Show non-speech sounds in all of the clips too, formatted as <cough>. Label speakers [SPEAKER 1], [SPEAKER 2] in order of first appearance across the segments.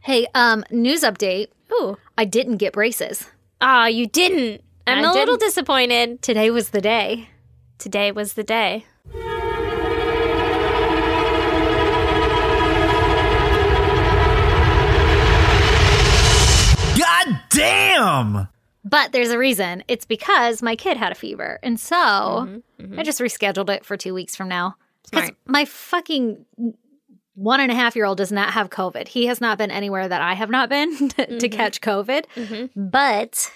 [SPEAKER 1] Hey, um, news update. Ooh, I didn't get braces.
[SPEAKER 2] Ah, you didn't. I'm
[SPEAKER 1] I
[SPEAKER 2] a little
[SPEAKER 1] didn't.
[SPEAKER 2] disappointed.
[SPEAKER 1] Today was the day.
[SPEAKER 2] Today was the day.
[SPEAKER 3] God damn!
[SPEAKER 1] But there's a reason. It's because my kid had a fever. And so I just rescheduled it for two weeks from now. Because
[SPEAKER 2] Smart.
[SPEAKER 1] my fucking one and a half year old does not have COVID. He has not been anywhere that I have not been <laughs> to, to catch COVID. But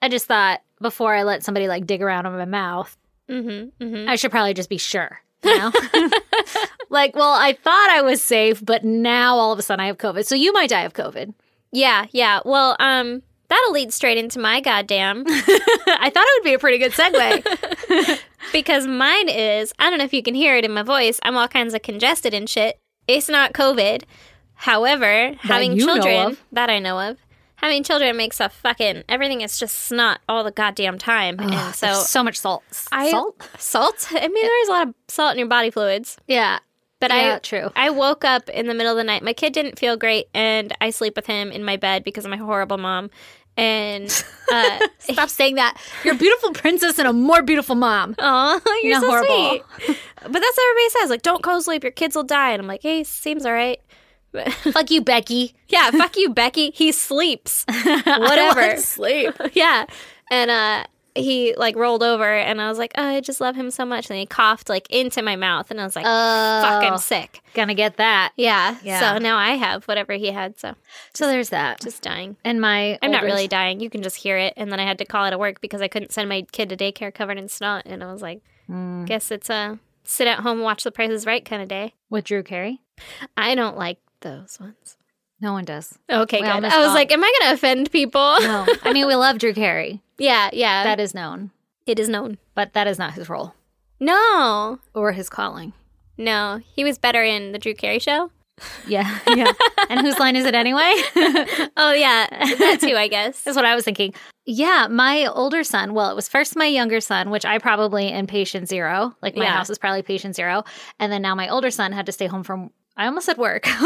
[SPEAKER 1] I just thought before I let somebody like dig around in my mouth,
[SPEAKER 2] Mm-hmm. Mm-hmm.
[SPEAKER 1] I should probably just be sure. You know? <laughs> like, well, I thought I was safe, but now all of a sudden I have COVID. So you might die of COVID.
[SPEAKER 2] Yeah, yeah. Well, um, that'll lead straight into
[SPEAKER 1] <laughs>
[SPEAKER 2] my goddamn
[SPEAKER 1] I thought it would be a pretty good segue.
[SPEAKER 2] <laughs> because mine is I don't know if you can hear it in my voice. I'm all kinds of congested and shit. It's not COVID. However, having
[SPEAKER 1] you know
[SPEAKER 2] children
[SPEAKER 1] of.
[SPEAKER 2] that I know of, having children makes a fucking everything is just snot all the goddamn time. and so
[SPEAKER 1] There's so much salt. S-
[SPEAKER 2] I-
[SPEAKER 1] salt?
[SPEAKER 2] salt. I mean, there's a lot of salt in your body fluids.
[SPEAKER 1] Yeah.
[SPEAKER 2] But
[SPEAKER 1] Yeah,
[SPEAKER 2] I
[SPEAKER 1] true.
[SPEAKER 2] I woke up in the middle of the night. My kid didn't feel great, and I sleep with him in my bed because I'm a horrible mom. And uh,
[SPEAKER 1] <laughs> Stop saying that. You're a beautiful princess and a more beautiful
[SPEAKER 2] <laughs>
[SPEAKER 1] mom.
[SPEAKER 2] oh, you're
[SPEAKER 1] You're
[SPEAKER 2] so
[SPEAKER 1] horrible.
[SPEAKER 2] sweet. But that's what everybody says. Like, don't co-sleep. Your kids will die. And I'm like, hey, seems all right. But,
[SPEAKER 1] Fuck you, <laughs> Becky.
[SPEAKER 2] yeah, fuck you, Becky.
[SPEAKER 1] <laughs>
[SPEAKER 2] He sleeps. Whatever. <laughs>
[SPEAKER 1] Sleep.
[SPEAKER 2] yeah. And uh he like rolled over and I was like, oh, I just love him so much. And he coughed like into my mouth and I was like, fuck, I'm sick.
[SPEAKER 1] Gonna get that.
[SPEAKER 2] Yeah.
[SPEAKER 1] Oh. Yeah.
[SPEAKER 2] So now I have whatever he had. So
[SPEAKER 1] So there's that.
[SPEAKER 2] just dying.
[SPEAKER 1] and my
[SPEAKER 2] I'm
[SPEAKER 1] oldest-
[SPEAKER 2] not really dying. You can just hear it. And then I had to call out of work because I couldn't send my kid to daycare covered in snot. And I was like,
[SPEAKER 1] Mm.
[SPEAKER 2] guess it's a sit at home, watch the prices right kind of day.
[SPEAKER 1] with Drew Carey.
[SPEAKER 2] I don't like those ones.
[SPEAKER 1] No one
[SPEAKER 2] <laughs>
[SPEAKER 1] does.
[SPEAKER 2] Okay,
[SPEAKER 1] We
[SPEAKER 2] good.
[SPEAKER 1] almost
[SPEAKER 2] I was
[SPEAKER 1] got-
[SPEAKER 2] like, am I going to offend people?
[SPEAKER 1] No, I mean we love Drew Carey.
[SPEAKER 2] <laughs> yeah, yeah.
[SPEAKER 1] That is known,
[SPEAKER 2] it is known.
[SPEAKER 1] but that is not his role
[SPEAKER 2] No,
[SPEAKER 1] or his calling.
[SPEAKER 2] no. He was better in the Drew Carey show.
[SPEAKER 1] <laughs> Yeah, yeah. and whose line is it
[SPEAKER 2] <laughs>
[SPEAKER 1] anyway?
[SPEAKER 2] Oh, yeah. That too, I guess.
[SPEAKER 1] That's what I was thinking. Yeah, my older son, well, it was first my younger son, which I probably am patient zero. Like my
[SPEAKER 2] Yeah.
[SPEAKER 1] house is probably patient zero. And then now my older son had to stay home from, I almost said work. <laughs>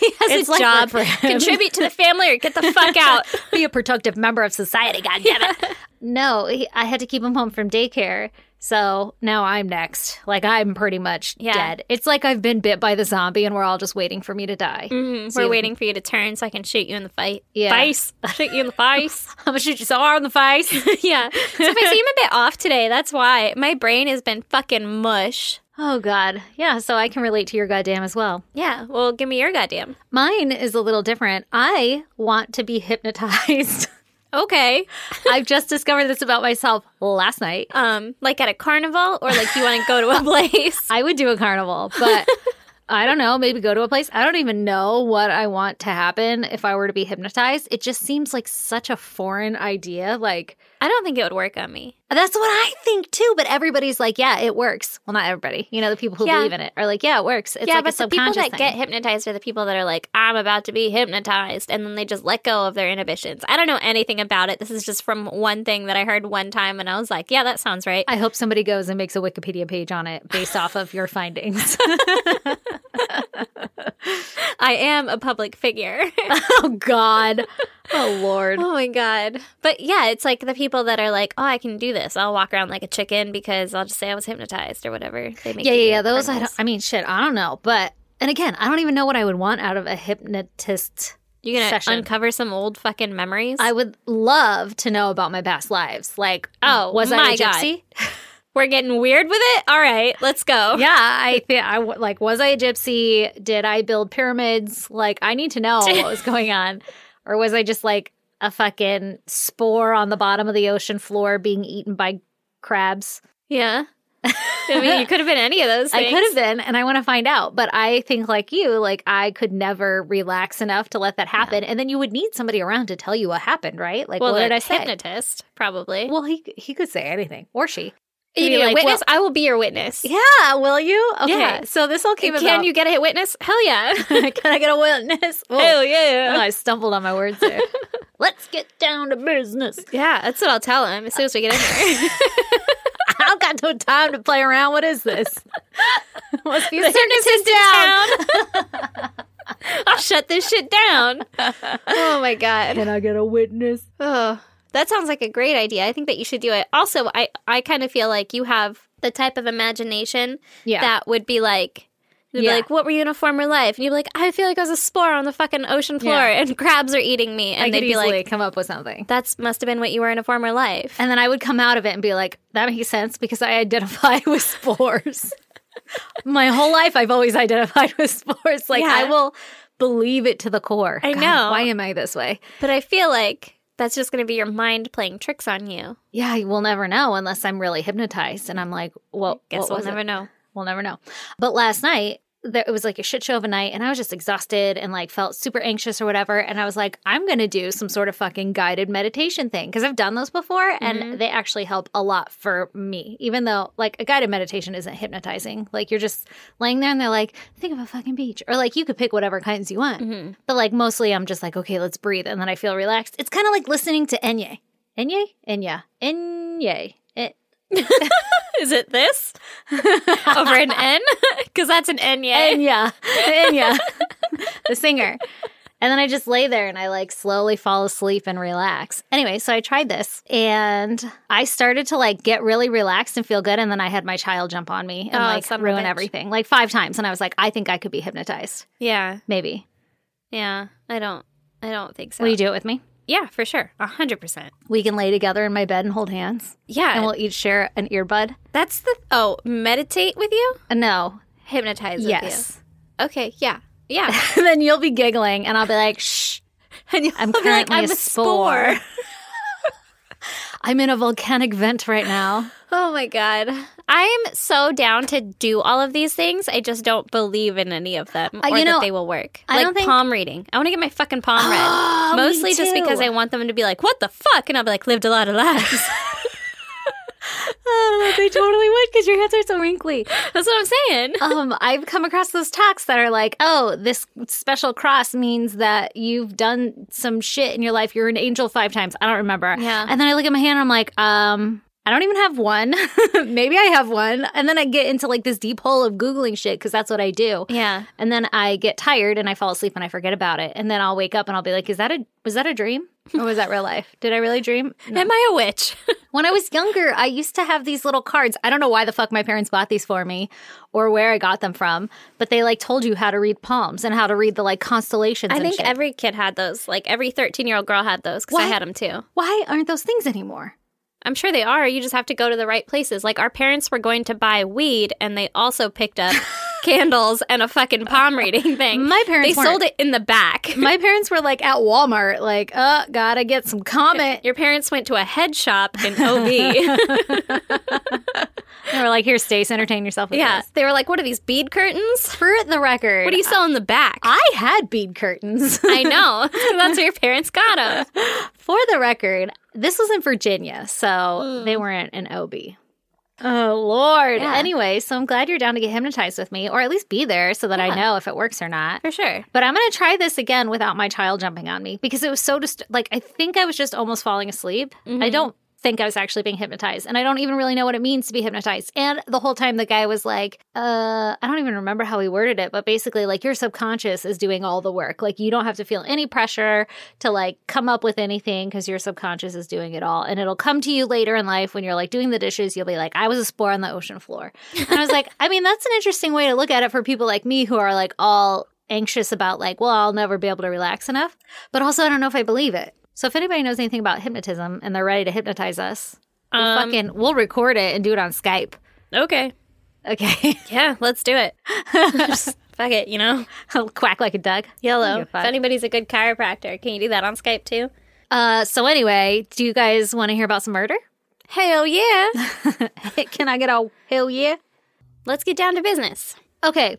[SPEAKER 2] He has
[SPEAKER 1] It's
[SPEAKER 2] a
[SPEAKER 1] like
[SPEAKER 2] job.
[SPEAKER 1] work for him.
[SPEAKER 2] Contribute to the family or get the
[SPEAKER 1] <laughs>
[SPEAKER 2] fuck <laughs> out.
[SPEAKER 1] Be a productive member of society, God damn it.
[SPEAKER 2] <laughs>
[SPEAKER 1] No, he, I had to keep him home from daycare. So now I'm next. Like I'm pretty much
[SPEAKER 2] Yeah.
[SPEAKER 1] dead. It's like I've been bit by the zombie and we're all just waiting for me to die. <laughs>
[SPEAKER 2] Mhm.
[SPEAKER 1] So
[SPEAKER 2] We're
[SPEAKER 1] you-
[SPEAKER 2] waiting for you to turn so I can shoot you in the fight.
[SPEAKER 1] Yeah.
[SPEAKER 2] Face.
[SPEAKER 1] <laughs>
[SPEAKER 2] Shoot you in the face.
[SPEAKER 1] I'm gonna shoot you so hard in the face.
[SPEAKER 2] <laughs> yeah. So if I seem a bit off today, that's why. My brain has been fucking mush.
[SPEAKER 1] oh God. Yeah, so I can relate to your goddamn as well.
[SPEAKER 2] Yeah. Well, give me your goddamn.
[SPEAKER 1] Mine is a little different. I want to be hypnotized. <laughs>
[SPEAKER 2] Okay.
[SPEAKER 1] I've just discovered this about myself last night.
[SPEAKER 2] Um, like at a carnival or like you want to go <laughs> to a place.
[SPEAKER 1] I would do a carnival,
[SPEAKER 2] <laughs>
[SPEAKER 1] but I don't know, maybe go to a place. I don't even know what I want to happen if I were to be hypnotized. It just seems like such a foreign idea. Like,
[SPEAKER 2] I don't think it would work on me.
[SPEAKER 1] that's what I think too, but everybody's like, yeah, it works. Well, not everybody. You know, the people who
[SPEAKER 2] Yeah.
[SPEAKER 1] believe in it are like, yeah, it works. It's
[SPEAKER 2] yeah,
[SPEAKER 1] like
[SPEAKER 2] but
[SPEAKER 1] a
[SPEAKER 2] the people
[SPEAKER 1] subconscious
[SPEAKER 2] that
[SPEAKER 1] thing.
[SPEAKER 2] get hypnotized are the people that are like, I'm about to be hypnotized, and then they just let go of their inhibitions. I don't know anything about it. This is just from one thing that I heard one time, and I was like, yeah, that sounds right.
[SPEAKER 1] I hope somebody goes and makes a Wikipedia page on it based off of your
[SPEAKER 2] <laughs>
[SPEAKER 1] findings.
[SPEAKER 2] I am a public figure. <laughs>
[SPEAKER 1] <laughs> oh, God. Oh, Lord.
[SPEAKER 2] Oh my god. But yeah, it's like the people that are like, "Oh, I can do this. I'll walk around like a chicken because I'll just say I was hypnotized or whatever." They make
[SPEAKER 1] yeah,
[SPEAKER 2] you
[SPEAKER 1] yeah,
[SPEAKER 2] do
[SPEAKER 1] yeah.
[SPEAKER 2] at
[SPEAKER 1] Those, I, don't,
[SPEAKER 2] carnivals.
[SPEAKER 1] I mean, shit, I don't know. But, and again, I don't even know what I would want out of a hypnotist.
[SPEAKER 2] You gonna
[SPEAKER 1] session.
[SPEAKER 2] uncover some old fucking memories?
[SPEAKER 1] I would love to know about my past lives. Like,
[SPEAKER 2] Oh,
[SPEAKER 1] was I
[SPEAKER 2] my
[SPEAKER 1] a
[SPEAKER 2] God.
[SPEAKER 1] gypsy?
[SPEAKER 2] We're getting weird with it. All right, let's go.
[SPEAKER 1] Yeah, I think I w- like was I a gypsy? Did I build pyramids? Like, I need to
[SPEAKER 2] <laughs>
[SPEAKER 1] know what was going on, or was I just like a fucking spore on the bottom of the ocean floor being eaten by crabs?
[SPEAKER 2] <laughs> Yeah. I mean, you could have been any of
[SPEAKER 1] <laughs>
[SPEAKER 2] those.
[SPEAKER 1] I
[SPEAKER 2] Things.
[SPEAKER 1] could have been, and I want to find out. But I think, like you, like I could never relax enough to let that happen. And then you would need somebody around to tell you what happened, right? Like,
[SPEAKER 2] Well,
[SPEAKER 1] what did
[SPEAKER 2] the
[SPEAKER 1] I say?
[SPEAKER 2] hypnotist probably.
[SPEAKER 1] Well, he he could say anything, or she.
[SPEAKER 2] you
[SPEAKER 1] You'd be
[SPEAKER 2] need a
[SPEAKER 1] like,
[SPEAKER 2] witness. I will be your witness.
[SPEAKER 1] Yeah, will you? Okay.
[SPEAKER 2] Yeah.
[SPEAKER 1] So this all came
[SPEAKER 2] Can
[SPEAKER 1] about. <laughs>
[SPEAKER 2] you get a witness? Hell yeah.
[SPEAKER 1] Can I get a witness? Oh,
[SPEAKER 2] Hell
[SPEAKER 1] Oh,
[SPEAKER 2] yeah.
[SPEAKER 1] I stumbled on my words <laughs> there. Let's get down to business.
[SPEAKER 2] Yeah, that's what I'll tell him as soon as we <laughs> get in there.
[SPEAKER 1] I don't got no time to play around. What is this? <laughs> Must be a
[SPEAKER 2] The
[SPEAKER 1] circus
[SPEAKER 2] hypnotist
[SPEAKER 1] in town. <laughs>
[SPEAKER 2] in town. I'll shut this shit down. <laughs> Oh my god.
[SPEAKER 1] Can I get a witness?
[SPEAKER 2] Oh, that sounds like a great idea. I think that you should do it. Also, I I kind of feel like you have the type of imagination
[SPEAKER 1] Yeah.
[SPEAKER 2] that would be like, you'd
[SPEAKER 1] Yeah.
[SPEAKER 2] be like, what were you in a former life? And you'd be like, I feel like I was a spore on the fucking ocean floor,
[SPEAKER 1] Yeah.
[SPEAKER 2] and <laughs> crabs are eating me. And
[SPEAKER 1] I
[SPEAKER 2] they'd
[SPEAKER 1] could
[SPEAKER 2] be
[SPEAKER 1] easily
[SPEAKER 2] like,
[SPEAKER 1] come up with something.
[SPEAKER 2] that's must have been what you were in a former life.
[SPEAKER 1] And then I would come out of it and be like, that makes sense because I identify <laughs> with spores. My whole life, I've always identified with spores. Like,
[SPEAKER 2] Yeah.
[SPEAKER 1] I will believe it to the core.
[SPEAKER 2] I
[SPEAKER 1] God,
[SPEAKER 2] know.
[SPEAKER 1] Why am I this way?
[SPEAKER 2] But I feel like that's just going to be your mind playing tricks on you.
[SPEAKER 1] Yeah, we'll never know unless I'm really hypnotized and I'm like, well,
[SPEAKER 2] Guess
[SPEAKER 1] what
[SPEAKER 2] we'll
[SPEAKER 1] was it?
[SPEAKER 2] never know.
[SPEAKER 1] We'll never know. But last night, there, it was like a shit show of a night, and I was just exhausted and like felt super anxious or whatever. And I was like, I'm going to do some sort of fucking guided meditation thing because I've done those before and they actually help a lot for me, even though like a guided meditation isn't hypnotizing. Like you're just laying there and they're like, think of a fucking beach, or like you could pick whatever kinds you want. But like mostly I'm just like, okay, let's breathe. And then I feel relaxed. It's kind of like listening to Enye. Enye? Enya. Enye. Eh,
[SPEAKER 2] <laughs> Is
[SPEAKER 1] <laughs>
[SPEAKER 2] it this over an N? <laughs> Because that's an N, yeah.
[SPEAKER 1] Enya, Enya, the singer. And then I just lay there and I like slowly fall asleep and relax. Anyway, so I tried this and I started to like get really relaxed and feel good. And then I had my child jump on me and
[SPEAKER 2] Oh,
[SPEAKER 1] like
[SPEAKER 2] son of a
[SPEAKER 1] ruin
[SPEAKER 2] bitch.
[SPEAKER 1] everything like five times. And I was like, I think I could be hypnotized.
[SPEAKER 2] Yeah,
[SPEAKER 1] Maybe.
[SPEAKER 2] yeah. I don't, I don't think so.
[SPEAKER 1] Will you do it with me?
[SPEAKER 2] Yeah, for sure, a hundred percent.
[SPEAKER 1] We can lay together in my bed and hold hands
[SPEAKER 2] Yeah,
[SPEAKER 1] and we'll each share an earbud.
[SPEAKER 2] that's the oh, meditate with you,
[SPEAKER 1] Uh, No.
[SPEAKER 2] hypnotize. With
[SPEAKER 1] Yes.
[SPEAKER 2] you. Okay. Yeah.
[SPEAKER 1] <laughs>
[SPEAKER 2] Yeah.
[SPEAKER 1] And then you'll be giggling and I'll be like, shh.
[SPEAKER 2] And you'll
[SPEAKER 1] I'm
[SPEAKER 2] be like,
[SPEAKER 1] currently
[SPEAKER 2] I'm
[SPEAKER 1] a
[SPEAKER 2] a spore.
[SPEAKER 1] I'm in a volcanic vent right
[SPEAKER 2] <laughs>
[SPEAKER 1] now.
[SPEAKER 2] <laughs> Oh my god, I am so down to do all of these things. I just don't believe in any of them, or
[SPEAKER 1] Uh, you know,
[SPEAKER 2] that they will work.
[SPEAKER 1] I
[SPEAKER 2] like
[SPEAKER 1] don't think-
[SPEAKER 2] palm reading. I want to get my fucking palm read,
[SPEAKER 1] <gasps> me
[SPEAKER 2] mostly just
[SPEAKER 1] too.
[SPEAKER 2] because I want them to be like, "What the fuck?" and I'll be like, "Lived a lot of lives."
[SPEAKER 1] Oh, <laughs> they totally would because your hands are so wrinkly.
[SPEAKER 2] <laughs> That's what I'm saying.
[SPEAKER 1] um, I've come across those talks that are like, oh, this special cross means that you've done some shit in your life. You're an angel five times. I don't remember.
[SPEAKER 2] Yeah.
[SPEAKER 1] And then I look at my hand and I'm like, um, I don't even have one. <laughs> Maybe I have one. And then I get into like this deep hole of Googling shit because that's what I do.
[SPEAKER 2] yeah.
[SPEAKER 1] And then I get tired and I fall asleep and I forget about it. And then I'll wake up and I'll be like, is that a, was that a dream? Or was that real life? Did I really dream?
[SPEAKER 2] Am I
[SPEAKER 1] <laughs>
[SPEAKER 2] a witch?
[SPEAKER 1] When I was younger, I used to have these little cards. I don't know why the fuck my parents bought these for me or where I got them from, but they like told you how to read palms and how to read the like constellations.
[SPEAKER 2] I
[SPEAKER 1] and
[SPEAKER 2] think
[SPEAKER 1] shit.
[SPEAKER 2] every kid had those. Like every 13 year old girl had those because I
[SPEAKER 1] What?
[SPEAKER 2] had them too.
[SPEAKER 1] why aren't those things anymore?
[SPEAKER 2] I'm sure they are. You just have to go to the right places. Like our parents were going to buy weed and they also picked
[SPEAKER 1] <laughs>
[SPEAKER 2] up candles and a fucking palm reading thing.
[SPEAKER 1] My parents
[SPEAKER 2] They sold
[SPEAKER 1] weren't.
[SPEAKER 2] it in the back.
[SPEAKER 1] My parents were like at Walmart, like, uh, gotta get some comment.
[SPEAKER 2] <laughs> Your parents went to a head shop in OB.
[SPEAKER 1] <laughs> They were like, here, Stace, entertain yourself with
[SPEAKER 2] yeah.
[SPEAKER 1] this.
[SPEAKER 2] They were like, what are these bead curtains?
[SPEAKER 1] For the record,
[SPEAKER 2] What do you sell in the back?
[SPEAKER 1] I had bead curtains.
[SPEAKER 2] <laughs> I
[SPEAKER 1] <laughs>
[SPEAKER 2] know. <laughs> That's where your parents got them.
[SPEAKER 1] For the record, this was in Virginia, so they weren't an OB. Oh Lord.
[SPEAKER 2] Yeah.
[SPEAKER 1] Anyway, so I'm glad you're down to get hypnotized with me, or at least be there so that I know if it works or not.
[SPEAKER 2] For sure.
[SPEAKER 1] But I'm gonna try this again without my child jumping on me because it was so just like I think I was just almost falling asleep. I don't think I was actually being hypnotized, and I don't even really know what it means to be hypnotized. And the whole time the guy was like, uh, I don't even remember how he worded it, but basically like your subconscious is doing all the work. Like you don't have to feel any pressure to like come up with anything because your subconscious is doing it all. And it'll come to you later in life when you're like doing the dishes, you'll be like, I was a spore on the ocean floor. And I was like, I mean, that's an interesting way to look at it for people like me who are like all anxious about like, well, I'll never be able to relax enough. But also, I don't know if I believe it. So if anybody knows anything about hypnotism and they're ready to hypnotize us, we'll
[SPEAKER 2] Um,
[SPEAKER 1] fucking we'll record it and do it on Skype. <laughs>
[SPEAKER 2] Okay.
[SPEAKER 1] Okay,
[SPEAKER 2] Yeah, let's
[SPEAKER 1] <laughs>
[SPEAKER 2] do it. <laughs> Just fuck it, you know?
[SPEAKER 1] I'll quack like a duck.
[SPEAKER 2] Yellow.
[SPEAKER 1] You're
[SPEAKER 2] If
[SPEAKER 1] fine.
[SPEAKER 2] anybody's a good chiropractor, can you do that on Skype too?
[SPEAKER 1] Uh, so anyway, do you guys want to hear about some murder? <laughs>
[SPEAKER 2] Hell yeah.
[SPEAKER 1] Can I get a hell yeah?
[SPEAKER 2] Let's get down to business.
[SPEAKER 1] Okay.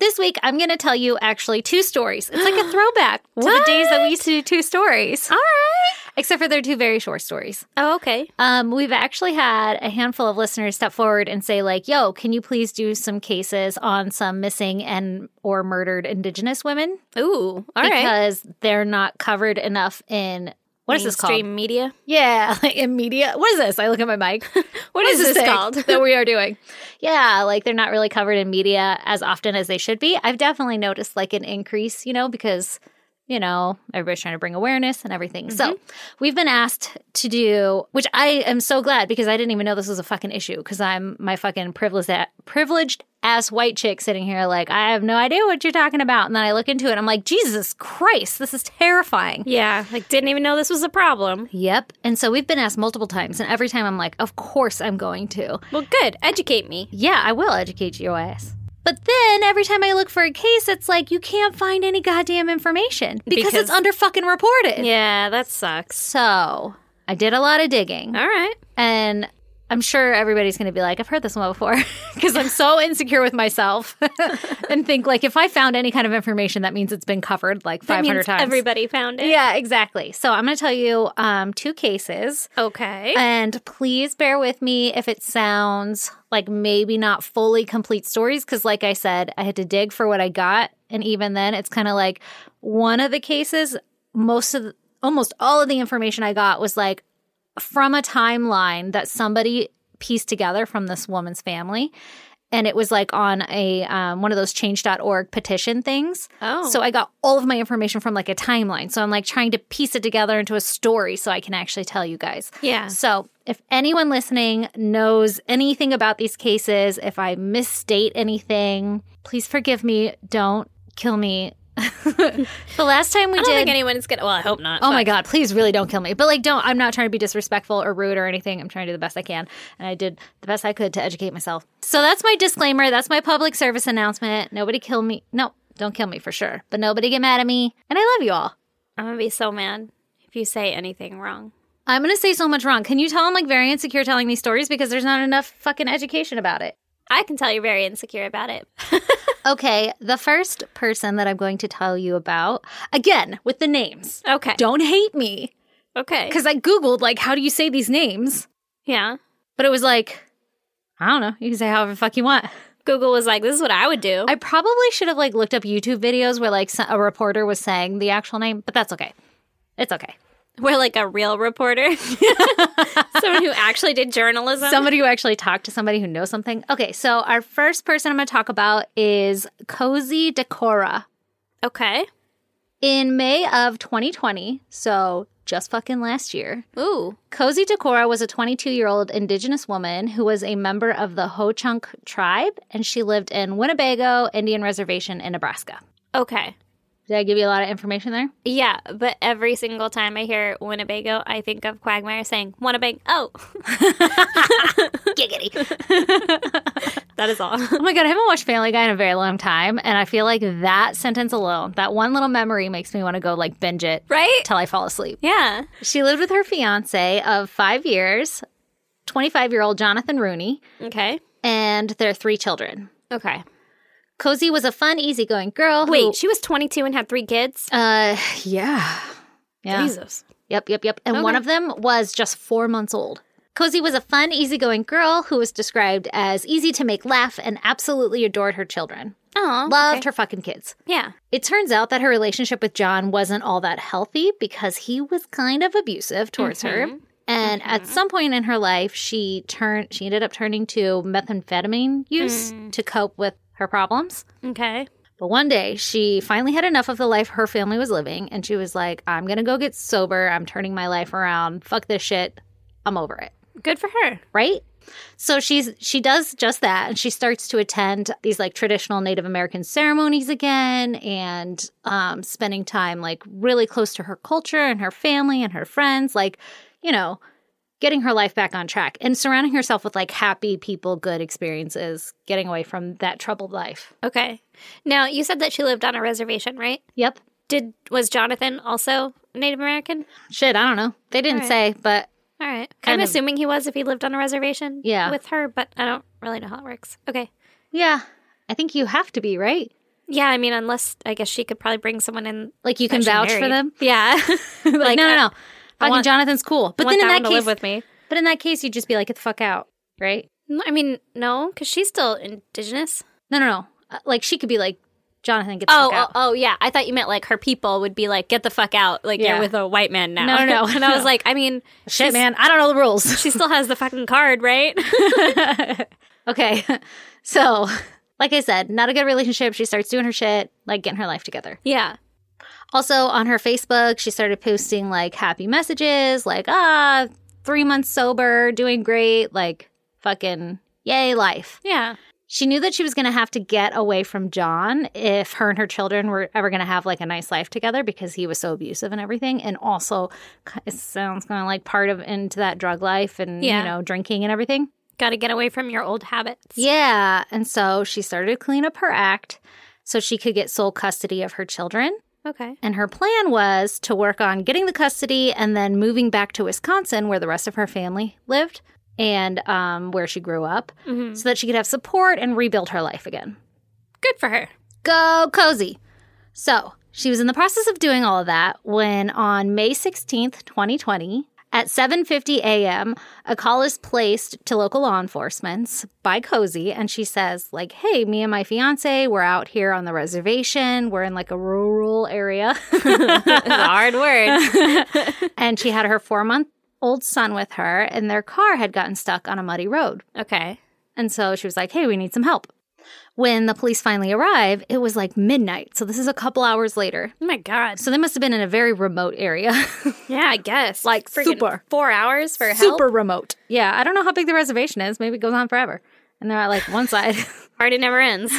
[SPEAKER 1] This week, I'm going to tell you actually two stories. It's like a throwback to the days that we used to do two stories. All right. Except for they're two very short stories.
[SPEAKER 2] Oh, okay.
[SPEAKER 1] Um, we've actually had a handful of listeners step forward and say, like, yo, can you please do some cases on some missing and or murdered indigenous women?
[SPEAKER 2] Ooh, all right.
[SPEAKER 1] because they're not covered enough in What is this called?
[SPEAKER 2] Mainstream media.
[SPEAKER 1] Yeah, <laughs> like immediate. What is this? I look at my mic.
[SPEAKER 2] What is this
[SPEAKER 1] thing <laughs>
[SPEAKER 2] called?
[SPEAKER 1] that we are doing? Yeah, like they're not really covered in media as often as they should be. I've definitely noticed like an increase, you know, because you know everybody's trying to bring awareness and everything. So we've been asked to do, which I am so glad because I didn't even know this was a fucking issue because I'm my fucking privileged a- privileged ass white chick sitting here like I have no idea what you're talking about, and then I look into it, and I'm like Jesus Christ, this is terrifying.
[SPEAKER 2] Yeah, like didn't even know this was a problem.
[SPEAKER 1] Yep. And so we've been asked multiple times, and every time I'm like, of course I'm going to.
[SPEAKER 2] Well, good. Educate me.
[SPEAKER 1] Yeah, I will educate your ass. But then every time I look for a case, it's like, you can't find any goddamn information because,
[SPEAKER 2] Because-
[SPEAKER 1] it's under fucking reported.
[SPEAKER 2] Yeah, that sucks.
[SPEAKER 1] So I did a lot of digging,
[SPEAKER 2] All right.
[SPEAKER 1] and I'm sure everybody's going to be like, I've heard this one before <laughs> because I'm so insecure with myself <laughs> and think, like, if I found any kind of information, that means it's been covered like
[SPEAKER 2] That
[SPEAKER 1] 500
[SPEAKER 2] means
[SPEAKER 1] times.
[SPEAKER 2] Everybody found it.
[SPEAKER 1] yeah, exactly. So I'm going to tell you um, two cases.
[SPEAKER 2] Okay.
[SPEAKER 1] And please bear with me if it sounds like maybe not fully complete stories, because, like I said, I had to dig for what I got. And even then, it's kind of like one of the cases, most of the, almost all of the information I got was like from a timeline that somebody pieced together from this woman's family. And it was like on a um, one of those change.org petition things.
[SPEAKER 2] oh.
[SPEAKER 1] So I got all of my information from like a timeline. So I'm like trying to piece it together into a story so I can actually tell you guys.
[SPEAKER 2] yeah.
[SPEAKER 1] So, if anyone listening knows anything about these cases, if I misstate anything, please forgive me. Don't kill me. <laughs> the last time we
[SPEAKER 2] I don't
[SPEAKER 1] did.
[SPEAKER 2] think anyone's gonna. Well, I hope not.
[SPEAKER 1] Oh my God, please really don't kill me. But like, don't, I'm not trying to be disrespectful or rude or anything. I'm trying to do the best I can. And I did the best I could to educate myself. So that's my disclaimer. That's my public service announcement. Nobody kill me. No, don't kill me for sure. But nobody get mad at me. And I love you all.
[SPEAKER 2] I'm gonna be so mad if you say anything wrong.
[SPEAKER 1] I'm going to say so much wrong. Can you tell I'm like very insecure telling these stories because there's not enough fucking education about it?
[SPEAKER 2] I can tell you're very insecure about it. <laughs>
[SPEAKER 1] Okay, the first person that I'm going to tell you about, again, with the names.
[SPEAKER 2] Okay.
[SPEAKER 1] Don't hate me
[SPEAKER 2] Okay.
[SPEAKER 1] because I Googled, like, how do you say these names?
[SPEAKER 2] Yeah.
[SPEAKER 1] But it was like, I don't know. You can say however the fuck you want.
[SPEAKER 2] Google was like, "This is what I would do."
[SPEAKER 1] I probably should have, like, looked up YouTube videos where, like, so- a reporter was saying the actual name, but that's okay. It's okay.
[SPEAKER 2] We're like a
[SPEAKER 1] <laughs>
[SPEAKER 2] real reporter, <laughs> someone who actually did journalism.
[SPEAKER 1] Somebody who actually talked to somebody who knows something. Okay, so our first person I'm going to talk about is Cozy Decora.
[SPEAKER 2] okay.
[SPEAKER 1] In May of 2020, so just fucking last year,
[SPEAKER 2] Ooh.
[SPEAKER 1] Cozy Decora was a 22 year old indigenous woman who was a member of the Ho Chunk tribe, and she lived in Winnebago Indian Reservation in Nebraska.
[SPEAKER 2] Okay.
[SPEAKER 1] Did I give you a lot of information there? <laughs>
[SPEAKER 2] Yeah, but every single time I hear Winnebago, I think of Quagmire saying Winnebago. <laughs> Oh, <laughs>
[SPEAKER 1] Giggity.
[SPEAKER 2] that is all.
[SPEAKER 1] oh my God, I haven't watched Family Guy in a very long time. And I feel like that sentence alone, that one little memory makes me want to go like binge it
[SPEAKER 2] right?
[SPEAKER 1] till I fall asleep.
[SPEAKER 2] Yeah.
[SPEAKER 1] She lived with her fiance of five years, 25 year old Jonathan Rooney,
[SPEAKER 2] Okay.
[SPEAKER 1] and their three children.
[SPEAKER 2] Okay.
[SPEAKER 1] Cozy was a fun, easygoing girl. who-
[SPEAKER 2] Wait, she was 22 and had three kids.
[SPEAKER 1] Uh, yeah. Yeah.
[SPEAKER 2] Jesus.
[SPEAKER 1] Yep, yep, yep. And one of them was just four months old. Cozy was a fun, easygoing girl who was described as easy to make laugh and absolutely adored her children.
[SPEAKER 2] Oh,
[SPEAKER 1] Loved her fucking kids.
[SPEAKER 2] yeah.
[SPEAKER 1] It turns out that her relationship with John wasn't all that healthy because he was kind of abusive towards
[SPEAKER 2] Mm-hmm.
[SPEAKER 1] her. And at some point in her life, she turned she ended up turning to methamphetamine use
[SPEAKER 2] Mm.
[SPEAKER 1] to cope with her problems.
[SPEAKER 2] Okay.
[SPEAKER 1] But one day, she finally had enough of the life her family was living, and she was like, I'm gonna go get sober. I'm turning my life around. Fuck this shit. I'm over it.
[SPEAKER 2] Good for her.
[SPEAKER 1] Right? So she's she does just that and she starts to attend these like traditional Native American ceremonies again and um spending time like really close to her culture and her family and her friends like you know getting her life back on track and surrounding herself with like happy people good experiences getting away from that troubled life.
[SPEAKER 2] Okay. Now, you said that she lived on a reservation, right?
[SPEAKER 1] Yep.
[SPEAKER 2] Did was Jonathan also Native American?
[SPEAKER 1] Shit, I don't know. They didn't
[SPEAKER 2] All
[SPEAKER 1] say, but
[SPEAKER 2] All right.
[SPEAKER 1] Kind
[SPEAKER 2] I'm
[SPEAKER 1] of.
[SPEAKER 2] assuming he was if he lived on a reservation
[SPEAKER 1] Yeah.
[SPEAKER 2] with her, but I don't really know how it works. Okay.
[SPEAKER 1] yeah, I think you have to be, right?
[SPEAKER 2] Yeah, I mean, unless I guess she could probably bring someone in.
[SPEAKER 1] Like you can
[SPEAKER 2] that she
[SPEAKER 1] vouch for
[SPEAKER 2] married.
[SPEAKER 1] them.
[SPEAKER 2] <laughs> Yeah. like,
[SPEAKER 1] Like, no, no, no. Fucking
[SPEAKER 2] want-
[SPEAKER 1] Jonathan's cool. But
[SPEAKER 2] But then
[SPEAKER 1] then in that
[SPEAKER 2] to live
[SPEAKER 1] case,
[SPEAKER 2] with me.
[SPEAKER 1] but in that case, you'd just be like, get the fuck out, right?
[SPEAKER 2] No, I mean, no, because she's still indigenous.
[SPEAKER 1] No, no, no. Uh, Like she could be like, Jonathan gets
[SPEAKER 2] Oh,
[SPEAKER 1] the fuck
[SPEAKER 2] oh,
[SPEAKER 1] out.
[SPEAKER 2] oh, yeah. I thought you meant like her people would be like, get the fuck out. Like,
[SPEAKER 1] Yeah.
[SPEAKER 2] you're with a white man now.
[SPEAKER 1] No,
[SPEAKER 2] <laughs>
[SPEAKER 1] no, no.
[SPEAKER 2] and I was like, I mean,
[SPEAKER 1] Shit,
[SPEAKER 2] she's-
[SPEAKER 1] man, I don't know the rules.
[SPEAKER 2] She still has the fucking card, right?
[SPEAKER 1] <laughs> okay, <laughs> so like I said, not a good relationship. She starts doing her shit, like getting her life together.
[SPEAKER 2] <laughs> yeah.
[SPEAKER 1] Also on her Facebook, she started posting like happy messages, like ah, three months sober, doing great, like fucking yay life.
[SPEAKER 2] Yeah.
[SPEAKER 1] She knew that she was going to have to get away from John if her and her children were ever going to have like a nice life together because he was so abusive and everything. And also, it sounds kind of like part of into that drug life and,
[SPEAKER 2] Yeah.
[SPEAKER 1] you know, drinking and everything.
[SPEAKER 2] Got to get away from your old habits.
[SPEAKER 1] Yeah. And so she started to clean up her act so she could get sole custody of her children.
[SPEAKER 2] Okay.
[SPEAKER 1] And her plan was to work on getting the custody and then moving back to Wisconsin where the rest of her family lived and um, where she grew up
[SPEAKER 2] Mhm.
[SPEAKER 1] so that she could have support and rebuild her life again.
[SPEAKER 2] Good for her.
[SPEAKER 1] Go cozy. So she was in the process of doing all of that when on May 16th, 2020, at 7:50 a.m., a call is placed to local law enforcement by Cozy and she says like, "Hey, me and my fiance, we're out here on the reservation. We're in like a rural area."
[SPEAKER 2] <laughs> It's a hard <laughs> word.
[SPEAKER 1] and she had her 4-month old son with her and their car had gotten stuck on a muddy road.
[SPEAKER 2] okay.
[SPEAKER 1] And so she was like, hey, we need some help. When the police finally arrive, it was like midnight. So this is a couple hours later.
[SPEAKER 2] Oh my God.
[SPEAKER 1] So they must have been in a very remote area. <laughs>
[SPEAKER 2] Yeah, I guess. Like, friggin'
[SPEAKER 1] super.
[SPEAKER 2] Four hours for help.
[SPEAKER 1] Super remote. Yeah. I don't know how big the reservation is. Maybe it goes on forever. And they're at like one <laughs> side.
[SPEAKER 2] Party never ends.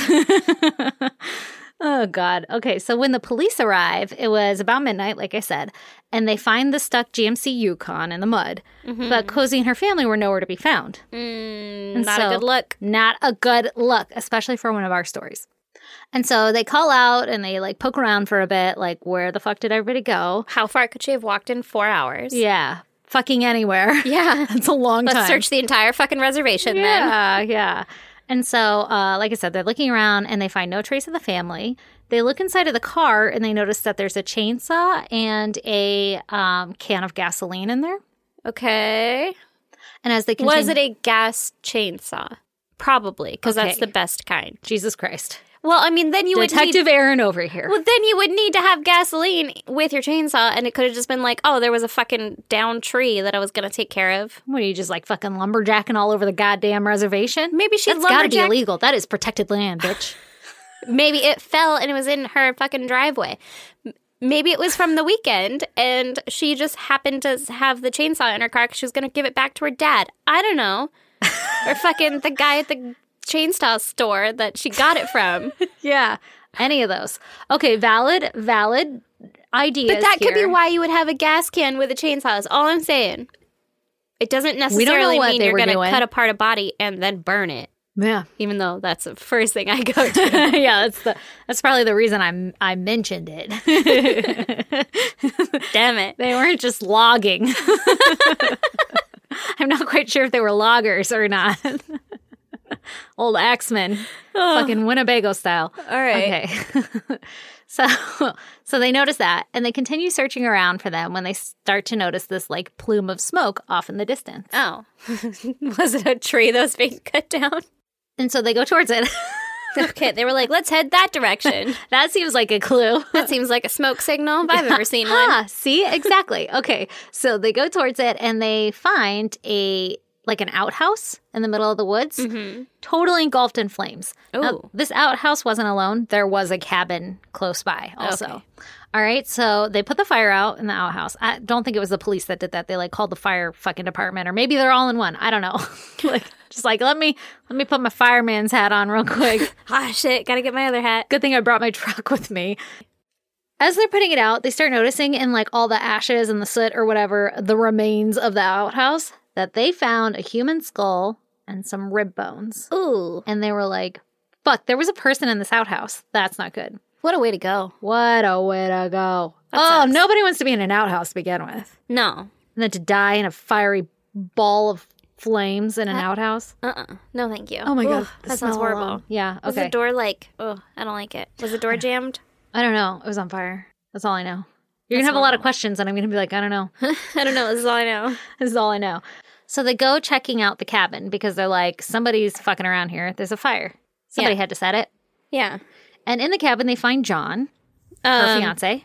[SPEAKER 1] oh, God. Okay. So when the police arrive, it was about midnight, like I said, and they find the stuck GMC Yukon in the mud. But Cozy and her family were nowhere to be found.
[SPEAKER 2] Mm, not
[SPEAKER 1] so-
[SPEAKER 2] a good look.
[SPEAKER 1] Not a good look, especially for one of our stories. And so they call out and they like poke around for a bit, like, where the fuck did everybody go?
[SPEAKER 2] How far could she have walked in four hours?
[SPEAKER 1] Yeah. <laughs> Fucking anywhere.
[SPEAKER 2] Yeah.
[SPEAKER 1] <laughs> That's a long
[SPEAKER 2] Let's
[SPEAKER 1] time.
[SPEAKER 2] search the entire fucking reservation then.
[SPEAKER 1] Yeah, yeah. And so, uh, like I said, they're looking around and they find no trace of the family. They look inside of the car and they notice that there's a chainsaw and a um, can of gasoline in there.
[SPEAKER 2] Okay.
[SPEAKER 1] And as they continue,
[SPEAKER 2] Was it a gas chainsaw? Probably, because that's
[SPEAKER 1] Okay.
[SPEAKER 2] the best kind.
[SPEAKER 1] Jesus Christ,
[SPEAKER 2] Well, I mean, then you would need
[SPEAKER 1] Detective Aaron over here?
[SPEAKER 2] Well, then you would need to have gasoline with your chainsaw, and it could have just been like, oh, there was a fucking down tree that I was gonna take care of.
[SPEAKER 1] What are you just like fucking lumberjacking all over the goddamn reservation?
[SPEAKER 2] Maybe she
[SPEAKER 1] That's gotta be
[SPEAKER 2] lumberjacked-
[SPEAKER 1] illegal. That is protected land, bitch.
[SPEAKER 2] Maybe it fell and it was in her fucking driveway. M- Maybe it was from the weekend, and she just happened to have the chainsaw in her car because she was gonna give it back to her dad. I don't
[SPEAKER 1] <laughs>
[SPEAKER 2] know, or fucking the guy at the chainsaw store that she got it
[SPEAKER 1] <laughs>
[SPEAKER 2] from.
[SPEAKER 1] <laughs> yeah, any of those. Okay, valid, valid ideas.
[SPEAKER 2] But that could be
[SPEAKER 1] here. <laughs>
[SPEAKER 2] why you would have a gas can with a chainsaw. Is all I'm saying. It doesn't
[SPEAKER 1] We don't know
[SPEAKER 2] necessarily
[SPEAKER 1] what
[SPEAKER 2] mean
[SPEAKER 1] they
[SPEAKER 2] you're
[SPEAKER 1] were
[SPEAKER 2] going to
[SPEAKER 1] doing.
[SPEAKER 2] cut apart a body and then burn it.
[SPEAKER 1] Yeah,
[SPEAKER 2] Even though that's the first thing I
[SPEAKER 1] <laughs>
[SPEAKER 2] go to.
[SPEAKER 1] yeah, that's the that's probably the reason I I mentioned it.
[SPEAKER 2] Damn
[SPEAKER 1] <laughs>
[SPEAKER 2] it.
[SPEAKER 1] they weren't just logging. <laughs> I'm not quite sure if they were loggers or not. <laughs> Old axemen, fucking Winnebago style.
[SPEAKER 2] All right.
[SPEAKER 1] Okay. <laughs> so so they notice that and they continue searching around for them when they start to notice this like plume of smoke off in the distance.
[SPEAKER 2] Oh. <laughs> was it a tree that was being cut down?
[SPEAKER 1] And so they go towards it. <laughs>
[SPEAKER 2] Okay. They were like, let's head that direction.
[SPEAKER 1] that seems like a clue. <laughs>
[SPEAKER 2] That seems like a smoke signal if I've ever seen one.
[SPEAKER 1] Ah, see? Exactly. Okay. So they go towards it and they find a like an outhouse in the middle of the woods, totally engulfed in flames. Now,
[SPEAKER 2] Mm-hmm. Ooh.
[SPEAKER 1] this outhouse wasn't alone. There was a cabin close by also.
[SPEAKER 2] Okay.
[SPEAKER 1] All right. So they put the fire out in the outhouse. I don't think it was the police that did that. They like called the fire fucking department or maybe they're all in one. I don't know. <laughs> like just like let me let me put my fireman's hat on real quick.
[SPEAKER 2] <laughs> Ah, shit. Gotta get my other hat.
[SPEAKER 1] Good thing I brought my <laughs> truck with me. As they're putting it out, they start noticing in like all the ashes and the soot or whatever, the remains of the outhouse, that they found a human skull and some rib bones.
[SPEAKER 2] Ooh.
[SPEAKER 1] And they were like, fuck, there was a person in this outhouse. That's not good.
[SPEAKER 2] What a way to go.
[SPEAKER 1] What a way to go.
[SPEAKER 2] That
[SPEAKER 1] oh,
[SPEAKER 2] sucks.
[SPEAKER 1] nobody wants to be in an outhouse to begin with.
[SPEAKER 2] No.
[SPEAKER 1] And then to die in a fiery ball of flames in an outhouse.
[SPEAKER 2] Uh uh No, thank you.
[SPEAKER 1] Oh my
[SPEAKER 2] Ooh,
[SPEAKER 1] God. the
[SPEAKER 2] That sounds
[SPEAKER 1] smell alone.
[SPEAKER 2] horrible.
[SPEAKER 1] Yeah.
[SPEAKER 2] Was the
[SPEAKER 1] Okay.
[SPEAKER 2] door like, oh, I don't like it. Was the door jammed?
[SPEAKER 1] I don't know. It was on fire. That's all I know. You're going to
[SPEAKER 2] That's
[SPEAKER 1] have a lot of questions, and I'm going to be like, I don't know.
[SPEAKER 2] <laughs>
[SPEAKER 1] <laughs>
[SPEAKER 2] I don't know. This is all I know.
[SPEAKER 1] This is all I know. So they go checking out the cabin because they're like, somebody's fucking around here. There's a fire. Somebody
[SPEAKER 2] Yeah.
[SPEAKER 1] had to set it.
[SPEAKER 2] Yeah.
[SPEAKER 1] And in the cabin, they find John, her
[SPEAKER 2] Um,
[SPEAKER 1] fiance.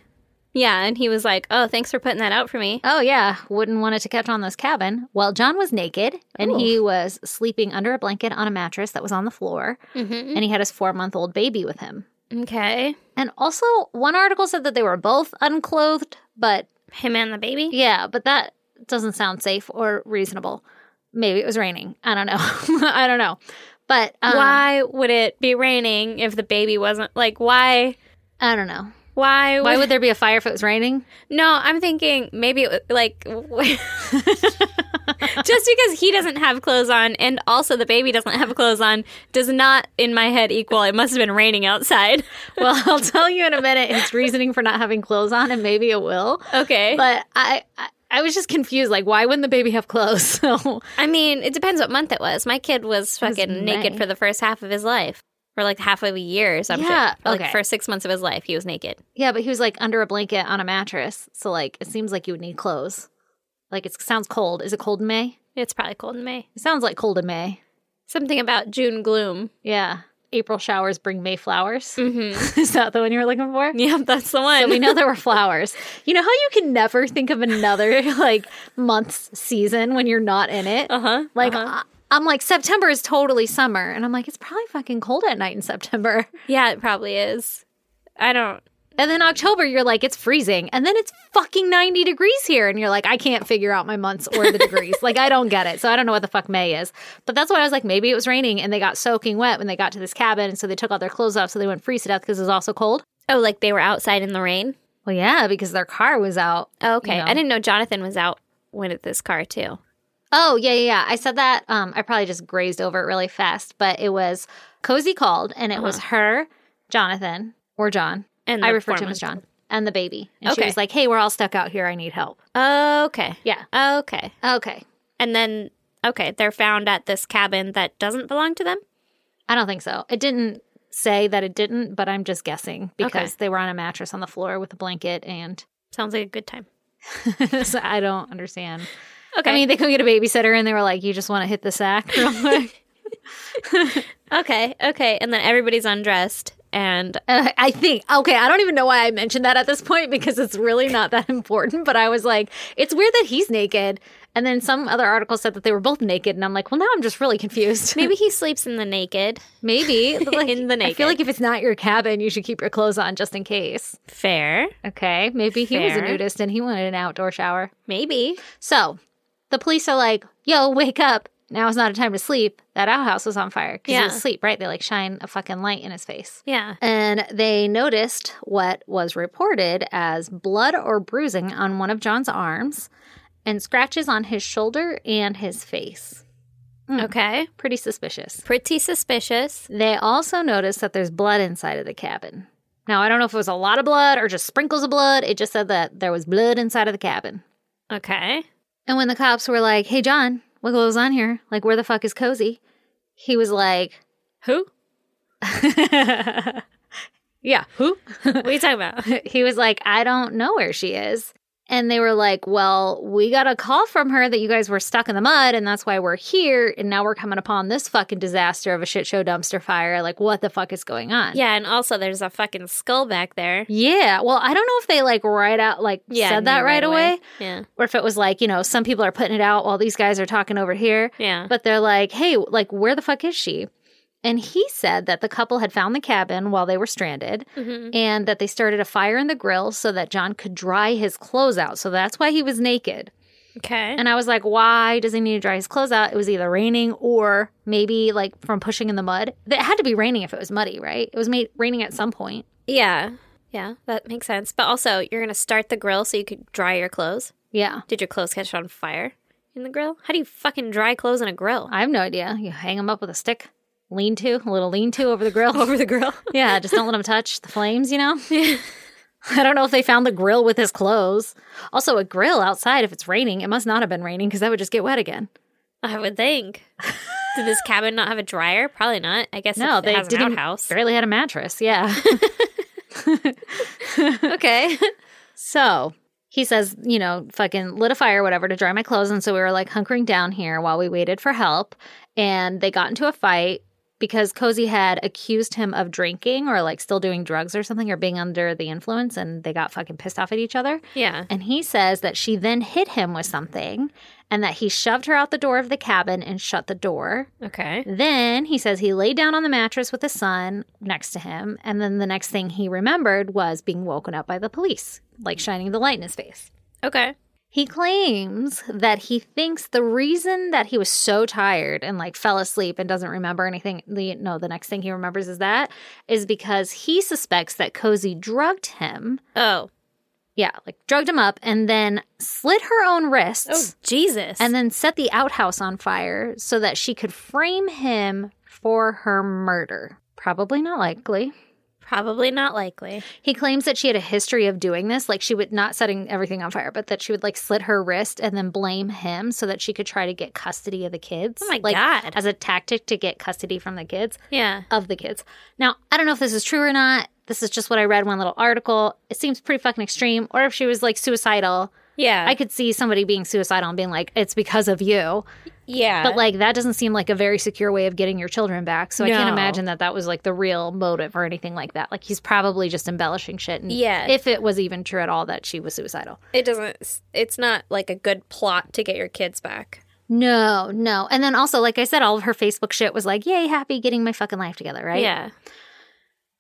[SPEAKER 2] yeah, and he was like, "Oh, thanks for putting that out for me."
[SPEAKER 1] Oh, yeah. Wouldn't want it to catch on this cabin. Well, John was naked and he was sleeping under a blanket on a mattress that was on the floor.
[SPEAKER 2] Mhm.
[SPEAKER 1] And he had his four month old baby with him.
[SPEAKER 2] Okay,
[SPEAKER 1] And also, one article said that they were both unclothed, but
[SPEAKER 2] him and the baby.
[SPEAKER 1] yeah, but that doesn't sound safe or reasonable. Maybe it was raining. I don't know. <laughs> I don't know. But um,
[SPEAKER 2] why would it be raining if the baby wasn't like? Why?
[SPEAKER 1] I don't know.
[SPEAKER 2] Why?
[SPEAKER 1] Why would there be a fire if it was raining?
[SPEAKER 2] No, I'm thinking maybe it was, like <laughs> w- just because he doesn't have clothes on and also the baby doesn't have clothes on does not in my head equal it must have been raining outside. <laughs>
[SPEAKER 1] Well, <laughs> I'll tell you in a minute his reasoning for not having clothes on, and maybe it will.
[SPEAKER 2] Okay.
[SPEAKER 1] But I, I, I was just confused. Like, why wouldn't the baby have clothes? <laughs> So
[SPEAKER 2] I mean, it depends what month it was. My kid was fucking naked
[SPEAKER 1] May.
[SPEAKER 2] for the first half of his life. Or like half of a year or something.
[SPEAKER 1] Yeah,
[SPEAKER 2] Or, Like
[SPEAKER 1] okay.
[SPEAKER 2] first six months of his life, he was naked.
[SPEAKER 1] yeah, but he was like under a blanket on a mattress. So like, it seems like you would need clothes. Like it sounds cold. Is it cold in May?
[SPEAKER 2] It's probably cold in May.
[SPEAKER 1] It sounds like cold in May.
[SPEAKER 2] Something about June gloom.
[SPEAKER 1] Yeah. April showers bring May flowers.
[SPEAKER 2] Mm-hmm.
[SPEAKER 1] <laughs> Is that the one you were looking for?
[SPEAKER 2] Yeah, that's the one.
[SPEAKER 1] So
[SPEAKER 2] <laughs>
[SPEAKER 1] we know there were flowers. You know how you can never think of another <laughs> like month's season when you're not in it?
[SPEAKER 2] uh huh.
[SPEAKER 1] Like I- I'm like September is totally summer and I'm like it's probably fucking cold at night in September.
[SPEAKER 2] yeah, it probably is. I don't.
[SPEAKER 1] And then October you're like it's freezing and then it's fucking 90 degrees here and you're like I can't figure out my months or the degrees. like I don't get it. So I don't know what the fuck May is. But that's why I was like maybe it was raining and they got soaking wet when they got to this cabin and so they took all their clothes off so they wouldn't freeze to death because it was also cold.
[SPEAKER 2] Oh, like they were outside in the rain?
[SPEAKER 1] Well yeah, because their car was out.
[SPEAKER 2] Oh, okay.
[SPEAKER 1] You know.
[SPEAKER 2] I didn't know Jonathan was out when at this car too.
[SPEAKER 1] Oh, yeah, yeah, yeah. I said that. Um, I probably just grazed over it really fast, but it was Cozy called and it was
[SPEAKER 2] Uh-huh.
[SPEAKER 1] her, Jonathan, or John.
[SPEAKER 2] And
[SPEAKER 1] I
[SPEAKER 2] the
[SPEAKER 1] refer to him as John,
[SPEAKER 2] <laughs> four-month-old.
[SPEAKER 1] and the baby. And she
[SPEAKER 2] Okay.
[SPEAKER 1] was like, hey, we're all stuck out here. I need help.
[SPEAKER 2] Okay.
[SPEAKER 1] Yeah.
[SPEAKER 2] Okay.
[SPEAKER 1] Okay.
[SPEAKER 2] And then okay, they're found at this cabin that doesn't belong to them.
[SPEAKER 1] I don't think so. It didn't say that it didn't, but I'm just guessing because
[SPEAKER 2] Okay.
[SPEAKER 1] they were on a mattress on the floor with a blanket and <laughs>
[SPEAKER 2] Sounds like a good time.
[SPEAKER 1] so I don't understand.
[SPEAKER 2] Okay. <laughs>
[SPEAKER 1] I mean, they could get a babysitter and they were like, you just want to hit the sack <laughs> real quick.
[SPEAKER 2] <laughs>
[SPEAKER 1] <laughs>
[SPEAKER 2] okay. Okay. And then everybody's undressed and
[SPEAKER 1] Uh, I think okay. I don't even know why I mentioned that at this point because it's really not that important. But I was like, it's weird that he's naked, and then some other article said that they were both naked, and I'm like, well, now I'm just really <laughs> confused.
[SPEAKER 2] maybe he sleeps in the naked.
[SPEAKER 1] Maybe but, <laughs> like,
[SPEAKER 2] In the
[SPEAKER 1] I feel
[SPEAKER 2] naked.
[SPEAKER 1] like if it's not your cabin, you should keep your clothes on just in case.
[SPEAKER 2] Fair.
[SPEAKER 1] Okay, maybe he was a
[SPEAKER 2] Fair.
[SPEAKER 1] nudist and he wanted an outdoor shower.
[SPEAKER 2] Maybe.
[SPEAKER 1] So the police are like, yo, wake up. Now is not a time to sleep. That outhouse was on fire because he
[SPEAKER 2] Yeah.
[SPEAKER 1] was asleep, right? They like shine a fucking light in his face.
[SPEAKER 2] Yeah.
[SPEAKER 1] And they noticed what was reported as blood or bruising on one of John's arms and scratches on his shoulder and his face. Hmm.
[SPEAKER 2] Okay.
[SPEAKER 1] Pretty suspicious.
[SPEAKER 2] Pretty suspicious.
[SPEAKER 1] They also noticed that there's blood inside of the cabin. Now, I don't know if it was a lot of blood or just sprinkles of blood. It just said that there was blood inside of the cabin.
[SPEAKER 2] Okay.
[SPEAKER 1] And when the cops were like, hey, John, what goes on here? Like, where the fuck is Cozy? He was like, <laughs>
[SPEAKER 2] Who?
[SPEAKER 1] yeah, who?
[SPEAKER 2] <laughs> What are you
[SPEAKER 1] <laughs>
[SPEAKER 2] talking about?
[SPEAKER 1] he was like, I don't know where she is. And they were like, Well, we got a call from her that you guys were stuck in the mud and that's why we're here. And now we're coming upon this fucking disaster of a shit show dumpster fire. Like, what the fuck is going on?
[SPEAKER 2] yeah, and also there's a fucking skull back there.
[SPEAKER 1] Yeah. Well, I don't know if they like right out, like
[SPEAKER 2] Yeah.
[SPEAKER 1] said that
[SPEAKER 2] knew
[SPEAKER 1] right, away.
[SPEAKER 2] Yeah.
[SPEAKER 1] or if it was like, you know, some people are putting it out while these guys are talking over here.
[SPEAKER 2] Yeah.
[SPEAKER 1] But they're like, hey, like, where the fuck is she? And he said that the couple had found the cabin while they were stranded
[SPEAKER 2] mm-hmm.
[SPEAKER 1] and that they started a fire in the grill so that John could dry his clothes out. So that's why he was naked.
[SPEAKER 2] Okay.
[SPEAKER 1] And I was like, why does he need to dry his clothes out? It was either raining or maybe like from pushing in the mud. It had to be raining if it was muddy, right? It was made raining at some point.
[SPEAKER 2] Yeah. Yeah, that makes sense. But also, you're going to start the grill so you could dry your clothes.
[SPEAKER 1] Yeah.
[SPEAKER 2] Did your clothes catch on fire in the grill? How do you fucking dry clothes on a grill?
[SPEAKER 1] <laughs> I have no idea. You hang them up with a stick, lean to, a little lean to over the grill. <laughs>
[SPEAKER 2] <laughs> Over the grill?
[SPEAKER 1] Yeah, just don't let him touch the flames, you know? <laughs> I don't know if they found the grill with his clothes. Also, a grill outside, if it's raining, it must not have been raining because that would just get wet again.
[SPEAKER 2] I would think. Did this cabin not have a dryer? Probably not. I guess
[SPEAKER 1] No,
[SPEAKER 2] it,
[SPEAKER 1] they
[SPEAKER 2] has an
[SPEAKER 1] didn't. <laughs>
[SPEAKER 2] outhouse. <laughs>
[SPEAKER 1] Barely had a mattress, yeah.
[SPEAKER 2] Okay.
[SPEAKER 1] so he says, you know, fucking lit a fire, whatever, to dry my clothes. And so we were like hunkering down here while we waited for help. And they got into a fight because Cozy had accused him of drinking or like still doing drugs or something or being under the influence and they got fucking pissed off at each other.
[SPEAKER 2] Yeah.
[SPEAKER 1] And he says that she then hit him with something and that he shoved her out the door of the cabin and shut the door.
[SPEAKER 2] Okay.
[SPEAKER 1] Then he says he lay down on the mattress with his son next to him. And then the next thing he remembered was being woken up by the police, like shining the light in his face.
[SPEAKER 2] Okay.
[SPEAKER 1] He claims that he thinks the reason that he was so tired and like fell asleep and doesn't remember anything, the, no, the next thing he remembers is that, is because he suspects that Cozy drugged him.
[SPEAKER 2] Oh.
[SPEAKER 1] Yeah, like drugged him up and then slit her own wrists
[SPEAKER 2] Oh Jesus.
[SPEAKER 1] and then set the outhouse on fire so that she could frame him for her murder. Probably not likely.
[SPEAKER 2] probably not likely.
[SPEAKER 1] He claims that she had a history of doing this, like she would not setting everything on fire, but that she would like slit her wrist and then blame him so that she could try to get custody of the kids.
[SPEAKER 2] Oh my
[SPEAKER 1] like,
[SPEAKER 2] God.
[SPEAKER 1] As a tactic to get custody from the kids
[SPEAKER 2] Yeah.
[SPEAKER 1] of the kids. Now, I don't know if this is true or not. This is just what I read one little article. It seems pretty fucking extreme. Or if she was like suicidal,
[SPEAKER 2] Yeah.
[SPEAKER 1] I could see somebody being suicidal and being like, it's because of you.
[SPEAKER 2] yeah.
[SPEAKER 1] But like that doesn't seem like a very secure way of getting your children back. So I can't
[SPEAKER 2] No.
[SPEAKER 1] imagine that that was like the real motive or anything like that. Like he's probably just embellishing shit. And
[SPEAKER 2] Yeah.
[SPEAKER 1] if it was even true at all that she was suicidal.
[SPEAKER 2] it doesn't. It's not like a good plot to get your kids back.
[SPEAKER 1] No, no. And then also, like I said, all of her Facebook shit was like, "Yay, happy getting my fucking life together," right?
[SPEAKER 2] Yeah.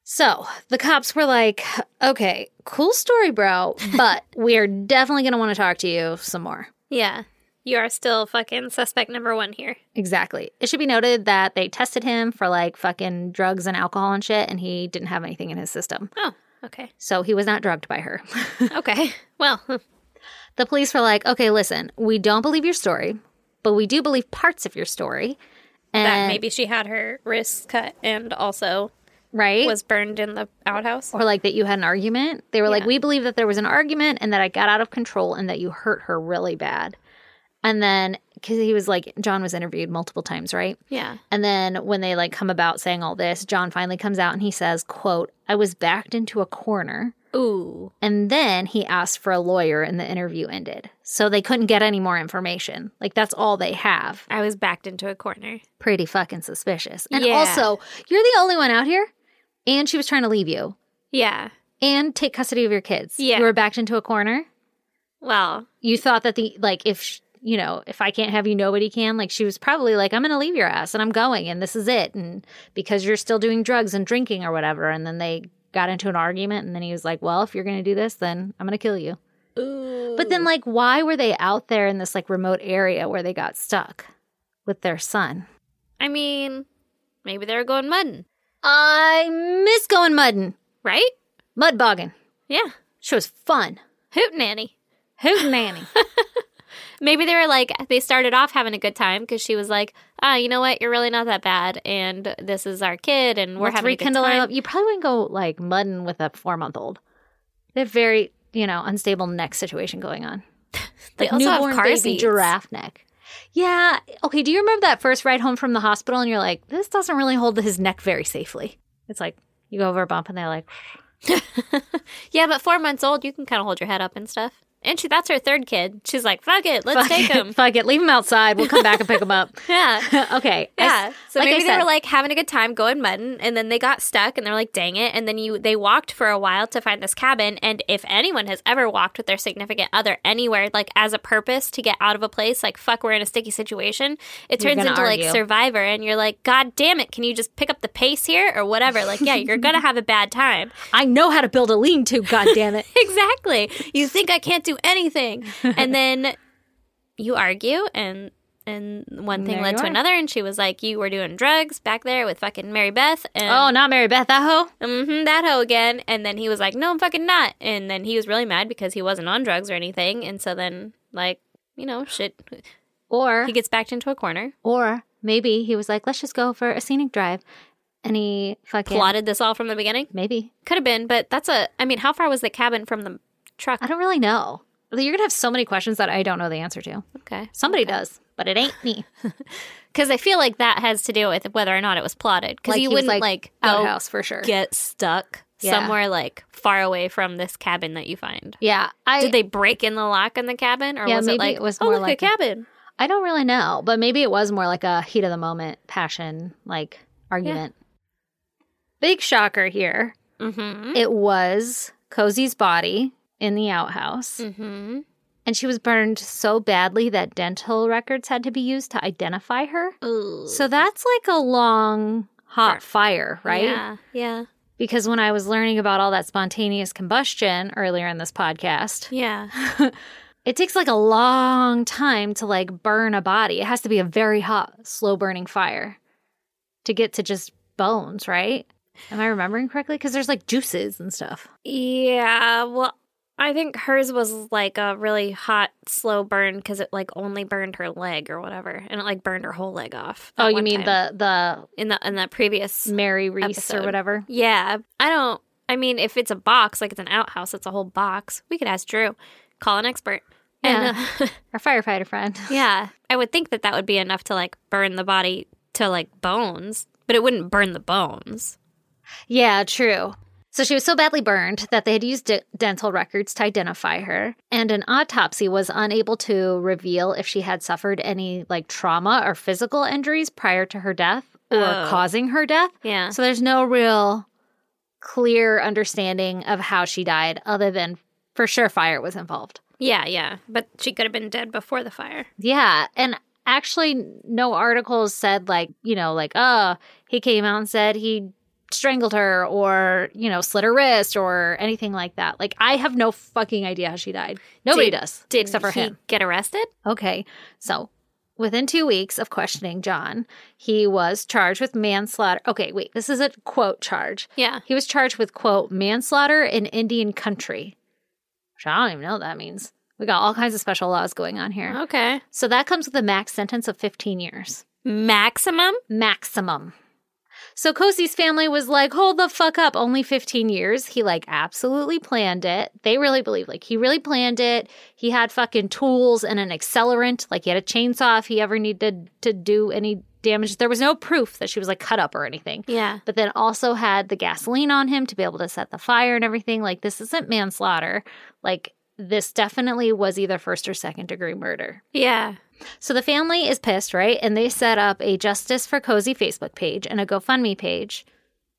[SPEAKER 1] So the cops were like, "Okay, cool story, bro,
[SPEAKER 2] <laughs>
[SPEAKER 1] but we are definitely gonna want to talk to you some more."
[SPEAKER 2] Yeah. You are still fucking suspect number one here.
[SPEAKER 1] Exactly. It should be noted that they tested him for like fucking drugs and alcohol and shit, and he didn't have anything in his system.
[SPEAKER 2] Oh. <laughs> Okay.
[SPEAKER 1] So he was not drugged by her. <laughs>
[SPEAKER 2] Okay. well. <laughs>
[SPEAKER 1] the police were like, okay, listen, we don't believe your story, but we do believe parts of your story. And,
[SPEAKER 2] that maybe she had her wrists cut and also
[SPEAKER 1] right?
[SPEAKER 2] was burned in the outhouse.
[SPEAKER 1] or like that you had an argument. They were like,
[SPEAKER 2] Yeah.
[SPEAKER 1] we believe that there was an argument and that I got out of control and that you hurt her really bad. And then, because he was like, John was interviewed multiple times, right?
[SPEAKER 2] yeah.
[SPEAKER 1] And then when they like come about saying all this, John finally comes out and he says, quote, I was backed into a corner.
[SPEAKER 2] Ooh.
[SPEAKER 1] And then he asked for a lawyer and the interview ended. So they couldn't get any more information. Like that's all they have.
[SPEAKER 2] I was backed into a corner.
[SPEAKER 1] pretty fucking suspicious. And
[SPEAKER 2] Yeah.
[SPEAKER 1] also, you're the only one out here, and she was trying to leave you
[SPEAKER 2] Yeah.
[SPEAKER 1] and take custody of your kids.
[SPEAKER 2] Yeah.
[SPEAKER 1] You were backed into a corner.
[SPEAKER 2] Well,
[SPEAKER 1] You thought that the, like, if, sh- you know, if I can't have you, nobody can. Like, she was probably like, I'm going to leave your ass and I'm going and this is it. And because you're still doing drugs and drinking or whatever. And then they got into an argument. And then he was like, Well, if you're going to do this, then I'm going to kill you. But then, like, why were they out there in this, like, remote area where they got stuck with their son?
[SPEAKER 2] I mean, maybe they were going mudding,
[SPEAKER 1] I miss going mudding.
[SPEAKER 2] right?
[SPEAKER 1] Mud bogging.
[SPEAKER 2] Yeah.
[SPEAKER 1] She was fun.
[SPEAKER 2] Hoot nanny.
[SPEAKER 1] Who's nanny?
[SPEAKER 2] Maybe they were like, they started off having a good time because she was like, ah, you know what? You're really not that bad. And this is our kid and <laughs> we're
[SPEAKER 1] Let's
[SPEAKER 2] having
[SPEAKER 1] rekindle
[SPEAKER 2] a
[SPEAKER 1] our
[SPEAKER 2] good
[SPEAKER 1] love.
[SPEAKER 2] time.
[SPEAKER 1] You probably wouldn't go like mudding with a four month old. They have very, you know, unstable neck situation going on.
[SPEAKER 2] They
[SPEAKER 1] Like
[SPEAKER 2] also have
[SPEAKER 1] newborn
[SPEAKER 2] car
[SPEAKER 1] baby
[SPEAKER 2] seats.
[SPEAKER 1] giraffe neck. Yeah. Okay. Do you remember that first ride home from the hospital and you're like, this doesn't really hold his neck very safely? It's like you go over a bump and they're like,
[SPEAKER 2] Yeah, but four months old, you can kind of hold your head up and stuff. And she, that's her third kid. She's like, fuck it,
[SPEAKER 1] fuck
[SPEAKER 2] let's take
[SPEAKER 1] it,
[SPEAKER 2] <laughs> him.
[SPEAKER 1] fuck it, leave him outside. We'll come back and pick him
[SPEAKER 2] <laughs>
[SPEAKER 1] up.
[SPEAKER 2] Yeah.
[SPEAKER 1] okay. I
[SPEAKER 2] Yeah.
[SPEAKER 1] s-
[SPEAKER 2] so
[SPEAKER 1] like I
[SPEAKER 2] maybe they
[SPEAKER 1] said-
[SPEAKER 2] were like having a good time going mudding and then they got stuck and they're like, dang it. And then you they walked for a while to find this cabin. And if anyone has ever walked with their significant other anywhere, like as a purpose to get out of a place, like fuck, we're in a sticky situation, it
[SPEAKER 1] You're
[SPEAKER 2] turns
[SPEAKER 1] gonna
[SPEAKER 2] into like
[SPEAKER 1] argue.
[SPEAKER 2] survivor and you're like, God damn it, can you just pick up the pace here or whatever? Like, yeah, you're <laughs> gonna have a bad time.
[SPEAKER 1] I know how to build a lean to, God damn
[SPEAKER 2] <laughs>
[SPEAKER 1] it.
[SPEAKER 2] Exactly. You think I can't do anything.
[SPEAKER 1] <laughs>
[SPEAKER 2] And then you argue and and one thing
[SPEAKER 1] There
[SPEAKER 2] led
[SPEAKER 1] you
[SPEAKER 2] to
[SPEAKER 1] are.
[SPEAKER 2] another and she was like, You were doing drugs back there with fucking Mary Beth and
[SPEAKER 1] oh, not Mary Beth, that hoe?
[SPEAKER 2] hmm that hoe again. And then he was like, No, I'm fucking not. And then he was really mad because he wasn't on drugs or anything. And so then like, you know, shit
[SPEAKER 1] Or
[SPEAKER 2] he gets backed into a corner.
[SPEAKER 1] Or maybe he was like, let's just go for a scenic drive. And he fucking.
[SPEAKER 2] Plotted this all from the beginning.
[SPEAKER 1] Maybe.
[SPEAKER 2] Could have been, but that's a I mean, how far was the cabin from the truck?
[SPEAKER 1] I don't really know. You're going to have so many questions that I don't know the answer to.
[SPEAKER 2] Okay.
[SPEAKER 1] Somebody does, but it ain't
[SPEAKER 2] <laughs>
[SPEAKER 1] me.
[SPEAKER 2] Because I feel like that has to do with whether or not it was plotted. Because
[SPEAKER 1] Like,
[SPEAKER 2] you
[SPEAKER 1] he was like,
[SPEAKER 2] wouldn't like
[SPEAKER 1] Goat
[SPEAKER 2] oh,
[SPEAKER 1] house for sure. Yeah.
[SPEAKER 2] get stuck
[SPEAKER 1] Yeah.
[SPEAKER 2] somewhere like far away from this cabin that you find.
[SPEAKER 1] I,
[SPEAKER 2] Did they break in the lock on the cabin, or
[SPEAKER 1] Yeah,
[SPEAKER 2] was
[SPEAKER 1] maybe
[SPEAKER 2] it like
[SPEAKER 1] it was
[SPEAKER 2] oh
[SPEAKER 1] more
[SPEAKER 2] look
[SPEAKER 1] like
[SPEAKER 2] a cabin?
[SPEAKER 1] I don't really know, but maybe it was more like a heat of the moment passion, like argument. Big shocker here.
[SPEAKER 2] Mm-hmm.
[SPEAKER 1] It was Cozy's body in the outhouse,
[SPEAKER 2] Mm-hmm.
[SPEAKER 1] and she was burned so badly that dental records had to be used to identify her.
[SPEAKER 2] Ooh.
[SPEAKER 1] So that's like a long hot fire, right?
[SPEAKER 2] Yeah. Yeah.
[SPEAKER 1] Because when I was learning about all that spontaneous combustion earlier in this podcast, <laughs>
[SPEAKER 2] Yeah.
[SPEAKER 1] it takes like a long time to like burn a body. It has to be a very hot, slow burning fire to get to just bones, right? Am I remembering correctly? Because there's like juices and stuff.
[SPEAKER 2] Yeah. Well, I think hers was like a really hot, slow burn because it like only burned her leg or whatever, and it like burned her whole leg off. at
[SPEAKER 1] Oh, you
[SPEAKER 2] one
[SPEAKER 1] mean
[SPEAKER 2] time.
[SPEAKER 1] the
[SPEAKER 2] in the in that previous?
[SPEAKER 1] the Mary Reese or
[SPEAKER 2] Episode.
[SPEAKER 1] whatever?
[SPEAKER 2] Yeah. I don't. I mean, if it's a box, like it's an outhouse, it's a whole box. We could ask Drew, call an expert. And, uh, <laughs>
[SPEAKER 1] Our firefighter friend. <laughs>
[SPEAKER 2] yeah. I would think that that would be enough to like burn the body to like bones, but it wouldn't burn the bones.
[SPEAKER 1] Yeah, true. So she was so badly burned that they had used d- dental records to identify her, and an autopsy was unable to reveal if she had suffered any like trauma or physical injuries prior to her death or
[SPEAKER 2] Oh. Uh.
[SPEAKER 1] causing her death.
[SPEAKER 2] Yeah.
[SPEAKER 1] So there's no real clear understanding of how she died other than for sure fire was involved.
[SPEAKER 2] Yeah. Yeah. But she could have been dead before the fire.
[SPEAKER 1] Yeah, and actually no articles said like, you know, like, oh, he came out and said he strangled her or, you know, slit her wrist or anything like that. Like I have no fucking idea how she died. Nobody
[SPEAKER 2] Did-
[SPEAKER 1] does.
[SPEAKER 2] Did
[SPEAKER 1] except for
[SPEAKER 2] he
[SPEAKER 1] him.
[SPEAKER 2] get arrested?
[SPEAKER 1] Okay. So within two weeks of questioning John, he was charged with manslaughter. Okay, wait, this is a quote charge.
[SPEAKER 2] Yeah.
[SPEAKER 1] He was charged with, quote, manslaughter in Indian country, which I don't even know what that means. We got all kinds of special laws going on here.
[SPEAKER 2] Okay.
[SPEAKER 1] So that comes with a max sentence of 15 years,
[SPEAKER 2] Maximum?
[SPEAKER 1] maximum. So Cozy's family was like, hold the fuck up, only 15 years. He like absolutely planned it. They really believe, like, he really planned it. He had fucking tools and an accelerant. Like, he had a chainsaw if he ever needed to do any damage. There was no proof that she was like cut up or anything
[SPEAKER 2] Yeah.
[SPEAKER 1] but then also had the gasoline on him to be able to set the fire and everything. Like, this isn't manslaughter. Like, this definitely was either first or second degree murder.
[SPEAKER 2] Yeah.
[SPEAKER 1] So the family is pissed, right? And they set up a Justice for Cozy Facebook page and a GoFundMe page.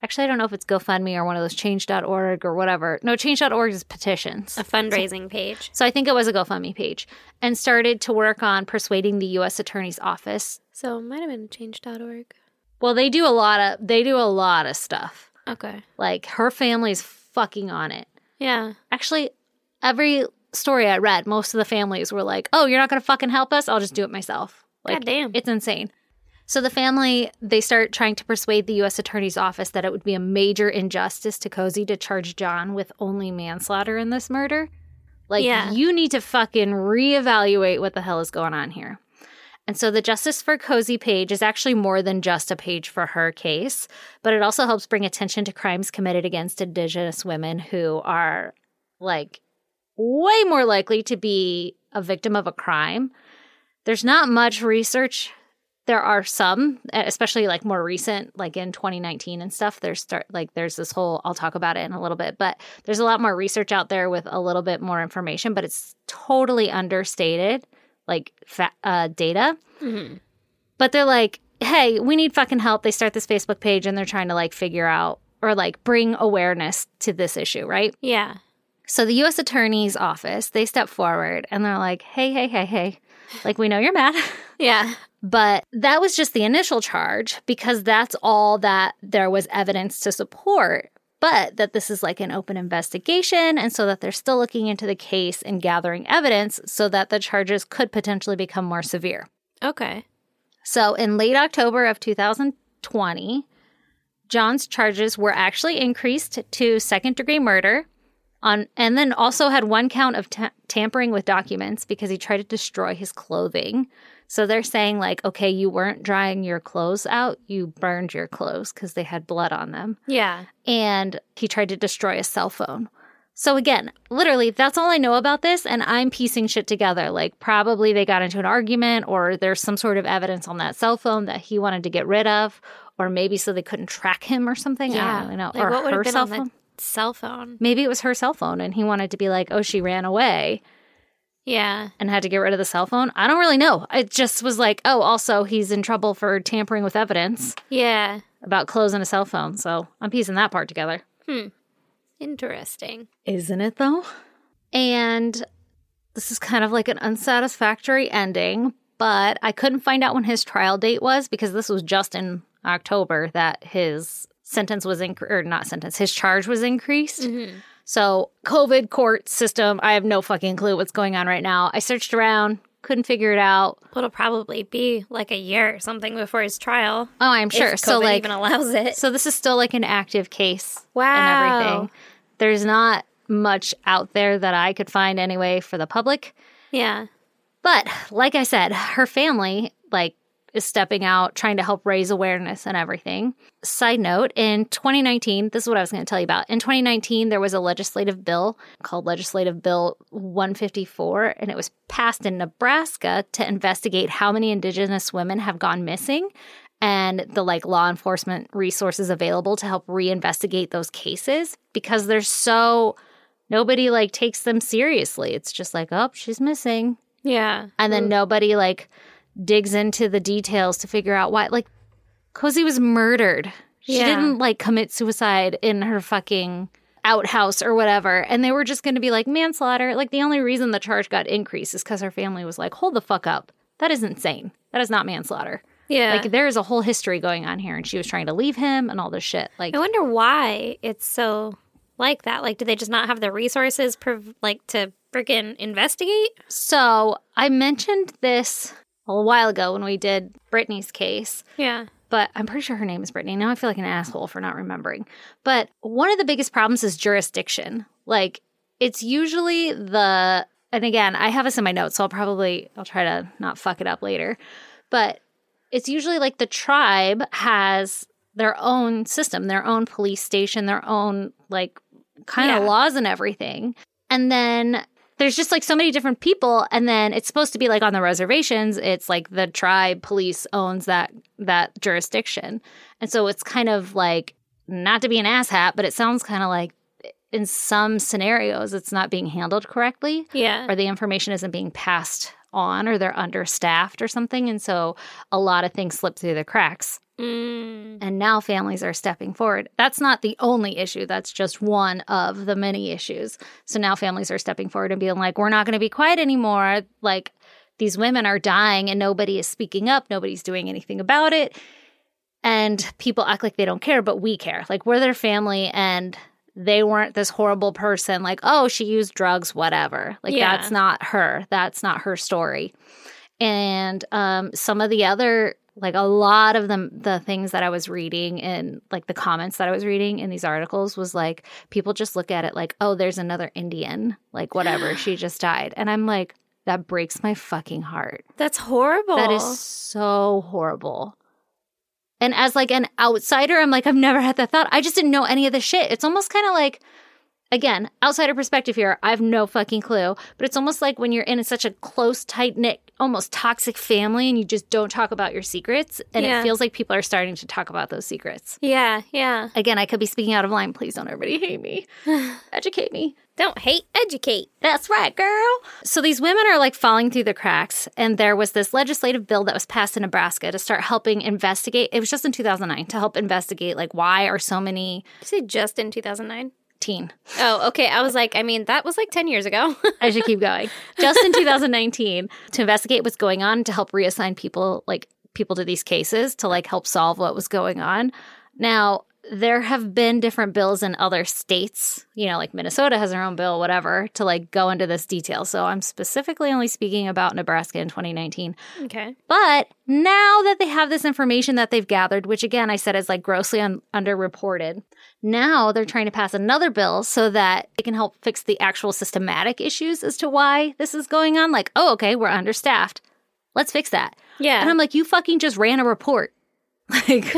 [SPEAKER 1] Actually, I don't know if it's GoFundMe or one of those change.org or whatever. No, change.org is petitions.
[SPEAKER 2] A fundraising page.
[SPEAKER 1] So I think it was a GoFundMe page and started to work on persuading the U.S. Attorney's Office.
[SPEAKER 2] So it might have been change.org.
[SPEAKER 1] Well, they do a lot of they do a lot of stuff.
[SPEAKER 2] Okay.
[SPEAKER 1] Like her family's fucking on it.
[SPEAKER 2] Yeah.
[SPEAKER 1] Actually, every story I read, most of the families were like, "Oh, you're not going to fucking help us? I'll just do it myself." Like,
[SPEAKER 2] Goddamn.
[SPEAKER 1] it's insane. So the family they start trying to persuade the U.S. Attorney's office that it would be a major injustice to Cozy to charge John with only manslaughter in this murder. Like,
[SPEAKER 2] Yeah.
[SPEAKER 1] you need to fucking reevaluate what the hell is going on here. And so the Justice for Cozy page is actually more than just a page for her case, but it also helps bring attention to crimes committed against Indigenous women who are like way more likely to be a victim of a crime. There's not much research. There are some, e, especially like more recent, like in 2019 and stuff. There's start like there's this whole. I'll talk about it in a little bit, but there's a lot more research out there with a little bit more information, but it's totally understated, like fa- uh, data.
[SPEAKER 2] Mhm.
[SPEAKER 1] But they're like, hey, we need fucking help. They start this Facebook page and they're trying to like figure out or like bring awareness to this issue, right?
[SPEAKER 2] Yeah.
[SPEAKER 1] So the U.S. Attorney's office, they step forward and they're like, hey, hey, hey, hey. Like, we know you're mad. <laughs>
[SPEAKER 2] Yeah.
[SPEAKER 1] But that was just the initial charge because that's all that there was evidence to support. But that this is like an open investigation, and so that they're still looking into the case and gathering evidence so that the charges could potentially become more severe.
[SPEAKER 2] Okay.
[SPEAKER 1] So in late October of 2020, John's charges were actually increased to second degree murder. On, and then also had one count of ta- tampering with documents because he tried to destroy his clothing. So they're saying like, okay, you weren't drying your clothes out; you burned your clothes because they had blood on them,
[SPEAKER 2] Yeah.
[SPEAKER 1] and he tried to destroy a cell phone. So again, literally, that's all I know about this, and I'm piecing shit together. Like, probably they got into an argument, or there's some sort of evidence on that cell phone that he wanted to get rid of, or maybe so they couldn't track him or something. I don't really know.
[SPEAKER 2] Like,
[SPEAKER 1] or
[SPEAKER 2] what would
[SPEAKER 1] her
[SPEAKER 2] have been
[SPEAKER 1] cell
[SPEAKER 2] on
[SPEAKER 1] phone.
[SPEAKER 2] the cell phone?
[SPEAKER 1] Maybe it was her cell phone, and he wanted to be like, "Oh, she ran away,"
[SPEAKER 2] Yeah.
[SPEAKER 1] and had to get rid of the cell phone. I don't really know. It just was like, "Oh, also, he's in trouble for tampering with evidence."
[SPEAKER 2] Yeah.
[SPEAKER 1] about clothes and a cell phone. So I'm piecing that part together.
[SPEAKER 2] Interesting.
[SPEAKER 1] Isn't it though? And this is kind of like an unsatisfactory ending, but I couldn't find out when his trial date was because this was just in October that his sentence was incre or not sentence, his charge was increased. So, COVID court system, I have no fucking clue what's going on right now. I searched around, couldn't figure it out.
[SPEAKER 2] Well, it'll probably be like a year or something before his trial.
[SPEAKER 1] Oh, I'm
[SPEAKER 2] if
[SPEAKER 1] sure. so
[SPEAKER 2] COVID
[SPEAKER 1] like
[SPEAKER 2] even allows it.
[SPEAKER 1] So this is still like an active case.
[SPEAKER 2] Wow.
[SPEAKER 1] And everything. There's not much out there that I could find anyway for the public.
[SPEAKER 2] Yeah.
[SPEAKER 1] But like I said, her family like is stepping out trying to help raise awareness and everything. Side note, in 2019, this is what I was going to tell you about. In 2019, there was a legislative bill called Legislative Bill 154 and it was passed in Nebraska to investigate how many indigenous women have gone missing and the like law enforcement resources available to help reinvestigate those cases because they're so nobody like takes them seriously. It's just like, "Oh, she's missing."
[SPEAKER 2] Yeah.
[SPEAKER 1] and then nobody like digs into the details to figure out why like cozy was murdered she
[SPEAKER 2] Yeah.
[SPEAKER 1] didn't like commit suicide in her fucking outhouse or whatever and they were just going to be like manslaughter like the only reason the charge got increased is because her family was like hold the fuck up that is insane that is not manslaughter
[SPEAKER 2] Yeah.
[SPEAKER 1] like there is a whole history going on here and she was trying to leave him and all this shit like
[SPEAKER 2] I wonder why it's so like that. Like, do they just not have the resources, prov- like, to freaking investigate?
[SPEAKER 1] so i mentioned this a little while ago when we did brittany's case
[SPEAKER 2] Yeah.
[SPEAKER 1] but I'm pretty sure her name is Brittany. Now I feel like an asshole for not remembering. But one of the biggest problems is jurisdiction. Like it's usually the and again, I have this in my notes, so I'll probably I'll try to not fuck it up later. But it's usually like the tribe has their own system, their own police station, their own like kind of
[SPEAKER 2] Yeah.
[SPEAKER 1] laws and everything. And then there's just like so many different people and then it's supposed to be like on the reservations, it's like the tribe police owns that that jurisdiction. And so it's kind of like not to be an asshat, but it sounds kind of like in some scenarios it's not being handled correctly
[SPEAKER 2] Yeah.
[SPEAKER 1] or the information isn't being passed on or they're understaffed or something and so a lot of things slip through the cracks
[SPEAKER 2] Mm.
[SPEAKER 1] and now families are stepping forward that's not the only issue that's just one of the many issues so now families are stepping forward and being like we're not going to be quiet anymore like these women are dying and nobody is speaking up nobody's doing anything about it and people act like they don't care but we care like we're their family and they weren't this horrible person like oh she used drugs whatever like
[SPEAKER 2] Yeah.
[SPEAKER 1] that's not her that's not her story and um some of the other like a lot of the the things that I was reading and like the comments that I was reading in these articles was like people just look at it like oh there's another Indian like whatever she just died and I'm like that breaks my fucking heart
[SPEAKER 2] That's horrible.
[SPEAKER 1] that is so horrible. And as like an outsider, I'm like, I've never had that thought. I just didn't know any of the shit. It's almost kind of like, again, outsider perspective here. I have no fucking clue. But it's almost like when you're in such a close, tight knit, almost toxic family, and you just don't talk about your secrets, and
[SPEAKER 2] Yeah.
[SPEAKER 1] it feels like people are starting to talk about those secrets.
[SPEAKER 2] Yeah. Yeah.
[SPEAKER 1] Again, I could be speaking out of line. Please don't everybody hate me. Educate me.
[SPEAKER 2] Don't hate, educate.
[SPEAKER 1] That's right, girl. So these women are like falling through the cracks, and there was this legislative bill that was passed in Nebraska to start helping investigate. It was just in 2009 to help investigate like why are so many
[SPEAKER 2] Did you say just in 2009?
[SPEAKER 1] teen.
[SPEAKER 2] Oh, okay. I was like, I mean, that was like 10 years ago. <laughs>
[SPEAKER 1] I should keep going. Just in 2019 to investigate what's going on to help reassign people like people to these cases to like help solve what was going on. Now, there have been different bills in other states, you know, like Minnesota has their own bill, whatever, to like go into this detail. So I'm specifically only speaking about Nebraska in 2019.
[SPEAKER 2] okay.
[SPEAKER 1] But now that they have this information that they've gathered, which again I said is like grossly un- underreported, now they're trying to pass another bill so that it can help fix the actual systematic issues as to why this is going on. Like, oh, okay, we're understaffed. Let's fix that.
[SPEAKER 2] Yeah.
[SPEAKER 1] And I'm like, you fucking just ran a report. Like,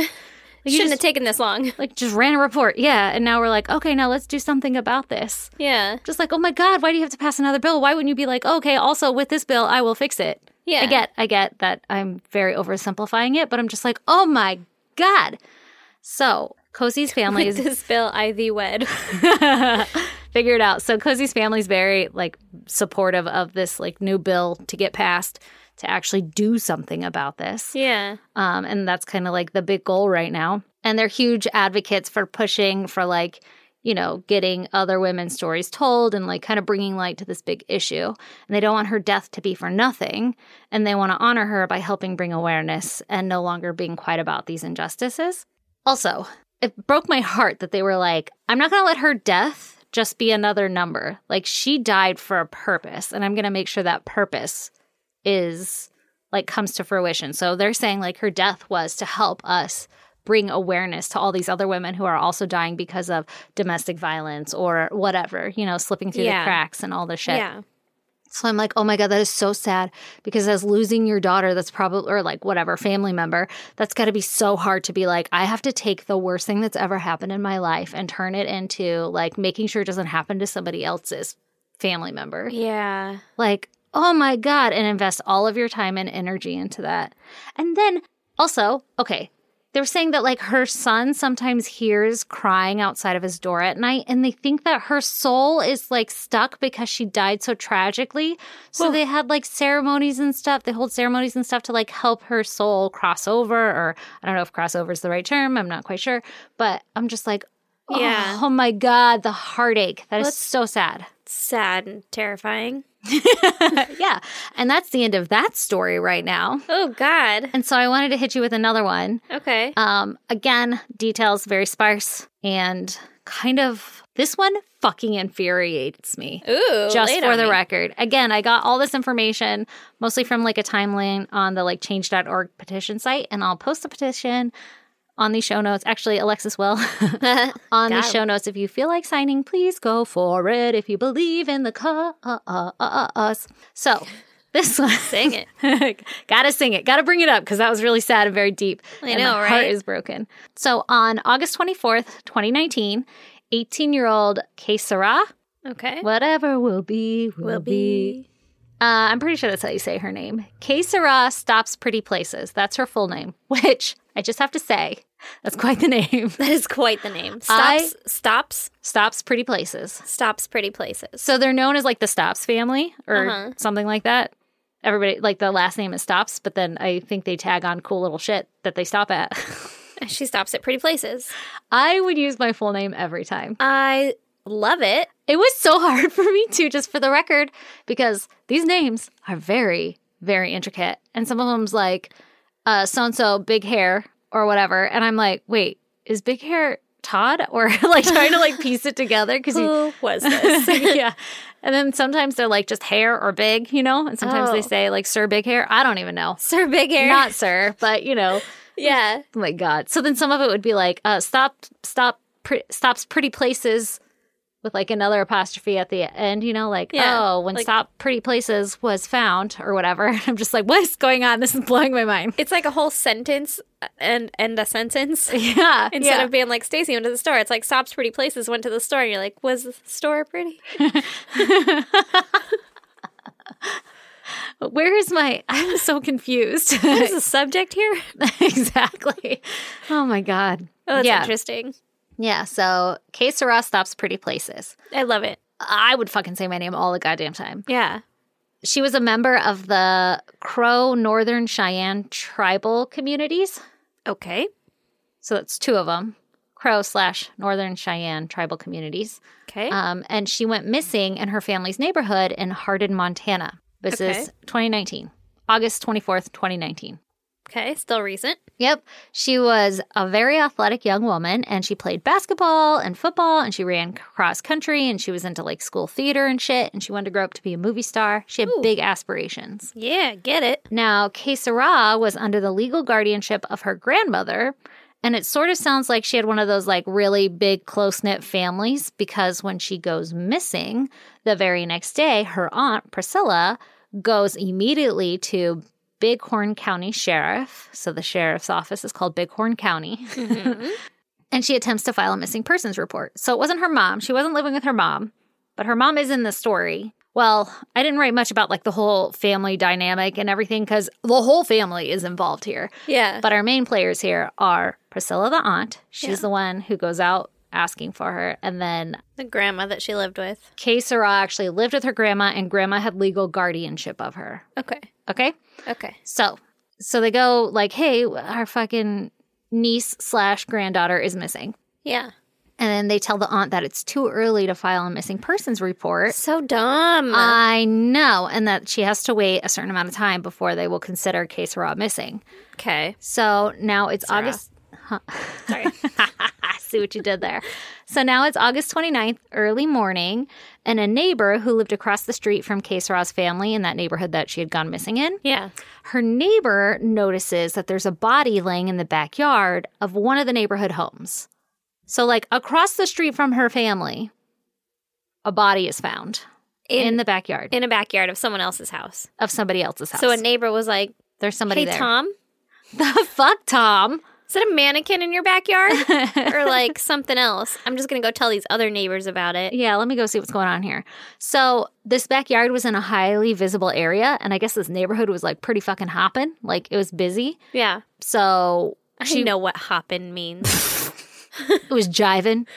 [SPEAKER 1] you
[SPEAKER 2] Shouldn't
[SPEAKER 1] just-
[SPEAKER 2] have taken this long. <laughs>
[SPEAKER 1] like just ran a report. Yeah. And now we're like, okay, now let's do something about this.
[SPEAKER 2] Yeah.
[SPEAKER 1] Just like, oh my God, why do you have to pass another bill? Why wouldn't you be like, okay, also with this bill, I will fix it?
[SPEAKER 2] Yeah.
[SPEAKER 1] I
[SPEAKER 2] <laughs>
[SPEAKER 1] get, I get that I'm very oversimplifying it, but I'm just like, oh my god. So Cozy's family
[SPEAKER 2] With
[SPEAKER 1] is
[SPEAKER 2] this bill, I thee wed.
[SPEAKER 1] <laughs> figured out. So Cozy's family's very like supportive of this like new bill to get passed to actually do something about this.
[SPEAKER 2] <laughs> yeah.
[SPEAKER 1] Um, and that's kind of like the big goal right now. and they're huge advocates for pushing for like you know getting other women's stories told and like kind of bringing light to this big issue and they don't want her death to be for nothing and they want to honor her by helping bring awareness and no longer being quiet about these injustices also it broke my heart that they were like i'm not going to let her death just be another number like she died for a purpose and i'm going to make sure that purpose is like comes to fruition. So they're saying like her death was to help us bring awareness to all these other women who are also dying because of domestic violence or whatever, you know, slipping through
[SPEAKER 2] Yeah.
[SPEAKER 1] the cracks and all the shit.
[SPEAKER 2] Yeah.
[SPEAKER 1] So I'm like, oh my God, that is so sad because as losing your daughter, that's probably, or like whatever, family member, that's got to be so hard to be like, I have to take the worst thing that's ever happened in my life and turn it into like making sure it doesn't happen to somebody else's family member
[SPEAKER 2] Yeah.
[SPEAKER 1] like oh my god and invest all of your time and energy into that and then also okay they were saying that like her son sometimes hears crying outside of his door at night and they think that her soul is like stuck because she died so tragically so they had like ceremonies and stuff they hold ceremonies and stuff to like help her soul cross over or i don't know if crossover is the right term i'm not quite sure but i'm just like oh,
[SPEAKER 2] Yeah.
[SPEAKER 1] oh my god the heartache that is so sad
[SPEAKER 2] Sad and terrifying.
[SPEAKER 1] yeah. And that's the end of that story right now.
[SPEAKER 2] Oh God.
[SPEAKER 1] And so I wanted to hit you with another one.
[SPEAKER 2] Okay.
[SPEAKER 1] Um, again, details very sparse and kind of this one fucking infuriates me.
[SPEAKER 2] Ooh.
[SPEAKER 1] just
[SPEAKER 2] lay it
[SPEAKER 1] for
[SPEAKER 2] on
[SPEAKER 1] the
[SPEAKER 2] me.
[SPEAKER 1] record. Again, I got all this information mostly from like a timeline on the like change.org petition site, and I'll post the petition on the show notes. Actually, Alexis
[SPEAKER 2] <laughs>
[SPEAKER 1] will <laughs> on the
[SPEAKER 2] Got it.
[SPEAKER 1] show notes. If you feel like signing, please go for it. If you believe in the cause. So this one.
[SPEAKER 2] Sing it.
[SPEAKER 1] <laughs> gotta sing it. Gotta bring it up because that was really sad and very deep.
[SPEAKER 2] I
[SPEAKER 1] and
[SPEAKER 2] know,
[SPEAKER 1] my Heart
[SPEAKER 2] right?
[SPEAKER 1] is broken. So on August 24th, 2019, 18 year old Kay Sarah,
[SPEAKER 2] Okay.
[SPEAKER 1] whatever will be, will,
[SPEAKER 2] Will
[SPEAKER 1] be.
[SPEAKER 2] be.
[SPEAKER 1] Uh, I'm pretty sure that's how you say her name. Kay Sarah Stops Pretty Places. That's her full name, <laughs> which I just have to say, that's quite the name.
[SPEAKER 2] <laughs>
[SPEAKER 1] <laughs>
[SPEAKER 2] That is quite the name. Stops.
[SPEAKER 1] I-
[SPEAKER 2] stops.
[SPEAKER 1] Stops Pretty Places.
[SPEAKER 2] Stops. Pretty places. <laughs>
[SPEAKER 1] So they're known as like the Stops family or
[SPEAKER 2] Uh-huh.
[SPEAKER 1] something like that. Everybody, like the last name is Stops, but then I think they tag on cool little shit that they stop at. <laughs>
[SPEAKER 2] She stops at pretty places.
[SPEAKER 1] I would use my full name every time.
[SPEAKER 2] I love it.
[SPEAKER 1] It was so <laughs> hard for me too, just for the record, because these names are very, very intricate. And some of them's like uh so and so big hair or whatever. And I'm like, wait, is big hair Todd? <laughs> Or like trying to like piece it together because
[SPEAKER 2] <laughs>
[SPEAKER 1] you
[SPEAKER 2] Who was
[SPEAKER 1] <laughs>
[SPEAKER 2] this?
[SPEAKER 1] yeah. And then sometimes they're like just hair or big, you know? And sometimes
[SPEAKER 2] Oh.
[SPEAKER 1] they say like Sir Big Hair. I don't even know.
[SPEAKER 2] <laughs> Sir Big Hair.
[SPEAKER 1] Not Sir, but you know.
[SPEAKER 2] <laughs> yeah.
[SPEAKER 1] Oh my god. So then some of it would be like uh stop stop pre- stops pretty places with like another apostrophe at the end, you know, like
[SPEAKER 2] Yeah,
[SPEAKER 1] oh, when
[SPEAKER 2] like-
[SPEAKER 1] stop pretty places was found or whatever. <laughs> I'm just like what is going on? This is blowing my mind. <laughs>
[SPEAKER 2] It's like a whole sentence uh, and and a <laughs> sentence.
[SPEAKER 1] Yeah.
[SPEAKER 2] Instead
[SPEAKER 1] yeah.
[SPEAKER 2] of being like Stacy went to the store, it's like stops pretty places went to the store. And you're like, was the store pretty?
[SPEAKER 1] Where is my <laughs> I'm so confused. <laughs>
[SPEAKER 2] There's a subject here.
[SPEAKER 1] exactly. Oh my god.
[SPEAKER 2] Oh, that's
[SPEAKER 1] yeah.
[SPEAKER 2] interesting.
[SPEAKER 1] Yeah, so K Sarah stops pretty places.
[SPEAKER 2] I love it.
[SPEAKER 1] I would fucking say my name all the goddamn time.
[SPEAKER 2] Yeah.
[SPEAKER 1] She was a member of the Crow Northern Cheyenne tribal communities.
[SPEAKER 2] Okay.
[SPEAKER 1] So that's two of them Crow slash Northern Cheyenne tribal communities.
[SPEAKER 2] Okay.
[SPEAKER 1] Um, and she went missing in her family's neighborhood in Hardin, Montana. This
[SPEAKER 2] Okay.
[SPEAKER 1] is 2019, August 24th, 2019.
[SPEAKER 2] okay. Still recent.
[SPEAKER 1] Yep. She was a very athletic young woman and she played basketball and football and she ran cross country and she was into like school theater and shit and she wanted to grow up to be a movie star. She had big aspirations.
[SPEAKER 2] Yeah. Get it.
[SPEAKER 1] Now, Kesara was under the legal guardianship of her grandmother, and it sort of sounds like she had one of those like really big, close knit families because when she goes missing the very next day, her aunt Priscilla goes immediately to Bighorn County Sheriff. So the sheriff's office is called Bighorn County. <laughs> and she attempts to file a missing persons report. So it wasn't her mom. She wasn't living with her mom, but her mom is in the story. Well, I didn't write much about like the whole family dynamic and everything because the whole family is involved here.
[SPEAKER 2] Yeah.
[SPEAKER 1] But our main players here are Priscilla, the aunt. She's the one who goes out asking for her. And then
[SPEAKER 2] the grandma that she lived with.
[SPEAKER 1] Kay Sarah actually lived with her grandma, and grandma had legal guardianship of her.
[SPEAKER 2] Okay.
[SPEAKER 1] Okay.
[SPEAKER 2] Okay.
[SPEAKER 1] So, so they go like, "Hey, our fucking niece slash granddaughter is missing.
[SPEAKER 2] Yeah.
[SPEAKER 1] And then they tell the aunt that it's too early to file a missing persons report.
[SPEAKER 2] So dumb.
[SPEAKER 1] I know, and that she has to wait a certain amount of time before they will consider case raw missing.
[SPEAKER 2] okay. <laughs>
[SPEAKER 1] So now it's August. Huh. Sorry. See what you did there. So now it's August 29th, early morning, and a neighbor who lived across the street from Case Raw's family in that neighborhood that she had gone missing in,
[SPEAKER 2] Yeah.
[SPEAKER 1] her neighbor notices that there's a body laying in the backyard of one of the neighborhood homes. So, like across the street from her family, a body is found in,
[SPEAKER 2] In-
[SPEAKER 1] the backyard
[SPEAKER 2] In a backyard of someone else's house.
[SPEAKER 1] of somebody else's house.
[SPEAKER 2] So a neighbor was like,
[SPEAKER 1] there's somebody
[SPEAKER 2] "Hey,
[SPEAKER 1] there.
[SPEAKER 2] Tom,
[SPEAKER 1] <laughs> The fuck, Tom.
[SPEAKER 2] is that a mannequin in your backyard, <laughs>
[SPEAKER 1] <laughs>
[SPEAKER 2] or like something else?" I'm just gonna go tell these other neighbors about
[SPEAKER 1] <laughs>
[SPEAKER 2] it.
[SPEAKER 1] Yeah, let me go see what's going on here. So this backyard was in a highly visible area, and I guess this neighborhood was like pretty fucking hopping. Like it was busy.
[SPEAKER 2] Yeah.
[SPEAKER 1] So
[SPEAKER 2] I
[SPEAKER 1] she
[SPEAKER 2] know what
[SPEAKER 1] <laughs>
[SPEAKER 2] hoppin' means.
[SPEAKER 1] it was jiving.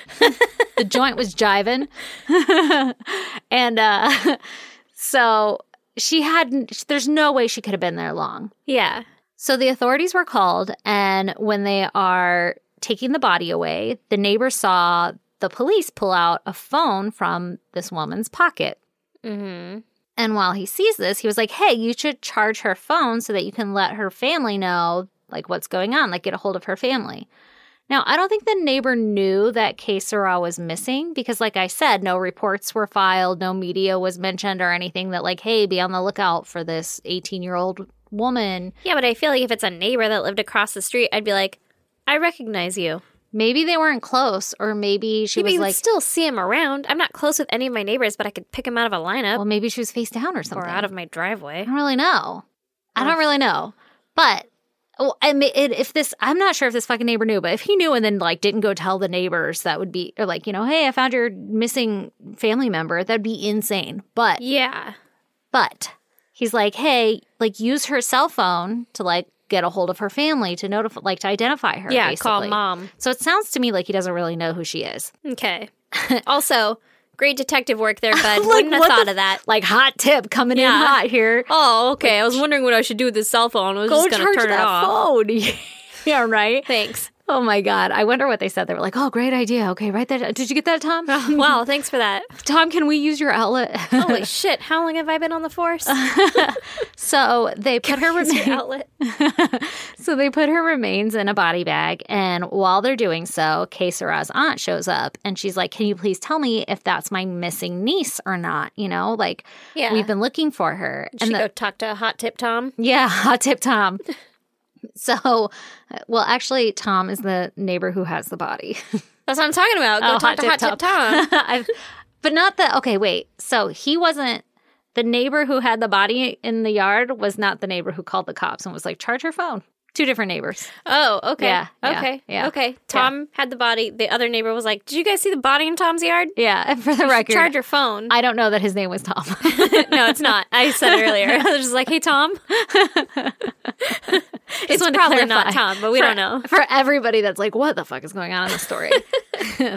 [SPEAKER 1] the joint was jiving, <laughs> and uh, <laughs> so she hadn't. There's no way she could have been there long.
[SPEAKER 2] yeah.
[SPEAKER 1] So the authorities were called, and when they are taking the body away, the neighbor saw the police pull out a phone from this woman's pocket.
[SPEAKER 2] Mm-hmm.
[SPEAKER 1] And while he sees this, he was like, hey, you should charge her phone so that you can let her family know, like, what's going on, like, get a hold of her family. Now, I don't think the neighbor knew that Kesara was missing because, like I said, no reports were filed, no media was mentioned or anything that, like, hey, be on the lookout for this 18 year old woman.
[SPEAKER 2] Yeah, but I feel like if it's a neighbor that lived across the street, I'd be like, I recognize you.
[SPEAKER 1] Maybe they weren't close, or maybe she
[SPEAKER 2] Maybe
[SPEAKER 1] was
[SPEAKER 2] you
[SPEAKER 1] like,
[SPEAKER 2] still see him around. I'm not close with any of my neighbors, but I could pick him out of a lineup
[SPEAKER 1] well, maybe she was face down or something.
[SPEAKER 2] or out of my driveway.
[SPEAKER 1] I don't really know. I don't really know. But well, I mean, it, if this, I'm not sure if this fucking neighbor knew, but if he knew and then like didn't go tell the neighbors, that would be, or like, you know, hey, I found your missing family member. That'd be insane. But,
[SPEAKER 2] Yeah.
[SPEAKER 1] but he's like, hey, like use her cell phone to like get a hold of her family to notify, like to identify her.
[SPEAKER 2] Yeah, call
[SPEAKER 1] basically.
[SPEAKER 2] mom.
[SPEAKER 1] So it sounds to me like he doesn't really know who she is. <laughs>
[SPEAKER 2] Okay. also, great detective work there, bud. Wouldn't have
[SPEAKER 1] what
[SPEAKER 2] thought
[SPEAKER 1] the-
[SPEAKER 2] of that.
[SPEAKER 1] Like hot tip coming in
[SPEAKER 2] Yeah.
[SPEAKER 1] hot here.
[SPEAKER 2] Oh, okay. I was wondering what I should do with this cell phone. I was
[SPEAKER 1] Go
[SPEAKER 2] just going
[SPEAKER 1] charge
[SPEAKER 2] to turn it
[SPEAKER 1] that
[SPEAKER 2] off.
[SPEAKER 1] phone. <laughs> yeah, right.
[SPEAKER 2] Thanks.
[SPEAKER 1] Oh my God. I wonder what they said. They were like, oh, great idea. Okay, write that. Did you get that, Tom?
[SPEAKER 2] Wow, thanks for that.
[SPEAKER 1] Tom, can we use your outlet?
[SPEAKER 2] <laughs> Holy shit, how long have I been on the <laughs> force?
[SPEAKER 1] <laughs> so they put her remains.
[SPEAKER 2] Outlet.
[SPEAKER 1] <laughs> So they put her remains in a body bag, and while they're doing so, Kesara's aunt shows up, and she's like, "Can you please tell me if that's my missing niece or not? You know, like
[SPEAKER 2] Yeah.
[SPEAKER 1] we've been looking for her."
[SPEAKER 2] Should go talk to Hot Tip Tom.
[SPEAKER 1] <laughs> Yeah, hot tip Tom. So, uh, well, actually, Tom is the neighbor who has the body. <laughs>
[SPEAKER 2] That's what I'm talking about. Go
[SPEAKER 1] Oh,
[SPEAKER 2] talk
[SPEAKER 1] Hot
[SPEAKER 2] to
[SPEAKER 1] Tip
[SPEAKER 2] Hot Tip <laughs> Tom.
[SPEAKER 1] <laughs> I've, but not the, okay, wait. So he wasn't, the neighbor who had the body in the yard was not the neighbor who called the cops and was like, charge her phone. Two different neighbors.
[SPEAKER 2] Oh, okay.
[SPEAKER 1] Yeah, yeah,
[SPEAKER 2] okay.
[SPEAKER 1] yeah,
[SPEAKER 2] okay. Tom had the body. The other neighbor was like, Did you guys see the body in Tom's yard?
[SPEAKER 1] Yeah,
[SPEAKER 2] <laughs>
[SPEAKER 1] and for the record,
[SPEAKER 2] Charge your phone.
[SPEAKER 1] I don't know that his name was Tom. <laughs>
[SPEAKER 2] no, it's not. I said it <laughs> earlier. I was just like, Hey, Tom. <laughs> it's
[SPEAKER 1] wanted to
[SPEAKER 2] probably not
[SPEAKER 1] clarify.
[SPEAKER 2] Tom, but we
[SPEAKER 1] for,
[SPEAKER 2] don't <laughs> know.
[SPEAKER 1] For everybody that's like, what the fuck is going on in the
[SPEAKER 2] <laughs>
[SPEAKER 1] story?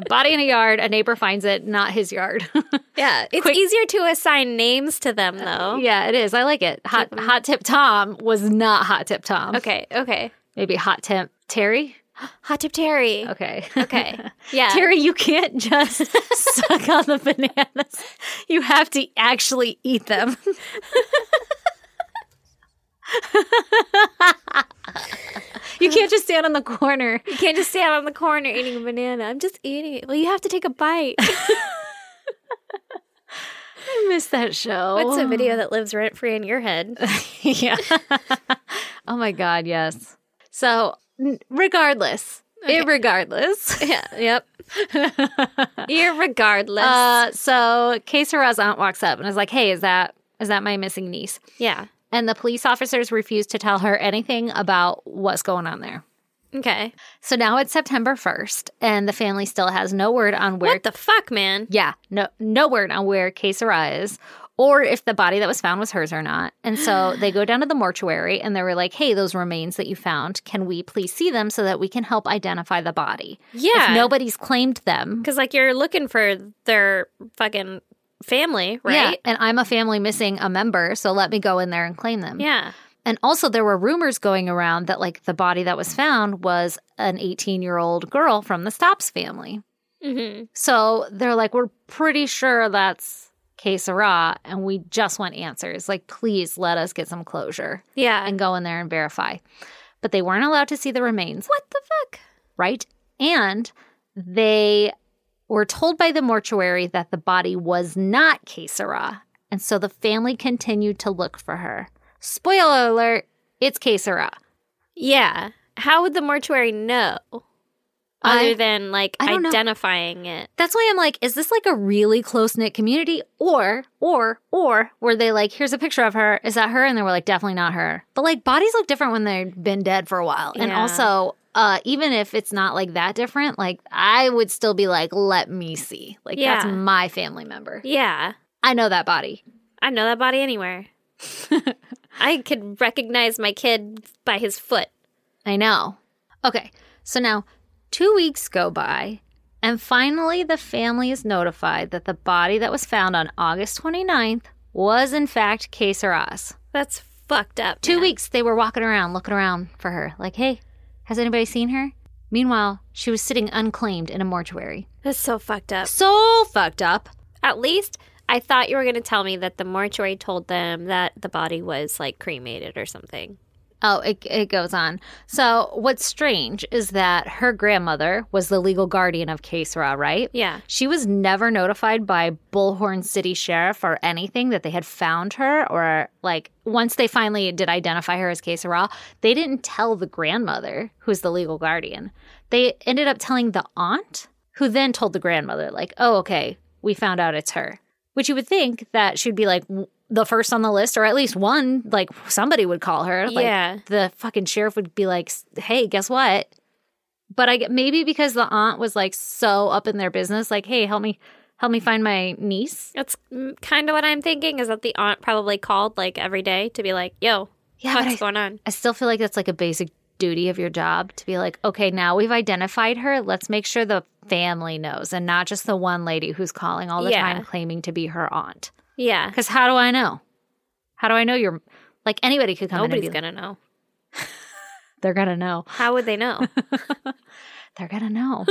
[SPEAKER 1] <laughs> body in a yard, a neighbor finds it, not his yard.
[SPEAKER 2] Yeah. It's easier to assign names to them, though.
[SPEAKER 1] <laughs> yeah, it is. I like it. Hot, hot tip Tom was not hot tip Tom.
[SPEAKER 2] Okay. Okay.
[SPEAKER 1] Maybe hot tip Terry.
[SPEAKER 2] Hot Tip Terry.
[SPEAKER 1] Okay.
[SPEAKER 2] Okay.
[SPEAKER 1] <laughs>
[SPEAKER 2] <laughs> Yeah.
[SPEAKER 1] Terry, you can't just <laughs> suck on the bananas. You have to actually eat them. <laughs> you can't just stand on the corner.
[SPEAKER 2] You can't just stand on the corner eating a banana. I'm just eating it. Well, you have to take a bite.
[SPEAKER 1] I miss that show.
[SPEAKER 2] What's a
[SPEAKER 1] Oh.
[SPEAKER 2] video that lives rent free in your head?
[SPEAKER 1] <laughs>
[SPEAKER 2] <laughs>
[SPEAKER 1] yeah. <laughs> oh my god, yes. So, n- regardless,
[SPEAKER 2] <laughs>
[SPEAKER 1] irregardless.
[SPEAKER 2] yeah.
[SPEAKER 1] <laughs>
[SPEAKER 2] Yep. Irregardless.
[SPEAKER 1] Uh, so Kesara's aunt walks up and is like, "Hey, is that is that my missing niece?"
[SPEAKER 2] yeah.
[SPEAKER 1] And the police officers refuse to tell her anything about what's going on there.
[SPEAKER 2] Okay.
[SPEAKER 1] So now it's September 1st, and the family still has no word on where.
[SPEAKER 2] What the fuck, man?
[SPEAKER 1] yeah, no, no word on where Kesara is or if the body that was found was hers or not. And
[SPEAKER 2] <gasps>
[SPEAKER 1] so they go down to the mortuary and they were like, hey, those remains that you found, can we please see them so that we can help identify the body?
[SPEAKER 2] Yeah.
[SPEAKER 1] If nobody's claimed them.
[SPEAKER 2] Because, like, you're looking for their fucking family,
[SPEAKER 1] Yeah,
[SPEAKER 2] right?
[SPEAKER 1] and I'm a family missing a member, so let me go in there and claim them.
[SPEAKER 2] Yeah.
[SPEAKER 1] And also, there were rumors going around that like the body that was found was an 18 year old girl from the Stops family.
[SPEAKER 2] Mm-hmm.
[SPEAKER 1] So they're like, we're pretty sure that's Kesara, and we just want answers. Like, please let us get some closure
[SPEAKER 2] Yeah.
[SPEAKER 1] and go in there and verify. But they weren't allowed to see the remains. What the fuck? Right? And they were told by the mortuary that the body was not Kesara. And so the family continued to look for her. Spoiler alert, it's Kesara.
[SPEAKER 2] yeah. How would the mortuary know?
[SPEAKER 1] I-
[SPEAKER 2] Other than like
[SPEAKER 1] I don't know.
[SPEAKER 2] identifying it.
[SPEAKER 1] That's why I'm like, is this like a really close knit community? Or, or, or were they like, here's a picture of her. Is that her? And they were like, definitely not her. But like bodies look different when they've been dead for a while. And
[SPEAKER 2] Yeah.
[SPEAKER 1] also, uh, even if it's not like that different, like I would still be like, let me see. Like
[SPEAKER 2] Yeah.
[SPEAKER 1] that's my family member.
[SPEAKER 2] Yeah.
[SPEAKER 1] I know that body.
[SPEAKER 2] I know that
[SPEAKER 1] <laughs>
[SPEAKER 2] body anywhere. I could recognize my kid by his foot.
[SPEAKER 1] I know. Okay. So now two weeks go by, and finally the family is notified that the body that was found on August 29th was in fact Kesara's.
[SPEAKER 2] That's fucked up.
[SPEAKER 1] Two
[SPEAKER 2] man.
[SPEAKER 1] weeks they were walking around looking around for her, like, hey, has anybody seen her? Meanwhile, she was sitting unclaimed in a mortuary.
[SPEAKER 2] That's so fucked up.
[SPEAKER 1] So fucked up.
[SPEAKER 2] At least I thought you were going to tell me that the mortuary told them that the body was like cremated or something.
[SPEAKER 1] Oh, it, it goes on. So, what's strange is that her grandmother was the legal guardian of Kesara, right?
[SPEAKER 2] Yeah.
[SPEAKER 1] She was never notified by Bullhorn City Sheriff or anything that they had found her, or like once they finally did identify her as Kesara, they didn't tell the grandmother, who's the legal guardian. They ended up telling the aunt, who then told the grandmother, like, oh, okay, we found out it's her. Which you would think that she'd be like w- the first on the list, or at least one, like somebody would call her. <laughs> Like,
[SPEAKER 2] Yeah.
[SPEAKER 1] The fucking sheriff would be like, hey, guess what? but I get maybe because the aunt was like so up in their business, like, hey, help me, help me find my niece.
[SPEAKER 2] That's kind of what I'm thinking is that the aunt probably called like every day to be like, yo,
[SPEAKER 1] Yeah, but
[SPEAKER 2] what's
[SPEAKER 1] I,
[SPEAKER 2] going on?
[SPEAKER 1] I still feel like that's like a basic duty of your job to be like, okay, now we've identified her. Let's make sure the family knows and not just the one lady who's calling all the
[SPEAKER 2] Yeah.
[SPEAKER 1] time claiming to be her aunt.
[SPEAKER 2] Yeah.
[SPEAKER 1] Because how do I know? How do I know you're like anybody could come in
[SPEAKER 2] Nobody's
[SPEAKER 1] and be like,
[SPEAKER 2] going to know.
[SPEAKER 1] they're gonna know.
[SPEAKER 2] How would
[SPEAKER 1] <laughs>
[SPEAKER 2] they know?
[SPEAKER 1] They're gonna
[SPEAKER 2] <laughs>
[SPEAKER 1] know.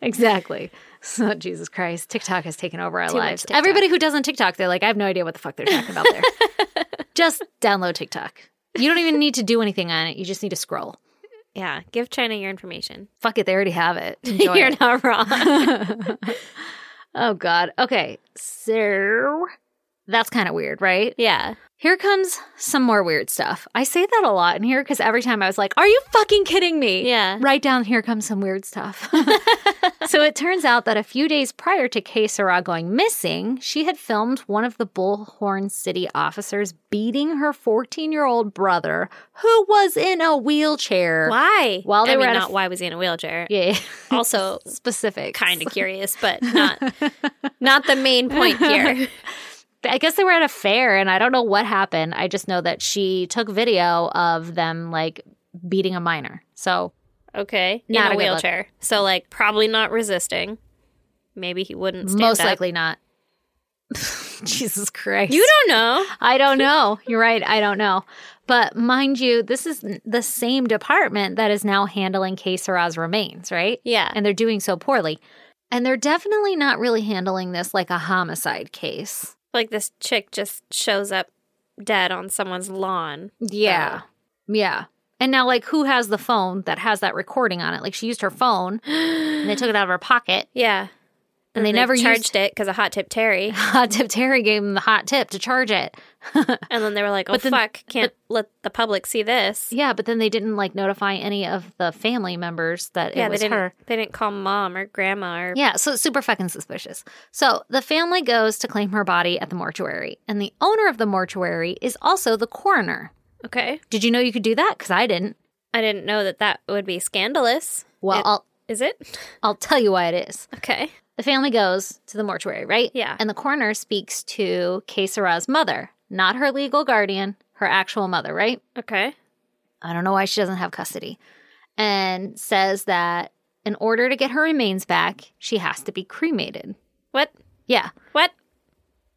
[SPEAKER 1] exactly. <laughs> So Jesus Christ, TikTok has taken over our
[SPEAKER 2] Too much
[SPEAKER 1] lives.
[SPEAKER 2] TikTok.
[SPEAKER 1] Everybody who doesn't TikTok, they're like, I have no idea what the fuck they're talking about there.
[SPEAKER 2] <laughs>
[SPEAKER 1] just download TikTok. You don't even need to do anything on it. You just need to scroll.
[SPEAKER 2] yeah. Give China your
[SPEAKER 1] <laughs>
[SPEAKER 2] information.
[SPEAKER 1] Fuck it, they already have
[SPEAKER 2] <laughs>
[SPEAKER 1] it. Enjoy
[SPEAKER 2] You're
[SPEAKER 1] it.
[SPEAKER 2] not wrong.
[SPEAKER 1] Oh God. Okay. So that's kind of weird, right?
[SPEAKER 2] <laughs> yeah.
[SPEAKER 1] Here comes some more weird stuff. I say that a lot in here because every time I was like, Are you fucking kidding me?
[SPEAKER 2] Yeah.
[SPEAKER 1] Right down here comes some weird
[SPEAKER 2] <laughs>
[SPEAKER 1] stuff. <laughs> so it turns out that a few days prior to Kay Sarah going missing, she had filmed one of the Bullhorn City officers beating her 14 year old brother, who was in a wheelchair.
[SPEAKER 2] Why?
[SPEAKER 1] While they
[SPEAKER 2] I
[SPEAKER 1] were
[SPEAKER 2] mean,
[SPEAKER 1] at a
[SPEAKER 2] not
[SPEAKER 1] f-
[SPEAKER 2] why was he in a wheelchair?
[SPEAKER 1] Yeah. <laughs>
[SPEAKER 2] Also,
[SPEAKER 1] Specific.
[SPEAKER 2] kind
[SPEAKER 1] <laughs>
[SPEAKER 2] of curious, but not not the main point here.
[SPEAKER 1] I guess they were at a fair and I don't know what happened. I just know that she took video of them like beating a minor. So
[SPEAKER 2] Okay,
[SPEAKER 1] Not
[SPEAKER 2] in
[SPEAKER 1] a
[SPEAKER 2] a
[SPEAKER 1] good look.
[SPEAKER 2] wheelchair, so like probably not resisting. Maybe he wouldn't. Stand
[SPEAKER 1] most
[SPEAKER 2] up.
[SPEAKER 1] likely not. <laughs> Jesus Christ.
[SPEAKER 2] you don't know.
[SPEAKER 1] I don't know. You're right. I don't know. But mind you, this is n- the same department that is now handling Kesara's remains, right?
[SPEAKER 2] Yeah.
[SPEAKER 1] And they're doing so poorly. And they're definitely not really handling this like a homicide case.
[SPEAKER 2] Like this chick just shows up dead on someone's lawn.
[SPEAKER 1] Yeah. Uh, Yeah. And now, like, who has the phone that has that recording on it? Like, she used her phone and they took it out of her pocket. <laughs>
[SPEAKER 2] Yeah,
[SPEAKER 1] And they never used-
[SPEAKER 2] charged it because of Hot Tip Terry.
[SPEAKER 1] <laughs> Hot Tip Terry gave them the hot tip to charge it.
[SPEAKER 2] And then they were like, "Oh
[SPEAKER 1] But then-
[SPEAKER 2] fuck, can't let the public see this."
[SPEAKER 1] Yeah, but then they didn't like notify any of the family members that
[SPEAKER 2] Yeah,
[SPEAKER 1] it
[SPEAKER 2] they
[SPEAKER 1] was
[SPEAKER 2] didn't.
[SPEAKER 1] her.
[SPEAKER 2] They didn't call mom or grandma or
[SPEAKER 1] Yeah, so it's super fucking suspicious. So the family goes to claim her body at the mortuary, and the owner of the mortuary is also the coroner.
[SPEAKER 2] okay.
[SPEAKER 1] Did you know you could do that? Because I didn't.
[SPEAKER 2] I didn't know that that would be scandalous.
[SPEAKER 1] Well,
[SPEAKER 2] It-
[SPEAKER 1] I'll
[SPEAKER 2] Is it? <laughs>
[SPEAKER 1] I'll tell you why it is.
[SPEAKER 2] Okay.
[SPEAKER 1] The family goes to the mortuary, right?
[SPEAKER 2] Yeah.
[SPEAKER 1] And the coroner speaks to Kesara's mother, not her legal guardian, her actual mother, right?
[SPEAKER 2] Okay.
[SPEAKER 1] I don't know why she doesn't have custody, and says that in order to get her remains back, she has to be cremated.
[SPEAKER 2] What?
[SPEAKER 1] Yeah.
[SPEAKER 2] What?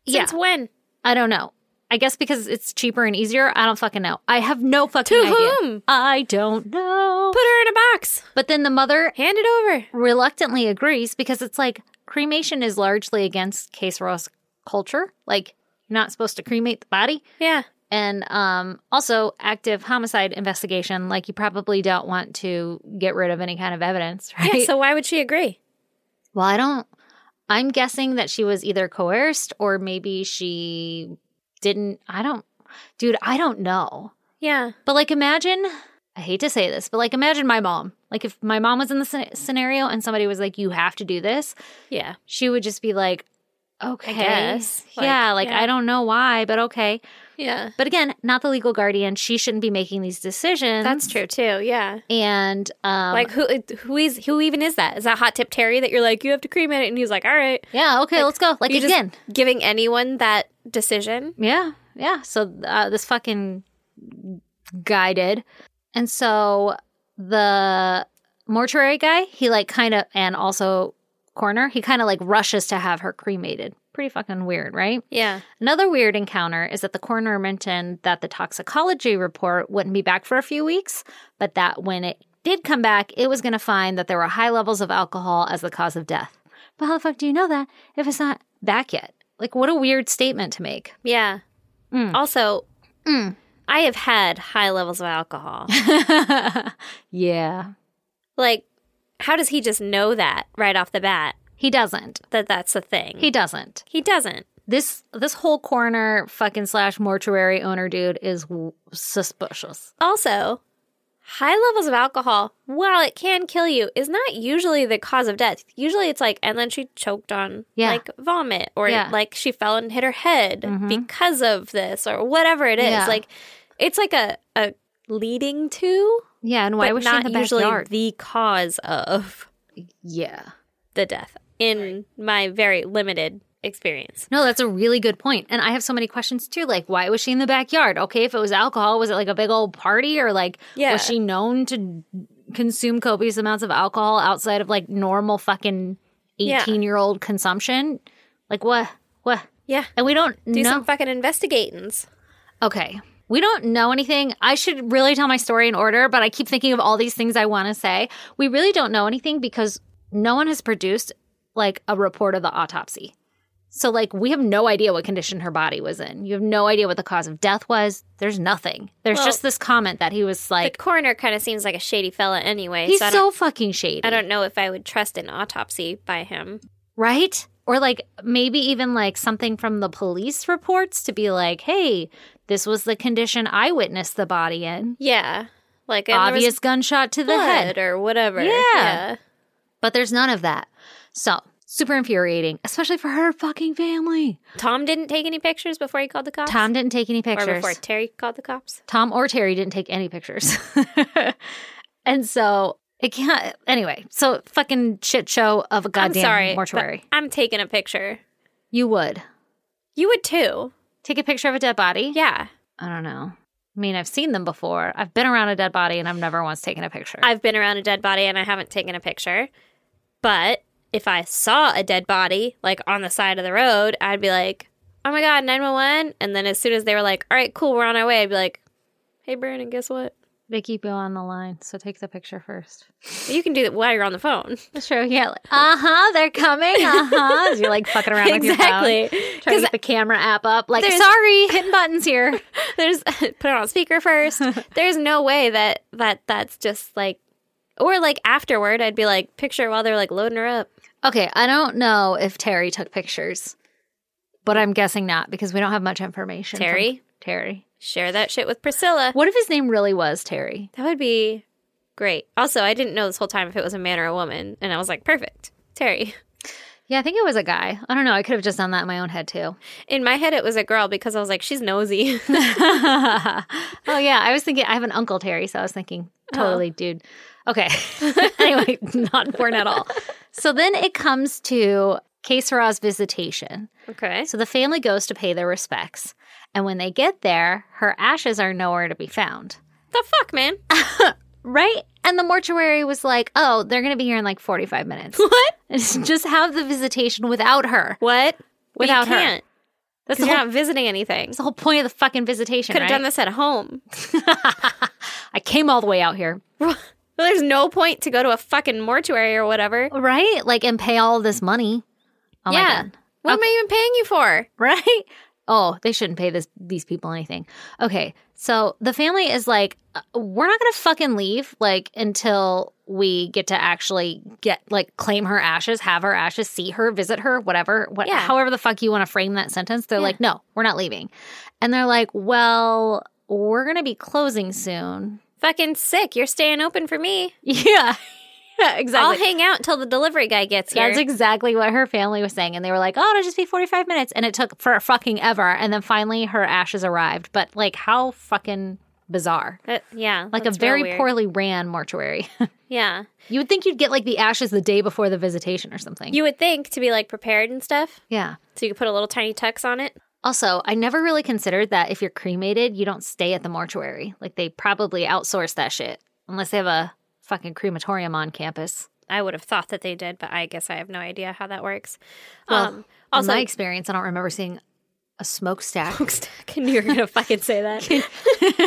[SPEAKER 1] Yeah.
[SPEAKER 2] Since when?
[SPEAKER 1] I don't know. I guess because it's cheaper and easier. I don't fucking know. I have no fucking
[SPEAKER 2] To
[SPEAKER 1] idea.
[SPEAKER 2] whom?
[SPEAKER 1] I don't know.
[SPEAKER 2] Put her in a box.
[SPEAKER 1] But then the mother
[SPEAKER 2] Hand it over.
[SPEAKER 1] reluctantly agrees because it's like cremation is largely against Case Ross culture. Like you're not supposed to cremate the body.
[SPEAKER 2] Yeah.
[SPEAKER 1] And um, also active homicide investigation. Like you probably don't want to get rid of any kind of evidence, <laughs> right?
[SPEAKER 2] Yeah. So why would she agree?
[SPEAKER 1] Well, I don't. I'm guessing that she was either coerced or maybe she didn't. I don't, dude, I don't know.
[SPEAKER 2] Yeah.
[SPEAKER 1] But like, imagine, I hate to say this, but like, imagine my mom. Like, if my mom was in the scen- scenario and somebody was like, you have to do this,
[SPEAKER 2] Yeah.
[SPEAKER 1] she would just be like, okay.
[SPEAKER 2] guess. Like,
[SPEAKER 1] yeah. Like,
[SPEAKER 2] yeah.
[SPEAKER 1] I don't know why, but okay.
[SPEAKER 2] Yeah.
[SPEAKER 1] But again, not the legal guardian. She shouldn't be making these decisions.
[SPEAKER 2] That's true too. Yeah.
[SPEAKER 1] And um,
[SPEAKER 2] like who who is who even is that? Is that hot tip Terry that you're like you have to cremate it and he's like all right.
[SPEAKER 1] yeah, okay, let's go. Like,
[SPEAKER 2] you just
[SPEAKER 1] again.
[SPEAKER 2] giving anyone that decision.
[SPEAKER 1] Yeah, yeah. So uh, this fucking guy did, and so the mortuary guy, he like kind of, and also coroner, he kind of like rushes to have her cremated. Pretty fucking weird, right?
[SPEAKER 2] Yeah.
[SPEAKER 1] Another weird encounter is that the coroner mentioned that the toxicology report wouldn't be back for a few weeks, but that when it did come back, it was going to find that there were high levels of alcohol as the cause of death. But how the fuck do you know that if it's not back yet? Like, what a weird statement to make.
[SPEAKER 2] Yeah. Mm. Also, Mm. I have had high levels of <laughs> alcohol.
[SPEAKER 1] <laughs> Yeah.
[SPEAKER 2] like how does he just know that right off the bat
[SPEAKER 1] He doesn't.
[SPEAKER 2] that that's a thing?
[SPEAKER 1] He doesn't.
[SPEAKER 2] he doesn't.
[SPEAKER 1] This this whole coroner fucking slash mortuary owner dude is w- suspicious.
[SPEAKER 2] Also, high levels of alcohol, while it can kill you, is not usually the cause of death. Usually it's like, and then she choked on
[SPEAKER 1] Yeah.
[SPEAKER 2] like vomit or
[SPEAKER 1] Yeah. Mm-hmm.
[SPEAKER 2] like she fell and hit her head because of this or whatever it is.
[SPEAKER 1] Yeah.
[SPEAKER 2] Like, it's like a, a leading to,
[SPEAKER 1] Yeah, and
[SPEAKER 2] but
[SPEAKER 1] why was she in
[SPEAKER 2] not
[SPEAKER 1] the
[SPEAKER 2] usually
[SPEAKER 1] backyard?
[SPEAKER 2] the cause of
[SPEAKER 1] yeah.
[SPEAKER 2] the death in my very limited experience.
[SPEAKER 1] No, that's a really good point. And I have so many questions too. Like, why was she in the backyard? Okay, if it was alcohol, was it like a big old party or like
[SPEAKER 2] Yeah.
[SPEAKER 1] was she known to consume copious amounts of alcohol outside of like normal fucking
[SPEAKER 2] Yeah.
[SPEAKER 1] 18 year old consumption? Like what what?
[SPEAKER 2] Yeah.
[SPEAKER 1] And we don't
[SPEAKER 2] Do
[SPEAKER 1] know.
[SPEAKER 2] some fucking investigatings.
[SPEAKER 1] Okay. We don't know anything. I should really tell my story in order, but I keep thinking of all these things I want to say. We really don't know anything because no one has produced like a report of the autopsy. So like we have no idea what condition her body was in. You have no idea what the cause of death was. There's nothing. There's
[SPEAKER 2] Well,
[SPEAKER 1] just this comment that he was like
[SPEAKER 2] the coroner kind of seems like a shady fella anyway.
[SPEAKER 1] he's
[SPEAKER 2] so I don't
[SPEAKER 1] so fucking shady.
[SPEAKER 2] I don't know if I would trust an autopsy by him.
[SPEAKER 1] right? Or like maybe even like something from the police reports to be like, "Hey, this was the condition I witnessed the body in."
[SPEAKER 2] Yeah. Like and there was
[SPEAKER 1] Obvious gunshot to the
[SPEAKER 2] blood
[SPEAKER 1] head.
[SPEAKER 2] or whatever.
[SPEAKER 1] Yeah. But there's none of that. So, super infuriating, especially for her fucking family.
[SPEAKER 2] Tom didn't take any pictures before he called the cops.
[SPEAKER 1] Tom didn't take any
[SPEAKER 2] or
[SPEAKER 1] pictures.
[SPEAKER 2] before Terry called the cops.
[SPEAKER 1] Tom or Terry didn't take any pictures. <laughs> and so, it can't. Anyway, so fucking shit show of a
[SPEAKER 2] I'm
[SPEAKER 1] goddamn
[SPEAKER 2] sorry. but
[SPEAKER 1] mortuary.
[SPEAKER 2] I'm taking a picture.
[SPEAKER 1] You would
[SPEAKER 2] You would too.
[SPEAKER 1] take a picture of a dead body.
[SPEAKER 2] Yeah.
[SPEAKER 1] I don't know. I mean, I've seen them before. I've been around a dead body and I've never once taken a picture.
[SPEAKER 2] I've been around a dead body and I haven't taken a picture. But if I saw a dead body like on the side of the road, I'd be like, "Oh my god, 911." And then as soon as they were like, "All right, cool, we're on our way." I'd be like, "Hey, Brandon, guess what?
[SPEAKER 1] they keep you on the line, so take the picture first.
[SPEAKER 2] You can do that while you're on the phone."
[SPEAKER 1] That's true. Yeah. uh huh. They're coming. Uh huh. You're like fucking around <laughs> with your
[SPEAKER 2] <laughs>
[SPEAKER 1] phone, trying to get the camera app up. Like,
[SPEAKER 2] There's-
[SPEAKER 1] sorry, hitting buttons here.
[SPEAKER 2] there's <laughs> put it on speaker
[SPEAKER 1] <laughs>
[SPEAKER 2] first. There's no way that that that's just like or like afterward I'd be like picture while they're like loading her up.
[SPEAKER 1] Okay, I don't know if Terry took pictures, but I'm guessing not because we don't have much information. from
[SPEAKER 2] Terry?
[SPEAKER 1] Terry.
[SPEAKER 2] Share that shit with Priscilla.
[SPEAKER 1] What if his name really was Terry?
[SPEAKER 2] That would be great. Also, I didn't know this whole time if it was a man or a woman and I was like perfect. Terry.
[SPEAKER 1] Yeah, I think it was a guy. I don't know. I could have just done that in my own head too.
[SPEAKER 2] In my head it was a girl because I was like she's nosy. <laughs>
[SPEAKER 1] oh yeah, I was thinking I have an uncle Terry, so I was thinking totally dude. Okay. <laughs> anyway, not important at all. So then it comes to Kesara's visitation.
[SPEAKER 2] okay.
[SPEAKER 1] So the family goes to pay their respects, and when they get there, her ashes are nowhere to be found.
[SPEAKER 2] the fuck, man?
[SPEAKER 1] <laughs> Right? And the mortuary was like, "Oh, they're going to be here in like 45 minutes."
[SPEAKER 2] What?
[SPEAKER 1] Just have the visitation without her.
[SPEAKER 2] What?
[SPEAKER 1] Without
[SPEAKER 2] we
[SPEAKER 1] her.
[SPEAKER 2] can't.
[SPEAKER 1] That's
[SPEAKER 2] 'Cause
[SPEAKER 1] the
[SPEAKER 2] you're
[SPEAKER 1] whole,
[SPEAKER 2] not visiting anything.
[SPEAKER 1] that's the whole point of the fucking visitation.
[SPEAKER 2] Could have done
[SPEAKER 1] right?
[SPEAKER 2] this at home.
[SPEAKER 1] I came all the way out here,
[SPEAKER 2] Well, there's no point to go to a fucking mortuary or whatever.
[SPEAKER 1] right? Like, and pay all this money. Oh my
[SPEAKER 2] yeah.
[SPEAKER 1] God.
[SPEAKER 2] What am I even paying you for?
[SPEAKER 1] right? Oh, they shouldn't pay this these people anything. Okay, so the family is like, uh, we're not gonna fucking leave like until we get to actually get like claim her ashes, have her ashes, see her, visit her, whatever, what,
[SPEAKER 2] Yeah.
[SPEAKER 1] however the fuck you want to frame that sentence. They're
[SPEAKER 2] Yeah.
[SPEAKER 1] like, no, we're not leaving, and they're like, well, we're gonna be closing soon. <laughs>
[SPEAKER 2] Fucking sick. You're staying open for me.
[SPEAKER 1] Yeah, yeah, exactly.
[SPEAKER 2] I'll hang out until the delivery guy gets here.
[SPEAKER 1] That's exactly what her family was saying. And they were like, oh, it'll just be 45 minutes. And it took for fucking ever. And then finally her ashes arrived. But like, how fucking bizarre.
[SPEAKER 2] Uh, yeah.
[SPEAKER 1] Like
[SPEAKER 2] that's
[SPEAKER 1] a
[SPEAKER 2] real
[SPEAKER 1] very
[SPEAKER 2] weird.
[SPEAKER 1] poorly ran mortuary. <laughs>
[SPEAKER 2] Yeah.
[SPEAKER 1] you would think you'd get like the ashes the day before the visitation or something.
[SPEAKER 2] You would think to be like prepared and stuff.
[SPEAKER 1] yeah.
[SPEAKER 2] So you could put a little tiny tux on it.
[SPEAKER 1] Also, I never really considered that if you're cremated, you don't stay at the mortuary. Like they probably outsource that shit unless they have a fucking crematorium on campus.
[SPEAKER 2] I would have thought that they did, but I guess I have no idea how that works.
[SPEAKER 1] Well,
[SPEAKER 2] um, also,
[SPEAKER 1] In
[SPEAKER 2] <laughs>
[SPEAKER 1] my experience, I don't remember seeing a smokestack.
[SPEAKER 2] I knew you were going to fucking
[SPEAKER 1] <laughs>
[SPEAKER 2] say that. <laughs>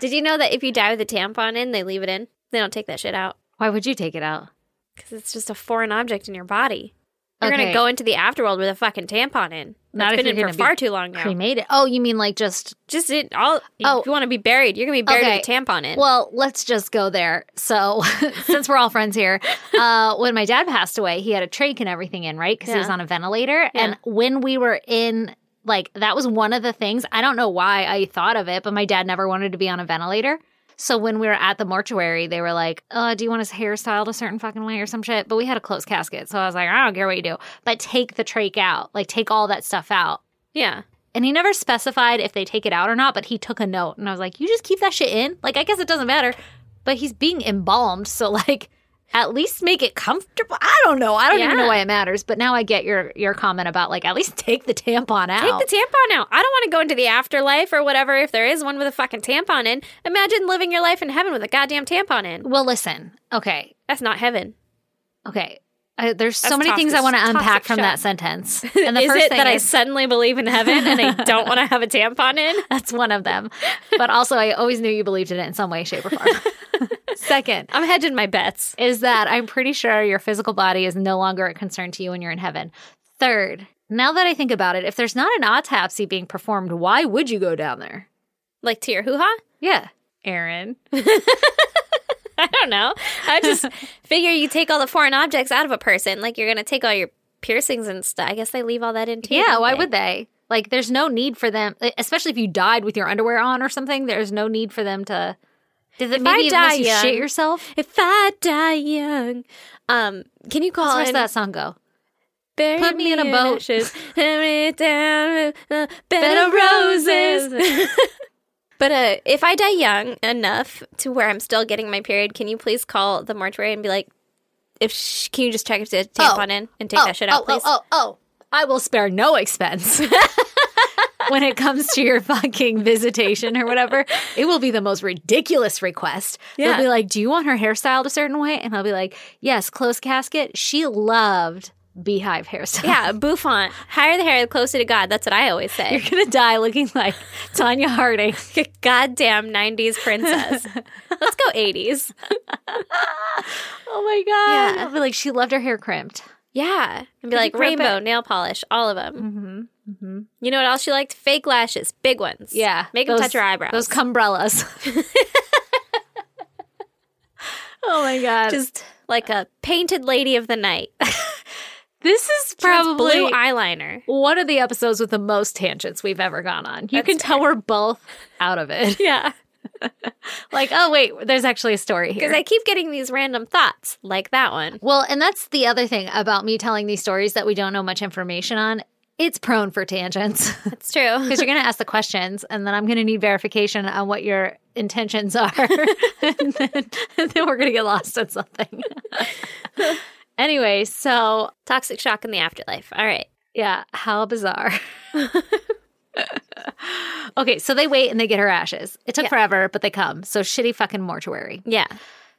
[SPEAKER 2] Did you know that if you die with a tampon in, they leave it in? They don't take that shit out
[SPEAKER 1] Why would you take it out?
[SPEAKER 2] because it's just a foreign object in your body. You're going
[SPEAKER 1] Okay.
[SPEAKER 2] to go into the afterworld with a fucking tampon in.
[SPEAKER 1] Not
[SPEAKER 2] That's
[SPEAKER 1] if
[SPEAKER 2] been in
[SPEAKER 1] you're
[SPEAKER 2] for
[SPEAKER 1] gonna
[SPEAKER 2] far
[SPEAKER 1] be
[SPEAKER 2] too long now.
[SPEAKER 1] Cremated. Oh, you mean like just
[SPEAKER 2] Just it all.
[SPEAKER 1] Oh.
[SPEAKER 2] If you want to be buried, you're going to be buried with a
[SPEAKER 1] Okay.
[SPEAKER 2] tampon in.
[SPEAKER 1] Well, let's just go there. So, <laughs> since we're all friends here, uh, when my dad passed away, he had a trach and everything in, right? Because he was
[SPEAKER 2] Yeah.
[SPEAKER 1] on a ventilator. And when we were in, like, that was one of the things. I don't know why I thought of it, but my dad never wanted to be on a ventilator. So when we were at the mortuary, they were like, "Uh, do you want his hairstyled a certain fucking way or some shit?" But we had a closed casket, so I was like, "I don't care what you do, but take the trach out, like take all that stuff out."
[SPEAKER 2] yeah.
[SPEAKER 1] And he never specified if they take it out or not, but he took a note. And I was like, you just keep that shit in? Like, I guess it doesn't matter. But he's being embalmed. So, <laughs> like, at least make it comfortable. I don't know. I don't even know
[SPEAKER 2] Yeah.
[SPEAKER 1] why it matters. But now I get your, your comment about, like, at least <laughs> take the tampon out.
[SPEAKER 2] Take the tampon out. I don't want to go into the afterlife or whatever if there is one with a fucking tampon in. Imagine living your life in heaven with a goddamn tampon in.
[SPEAKER 1] well, listen. Okay.
[SPEAKER 2] That's not heaven.
[SPEAKER 1] Okay. I, there's so
[SPEAKER 2] That's
[SPEAKER 1] many things I
[SPEAKER 2] toxic-
[SPEAKER 1] want to unpack
[SPEAKER 2] toxic
[SPEAKER 1] from
[SPEAKER 2] shit.
[SPEAKER 1] that sentence.
[SPEAKER 2] <laughs>
[SPEAKER 1] And the
[SPEAKER 2] is
[SPEAKER 1] first
[SPEAKER 2] it
[SPEAKER 1] thing
[SPEAKER 2] that I
[SPEAKER 1] is-
[SPEAKER 2] suddenly believe in heaven and I
[SPEAKER 1] <laughs>
[SPEAKER 2] don't want to have a tampon in?
[SPEAKER 1] that's one of
[SPEAKER 2] <laughs>
[SPEAKER 1] them. But also, I always knew you believed in it in some way, shape, or form. <laughs> Second,
[SPEAKER 2] I'm hedging my bets.
[SPEAKER 1] is that I'm pretty sure your physical body is no longer a concern to you when you're in heaven. Third, now that I think about it, if there's not an autopsy being performed, why would you go down there?
[SPEAKER 2] Like to your hoo ha?
[SPEAKER 1] Yeah. Aaron.
[SPEAKER 2] I <laughs> don't know. I <laughs> just figure you take all the foreign objects out of a person. Like you're going to take all your piercings and stuff. I guess they leave all that in
[SPEAKER 1] <laughs>
[SPEAKER 2] too.
[SPEAKER 1] Yeah,
[SPEAKER 2] don't
[SPEAKER 1] why
[SPEAKER 2] they?
[SPEAKER 1] would they? Like, there's no need for them, e, especially if you died with your underwear on or something, there's no need for them to. Did they
[SPEAKER 2] I
[SPEAKER 1] maybe
[SPEAKER 2] die
[SPEAKER 1] unless you shit
[SPEAKER 2] young-
[SPEAKER 1] yourself?
[SPEAKER 2] If I die young, um, can you call
[SPEAKER 1] How does
[SPEAKER 2] in-
[SPEAKER 1] that song go?
[SPEAKER 2] Bury
[SPEAKER 1] Put me in a boat.
[SPEAKER 2] ashes. Bury me down in a bed of roses. but uh, if I die young enough to where I'm still getting my period, can you please call the mortuary and be like, if sh- can you just check if the tampon in and take that shit out,
[SPEAKER 1] oh,
[SPEAKER 2] please?
[SPEAKER 1] Oh, oh, oh. I will spare no expense <laughs> when it comes to your fucking visitation or whatever. It will be the most ridiculous request.
[SPEAKER 2] Yeah.
[SPEAKER 1] They'll be like, Do you want her hairstyled a certain way? And I'll be like, Yes, closed casket. She loved beehive hairstyle.
[SPEAKER 2] Yeah, bouffant. Higher the hair, the closer to God. That's what I always
[SPEAKER 1] <laughs>
[SPEAKER 2] say.
[SPEAKER 1] You're going to die looking like Tanya Harding.
[SPEAKER 2] Goddamn 90s princess. Let's go 80s.
[SPEAKER 1] <laughs> oh my God.
[SPEAKER 2] Yeah.
[SPEAKER 1] I'll be like, She loved her hair crimped.
[SPEAKER 2] Yeah. And be
[SPEAKER 1] you
[SPEAKER 2] like
[SPEAKER 1] grab it?
[SPEAKER 2] rainbow, nail polish, all of them. Mm-hmm. You know what else she liked? Fake lashes, big ones.
[SPEAKER 1] Yeah.
[SPEAKER 2] Make
[SPEAKER 1] those-
[SPEAKER 2] them touch your eyebrows.
[SPEAKER 1] Those cumbrellas. <laughs> oh my God.
[SPEAKER 2] just like a painted lady of
[SPEAKER 1] <laughs>
[SPEAKER 2] the night.
[SPEAKER 1] this is
[SPEAKER 2] Probably
[SPEAKER 1] probably.
[SPEAKER 2] blue eyeliner.
[SPEAKER 1] one of the episodes with the most tangents we've ever gone on. You can tell we're both out of
[SPEAKER 2] <laughs>
[SPEAKER 1] it.
[SPEAKER 2] Yeah.
[SPEAKER 1] like, oh wait, there's actually a story here.
[SPEAKER 2] Because I keep getting these random thoughts like that one.
[SPEAKER 1] well, and that's the other thing about me telling these stories that we don't know much information on. It's prone for tangents <laughs>
[SPEAKER 2] It's true.
[SPEAKER 1] because you're going to ask the questions, and then I'm going to need verification on what your intentions are, <laughs> and, then, and then we're going to get lost in something. <laughs> anyway, so
[SPEAKER 2] Toxic shock in the afterlife. All right.
[SPEAKER 1] Yeah, how
[SPEAKER 2] <laughs>
[SPEAKER 1] bizarre. okay, so they wait and they get her ashes. It took
[SPEAKER 2] Yeah.
[SPEAKER 1] forever, but they come. So shitty fucking mortuary.
[SPEAKER 2] Yeah.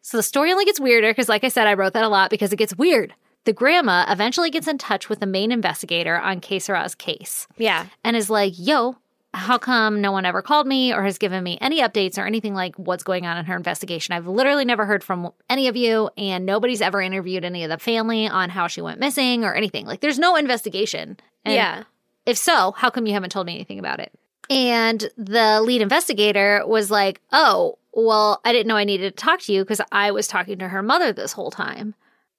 [SPEAKER 1] So the story only gets weirder because, like I said, I wrote that a lot because it gets weird. The grandma eventually gets in touch with the main investigator on Kesara's case
[SPEAKER 2] Yeah.
[SPEAKER 1] and is like, yo, how come no one ever called me or has given me any updates or anything like what's going on in her investigation? I've literally never heard from any of you, and nobody's ever interviewed any of the family on how she went missing or anything. Like, there's no investigation. And
[SPEAKER 2] yeah.
[SPEAKER 1] if so, how come you haven't told me anything about it? And the lead investigator was like, Oh, well, I didn't know I needed to talk to you because I was talking to her mother this whole time.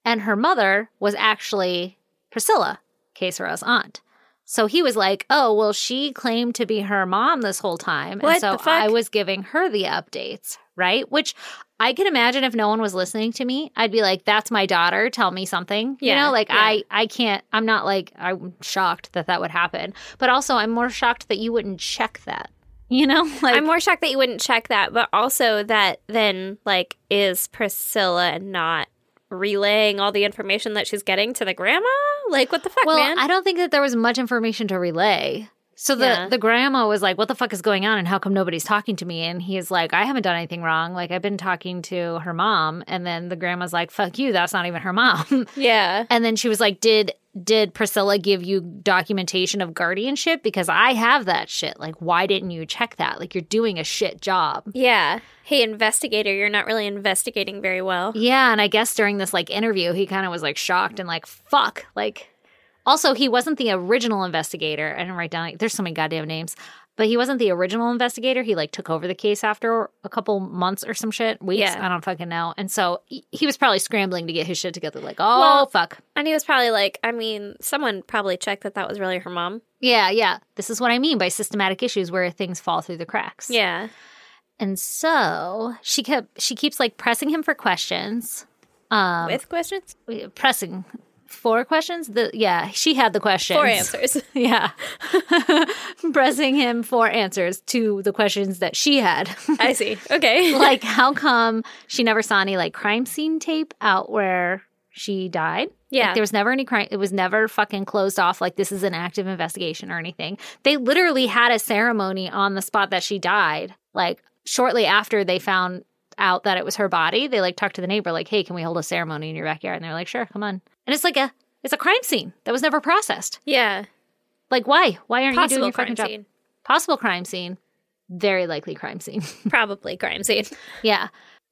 [SPEAKER 1] And her mother was actually Priscilla, Kesara's aunt. So he was like, Oh, well, she claimed to be her mom this whole time.
[SPEAKER 2] What
[SPEAKER 1] and so
[SPEAKER 2] the fuck?
[SPEAKER 1] I was giving her the updates, right? Which I can imagine if no one was listening to me, I'd be like, That's my daughter. Tell me something. you
[SPEAKER 2] Yeah,
[SPEAKER 1] know, like
[SPEAKER 2] yeah.
[SPEAKER 1] I I can't, I'm not like, I'm shocked that that would happen. But also, I'm more shocked that you wouldn't check that. You know, <laughs> like,
[SPEAKER 2] I'm more shocked that you wouldn't check that, but also that then, like, is Priscilla not relaying all the information that she's getting to the grandma? Like, what the fuck,
[SPEAKER 1] well,
[SPEAKER 2] man?
[SPEAKER 1] I don't think that there was much information to relay. So the,
[SPEAKER 2] Yeah.
[SPEAKER 1] the grandma was like, What the fuck is going on? And how come nobody's talking to me? And he is like, I haven't done anything wrong. Like, I've been talking to her mom. And then the grandma's like, Fuck you. That's not even her mom. <laughs>
[SPEAKER 2] yeah.
[SPEAKER 1] And then she was like, "Did did Priscilla give you documentation of guardianship? Because I have that shit. Like, why didn't you check that? Like, you're doing a shit job."
[SPEAKER 2] Yeah. Hey, investigator, you're not really investigating very well.
[SPEAKER 1] Yeah, and I guess during this like interview, he kind of was like shocked and like, "Fuck!" Like, also he wasn't the original investigator. I didn't write down. There's so many goddamn names, but he wasn't the original investigator. He like took over the case after a couple months or some shit weeks.
[SPEAKER 2] Yeah.
[SPEAKER 1] I don't fucking know. And so he- he was probably scrambling to get his shit together. Like, oh
[SPEAKER 2] Well-
[SPEAKER 1] fuck.
[SPEAKER 2] And he was probably like, I mean, someone probably checked that that was really her mom.
[SPEAKER 1] Yeah, yeah. This is what I mean by systematic issues where things fall through the cracks.
[SPEAKER 2] Yeah.
[SPEAKER 1] And so she kept she keeps like pressing him for questions. Um
[SPEAKER 2] With questions?
[SPEAKER 1] pressing for questions. The yeah, she had the questions.
[SPEAKER 2] Four <laughs> answers.
[SPEAKER 1] <laughs> Yeah. pressing him for answers to the questions that she had. <laughs>
[SPEAKER 2] I see. Okay. <laughs>
[SPEAKER 1] like how come she never saw any like crime scene tape out where she died?
[SPEAKER 2] Yeah.
[SPEAKER 1] Like, there was never any crime. It was never fucking closed off like this is an active investigation or anything. They literally had a ceremony on the spot that she died. Like shortly after they found out that it was her body, they like talked to the neighbor, like, hey, can we hold a ceremony in your backyard? And they're like, sure, come on. And it's like a it's a crime scene that was never processed.
[SPEAKER 2] yeah.
[SPEAKER 1] Like why? Why aren't you doing
[SPEAKER 2] Possible
[SPEAKER 1] your fucking
[SPEAKER 2] crime
[SPEAKER 1] job?
[SPEAKER 2] scene.
[SPEAKER 1] Possible crime scene. Very likely crime scene.
[SPEAKER 2] Probably crime <laughs> scene.
[SPEAKER 1] Yeah.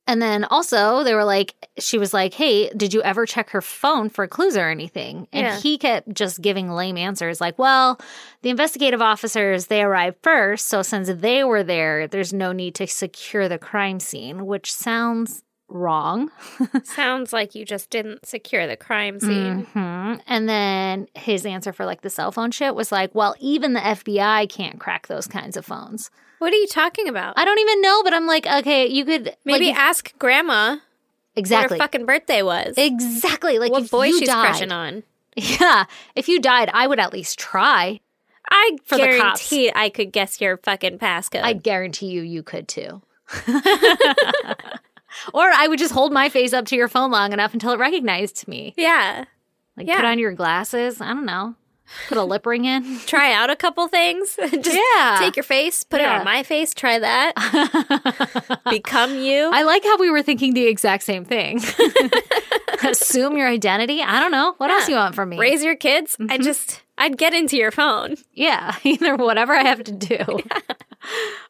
[SPEAKER 1] And then also they were like, she was like, hey, did you ever check her phone for clues or anything? And
[SPEAKER 2] Yeah.
[SPEAKER 1] he kept just giving lame answers like, well, the investigative officers, they arrived first. So since they were there, there's no need to secure the crime scene, which sounds wrong.
[SPEAKER 2] Sounds like you just didn't secure the crime scene.
[SPEAKER 1] Mhm. And then his answer for like the cell phone shit was like, well, even the FBI can't crack those kinds of phones.
[SPEAKER 2] What are you talking about?
[SPEAKER 1] I don't even know, but I'm like, okay, you could
[SPEAKER 2] Maybe
[SPEAKER 1] like,
[SPEAKER 2] ask grandma
[SPEAKER 1] exactly.
[SPEAKER 2] what her fucking birthday was.
[SPEAKER 1] Exactly. Like
[SPEAKER 2] what
[SPEAKER 1] if
[SPEAKER 2] boy
[SPEAKER 1] you
[SPEAKER 2] she's
[SPEAKER 1] died,
[SPEAKER 2] crushing on.
[SPEAKER 1] Yeah. If you died, I would at least try.
[SPEAKER 2] I
[SPEAKER 1] For the cops.
[SPEAKER 2] guarantee I could guess your fucking passcode.
[SPEAKER 1] I guarantee you, you could too. <laughs> or I would just hold my face up to your phone long enough until it recognized me.
[SPEAKER 2] yeah.
[SPEAKER 1] Like
[SPEAKER 2] Yeah.
[SPEAKER 1] put on your glasses. I don't know. Put a lip ring in. <laughs>
[SPEAKER 2] Try out a couple things. <laughs> just
[SPEAKER 1] Yeah.
[SPEAKER 2] take your face, put it
[SPEAKER 1] Yeah.
[SPEAKER 2] on my face, try <laughs> that. Become you.
[SPEAKER 1] I like how we were thinking the exact same thing. <laughs> Assume your identity. I don't know. What else you want from me?
[SPEAKER 2] raise your kids. I just I'd get into your phone. It's
[SPEAKER 1] yeah. <laughs> Either whatever I have to do.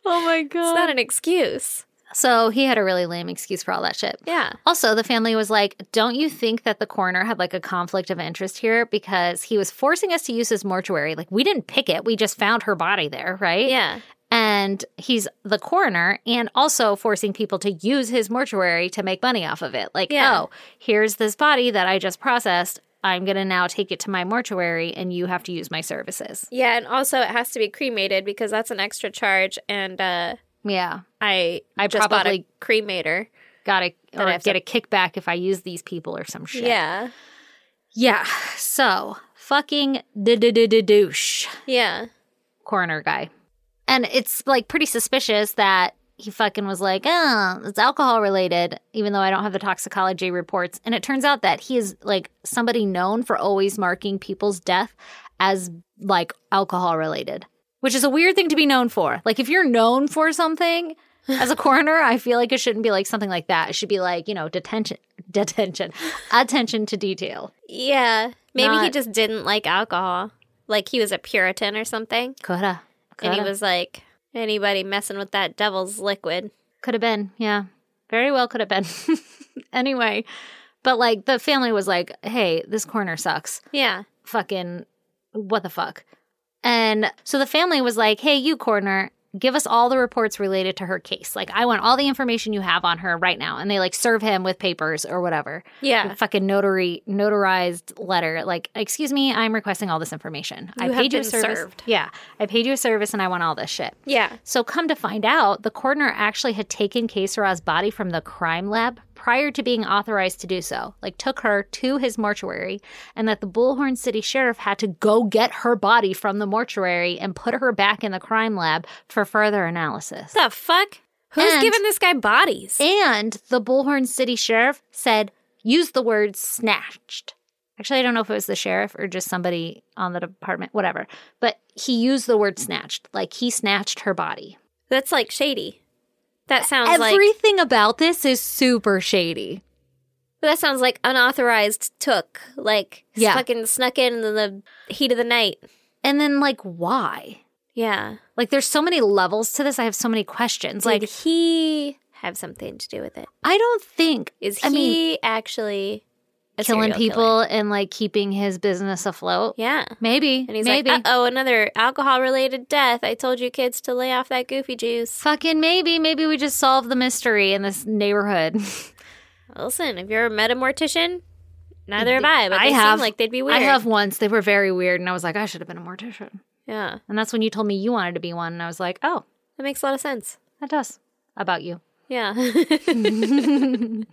[SPEAKER 1] oh my God.
[SPEAKER 2] not an excuse.
[SPEAKER 1] <laughs> so he had a really lame excuse for all that shit.
[SPEAKER 2] Yeah.
[SPEAKER 1] Also, the family was like, Don't you think that the coroner had like a conflict of interest here? Because he was forcing us to use his mortuary. Like, we didn't pick it, we just found her body there, right?
[SPEAKER 2] Yeah.
[SPEAKER 1] And he's the coroner and also forcing people to use his mortuary to make money off of it. Like,
[SPEAKER 2] Yeah.
[SPEAKER 1] oh, here's this body that I just processed. I'm going to now take it to my mortuary and you have to use my services.
[SPEAKER 2] Yeah, and also it has to be cremated because that's an extra charge and uh
[SPEAKER 1] Yeah.
[SPEAKER 2] I
[SPEAKER 1] I
[SPEAKER 2] just
[SPEAKER 1] probably-
[SPEAKER 2] bought a cremator.
[SPEAKER 1] Got to
[SPEAKER 2] I
[SPEAKER 1] or
[SPEAKER 2] have
[SPEAKER 1] get a kickback if I use these people or some shit.
[SPEAKER 2] Yeah.
[SPEAKER 1] Yeah. So, fucking douche.
[SPEAKER 2] Yeah.
[SPEAKER 1] coroner guy. And it's like pretty suspicious that he fucking was like, oh, it's alcohol related, even though I don't have the toxicology reports. And it turns out that he is like somebody known for always marking people's death as like alcohol related, which is a weird thing to be known for. Like, if you're known for something as a coroner, I feel like it shouldn't be like something like that. It should be like, you know, detention, detention, attention to detail.
[SPEAKER 2] Yeah. Maybe he
[SPEAKER 1] Not-
[SPEAKER 2] just didn't like alcohol. Like he was a Puritan or something.
[SPEAKER 1] Coulda, coulda,
[SPEAKER 2] And he was like, anybody messing with that devil's liquid.
[SPEAKER 1] could have been, yeah, very well could have been. <laughs> anyway, but like the family was like, "Hey, this corner sucks.
[SPEAKER 2] Yeah.
[SPEAKER 1] Fucking what the fuck." And so the family was like, "Hey, you corner." Give us all the reports related to her case. Like, I want all the information you have on her right now. And they like serve him with papers or whatever. <laughs>
[SPEAKER 2] Yeah.
[SPEAKER 1] fucking notary notarized letter like excuse me i'm requesting all this information i
[SPEAKER 2] You have
[SPEAKER 1] paid you a
[SPEAKER 2] been
[SPEAKER 1] service
[SPEAKER 2] served.
[SPEAKER 1] yeah i paid you a service and i want all this shit
[SPEAKER 2] Yeah.
[SPEAKER 1] so come to find out the coroner actually had taken Kesara's body from the crime lab prior to being authorized to do so like took her to his mortuary and that the bullhorn city sheriff had to go get her body from the mortuary and put her back in the crime lab for further analysis
[SPEAKER 2] The fuck? Who's
[SPEAKER 1] And-
[SPEAKER 2] giving this guy bodies?
[SPEAKER 1] and the Bullhorn City Sheriff said, use the word snatched. Actually, I don't know if it was the sheriff or just somebody on the department, whatever. But he used the word snatched. Like he snatched her body.
[SPEAKER 2] That's like shady. That sounds like
[SPEAKER 1] Everything about this is super shady.
[SPEAKER 2] that sounds like unauthorized took. Like
[SPEAKER 1] Yeah.
[SPEAKER 2] fucking snuck in in the heat of the night.
[SPEAKER 1] And then, like, why?
[SPEAKER 2] Yeah.
[SPEAKER 1] Like, there's so many levels to this. I have so many questions.
[SPEAKER 2] Did
[SPEAKER 1] Like,
[SPEAKER 2] he have something to do with it?
[SPEAKER 1] I don't think
[SPEAKER 2] Is he
[SPEAKER 1] I mean,
[SPEAKER 2] actually a
[SPEAKER 1] killing
[SPEAKER 2] serial killer?
[SPEAKER 1] people and like keeping his business afloat.
[SPEAKER 2] Yeah.
[SPEAKER 1] Maybe.
[SPEAKER 2] And he's
[SPEAKER 1] maybe.
[SPEAKER 2] like, oh, another alcohol related death. I told you kids to lay off that goofy juice.
[SPEAKER 1] Fucking maybe. Maybe we just solve the mystery in this neighborhood. <laughs>
[SPEAKER 2] Listen, if you're a metamortician, neither have I, but
[SPEAKER 1] I
[SPEAKER 2] they
[SPEAKER 1] have-
[SPEAKER 2] seem like they'd be weird.
[SPEAKER 1] I have once. They were very weird, and I was like, I should have been a mortician.
[SPEAKER 2] Yeah.
[SPEAKER 1] And that's when you told me you wanted to be one, and I was like, oh,
[SPEAKER 2] That makes a lot of sense.
[SPEAKER 1] that does about you. <laughs>
[SPEAKER 2] Yeah. <laughs> that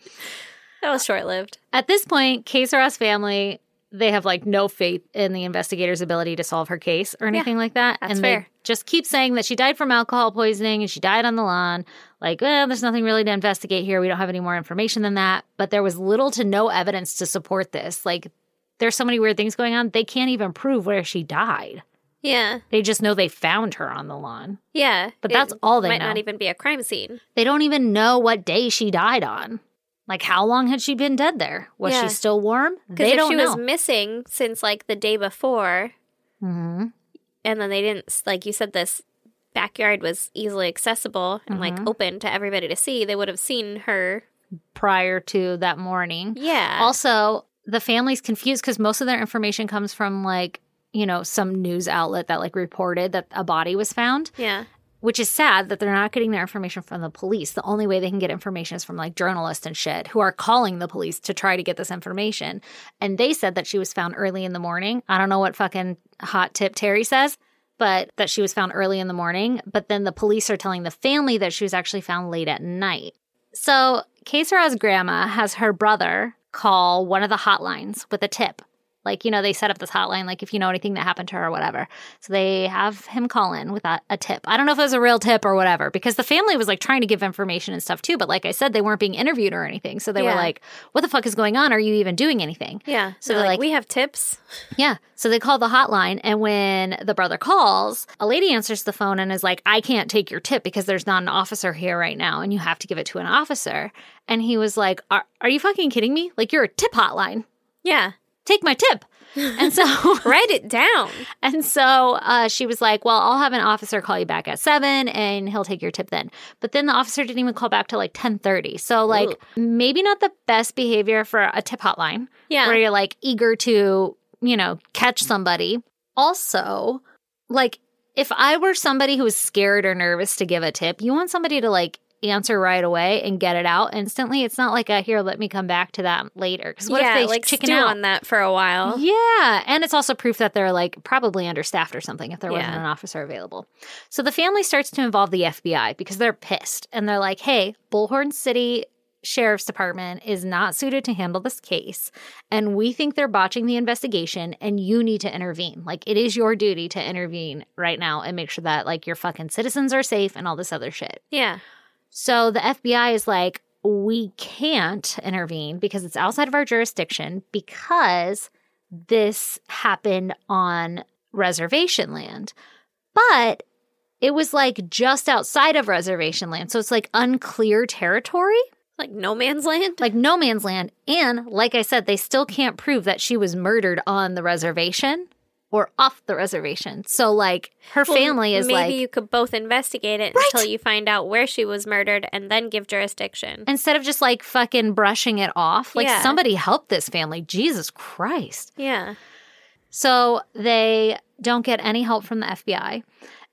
[SPEAKER 2] was short lived.
[SPEAKER 1] At this point, Kesara's family they have like no faith in the investigator's ability to solve her case or anything like that,
[SPEAKER 2] that's
[SPEAKER 1] and they
[SPEAKER 2] fair.
[SPEAKER 1] just keep saying that she died from alcohol poisoning and she died on the lawn. Like, well, there's nothing really to investigate here. We don't have any more information than that. But there was little to no evidence to support this. Like, there's so many weird things going on. They can't even prove where she died.
[SPEAKER 2] Yeah.
[SPEAKER 1] They just know they found her on the lawn.
[SPEAKER 2] Yeah.
[SPEAKER 1] But that's all they
[SPEAKER 2] might
[SPEAKER 1] know.
[SPEAKER 2] not even be a crime scene.
[SPEAKER 1] They don't even know what day she died on. Like, how long had she been dead there? Was
[SPEAKER 2] Yeah.
[SPEAKER 1] she still warm?
[SPEAKER 2] Because
[SPEAKER 1] They
[SPEAKER 2] if
[SPEAKER 1] don't
[SPEAKER 2] she
[SPEAKER 1] know.
[SPEAKER 2] was missing since like the day before,
[SPEAKER 1] Mhm.
[SPEAKER 2] and then they didn't like you said this backyard was easily accessible and
[SPEAKER 1] Mm-hmm.
[SPEAKER 2] like open to everybody to see they would have seen her
[SPEAKER 1] Prior to that morning.
[SPEAKER 2] yeah
[SPEAKER 1] Also, the family's confused because most of their information comes from, like, you know, some news outlet that, like, reported that a body was found,
[SPEAKER 2] yeah
[SPEAKER 1] which is sad that they're not getting their information from the police. The only way they can get information is from, like, journalists and shit who are calling the police to try to get this information. And they said that she was found early in the morning. I don't know what fucking hot tip Terry says. but that she was found early in the morning. But then the police are telling the family that she was actually found late at night. So Kesara's grandma has her brother call one of the hotlines with a tip. Like, you know, they set up this hotline, like if you know anything that happened to her or whatever. So they have him call in with a, a tip. I don't know if it was a real tip or whatever, because the family was like trying to give information and stuff too. But like I said, they weren't being interviewed or anything. So they
[SPEAKER 2] Yeah.
[SPEAKER 1] were like, what the fuck is going on? Are you even doing anything?
[SPEAKER 2] yeah
[SPEAKER 1] So
[SPEAKER 2] so
[SPEAKER 1] they're
[SPEAKER 2] like,
[SPEAKER 1] like-
[SPEAKER 2] we have tips
[SPEAKER 1] Yeah. So they call the hotline. And when the brother calls, a lady answers the phone and is like, I can't take your tip because there's not an officer here right now and you have to give it to an officer. And he was like, Are, are you fucking kidding me? Like, you're a tip hotline.
[SPEAKER 2] yeah
[SPEAKER 1] Take my tip. And so <laughs>
[SPEAKER 2] write it down
[SPEAKER 1] and so uh, she was like, Well, I'll have an officer call you back at seven and he'll take your tip then. But then the officer didn't even call back till like ten thirty. So like
[SPEAKER 2] Ooh.
[SPEAKER 1] maybe not the best behavior for a tip hotline
[SPEAKER 2] yeah
[SPEAKER 1] where you're like eager to, you know, catch somebody. Also, like if I were somebody who was scared or nervous to give a tip, you want somebody to like answer right away and get it out instantly. It's not like a here, let me come back to that later. Because what if
[SPEAKER 2] yeah
[SPEAKER 1] they
[SPEAKER 2] like
[SPEAKER 1] chicken
[SPEAKER 2] stew
[SPEAKER 1] out?
[SPEAKER 2] on that for a while
[SPEAKER 1] Mm-hmm. Yeah. And it's also proof that they're like probably understaffed or something if there wasn't
[SPEAKER 2] Yeah.
[SPEAKER 1] an officer available. So the family starts to involve the FBI because they're pissed and they're like, hey, Bullhorn City Sheriff's Department is not suited to handle this case. And we think they're botching the investigation and you need to intervene. Like it is your duty to intervene right now and make sure that like your fucking citizens are safe and all this other shit.
[SPEAKER 2] yeah
[SPEAKER 1] So the FBI is like, we can't intervene because it's outside of our jurisdiction because this happened on reservation land. But it was like just outside of reservation land. So it's like unclear territory.
[SPEAKER 2] Like no man's land?
[SPEAKER 1] like no man's land. And like I said, they still can't prove that she was murdered on the reservation or off the reservation. So like her
[SPEAKER 2] Well,
[SPEAKER 1] family is
[SPEAKER 2] maybe
[SPEAKER 1] like
[SPEAKER 2] you could both investigate it until you find out where she was murdered and then give jurisdiction.
[SPEAKER 1] instead of just like fucking brushing it off, like
[SPEAKER 2] Yeah.
[SPEAKER 1] somebody help this family. Jesus Christ.
[SPEAKER 2] yeah.
[SPEAKER 1] So they don't get any help from the FBI.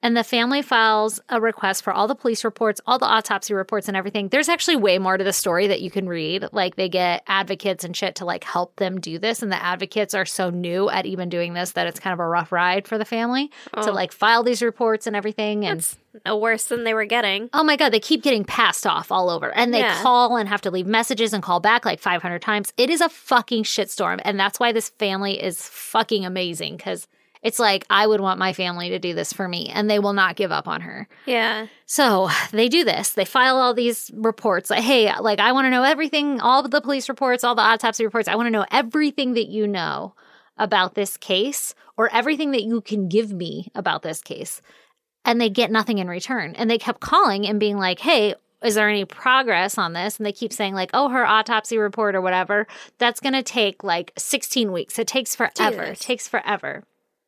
[SPEAKER 1] And the family files a request for all the police reports, all the autopsy reports, and everything. There's actually way more to the story that you can read. Like they get advocates and shit to like help them do this. And the advocates are so new at even doing this that it's kind of a rough ride for the family to
[SPEAKER 2] Oh.
[SPEAKER 1] like file these reports and everything. And
[SPEAKER 2] That's no worse than they were getting.
[SPEAKER 1] oh my God, they keep getting passed off all over. And they
[SPEAKER 2] Yeah.
[SPEAKER 1] call and have to leave messages and call back like 500 times. It is a fucking shitstorm. And that's why this family is fucking amazing because it's like, I would want my family to do this for me. And they will not give up on her.
[SPEAKER 2] Yeah.
[SPEAKER 1] So they do this. They file all these reports like, hey, like, I want to know everything, all of the police reports, all the autopsy reports. I want to know everything that you know about this case or everything that you can give me about this case. And they get nothing in return. And they kept calling and being like, hey, is there any progress on this? And they keep saying, like, oh, her autopsy report or whatever, that's going to take like 16 weeks. It takes forever.
[SPEAKER 2] Jesus.
[SPEAKER 1] takes forever.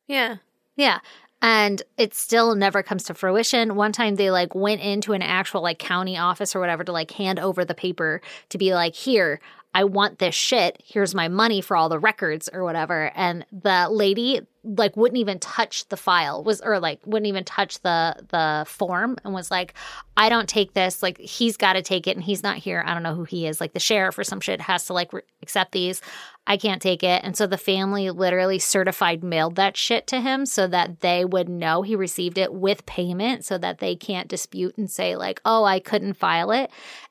[SPEAKER 2] Yeah.
[SPEAKER 1] Yeah. And it still never comes to fruition. One time they like went into an actual like county office or whatever to like hand over the paper to be like, here, I want this shit. Here's my money for all the records or whatever. And the lady like wouldn't even touch the file was or like wouldn't even touch the the form and was like, I don't take this. Like he's got to take it and he's not here. I don't know who he is. Like the sheriff or some shit has to like re- accept these. I can't take it. And so the family literally certified mailed that shit to him so that they would know he received it with payment so that they can't dispute and say, like, oh, I couldn't file it.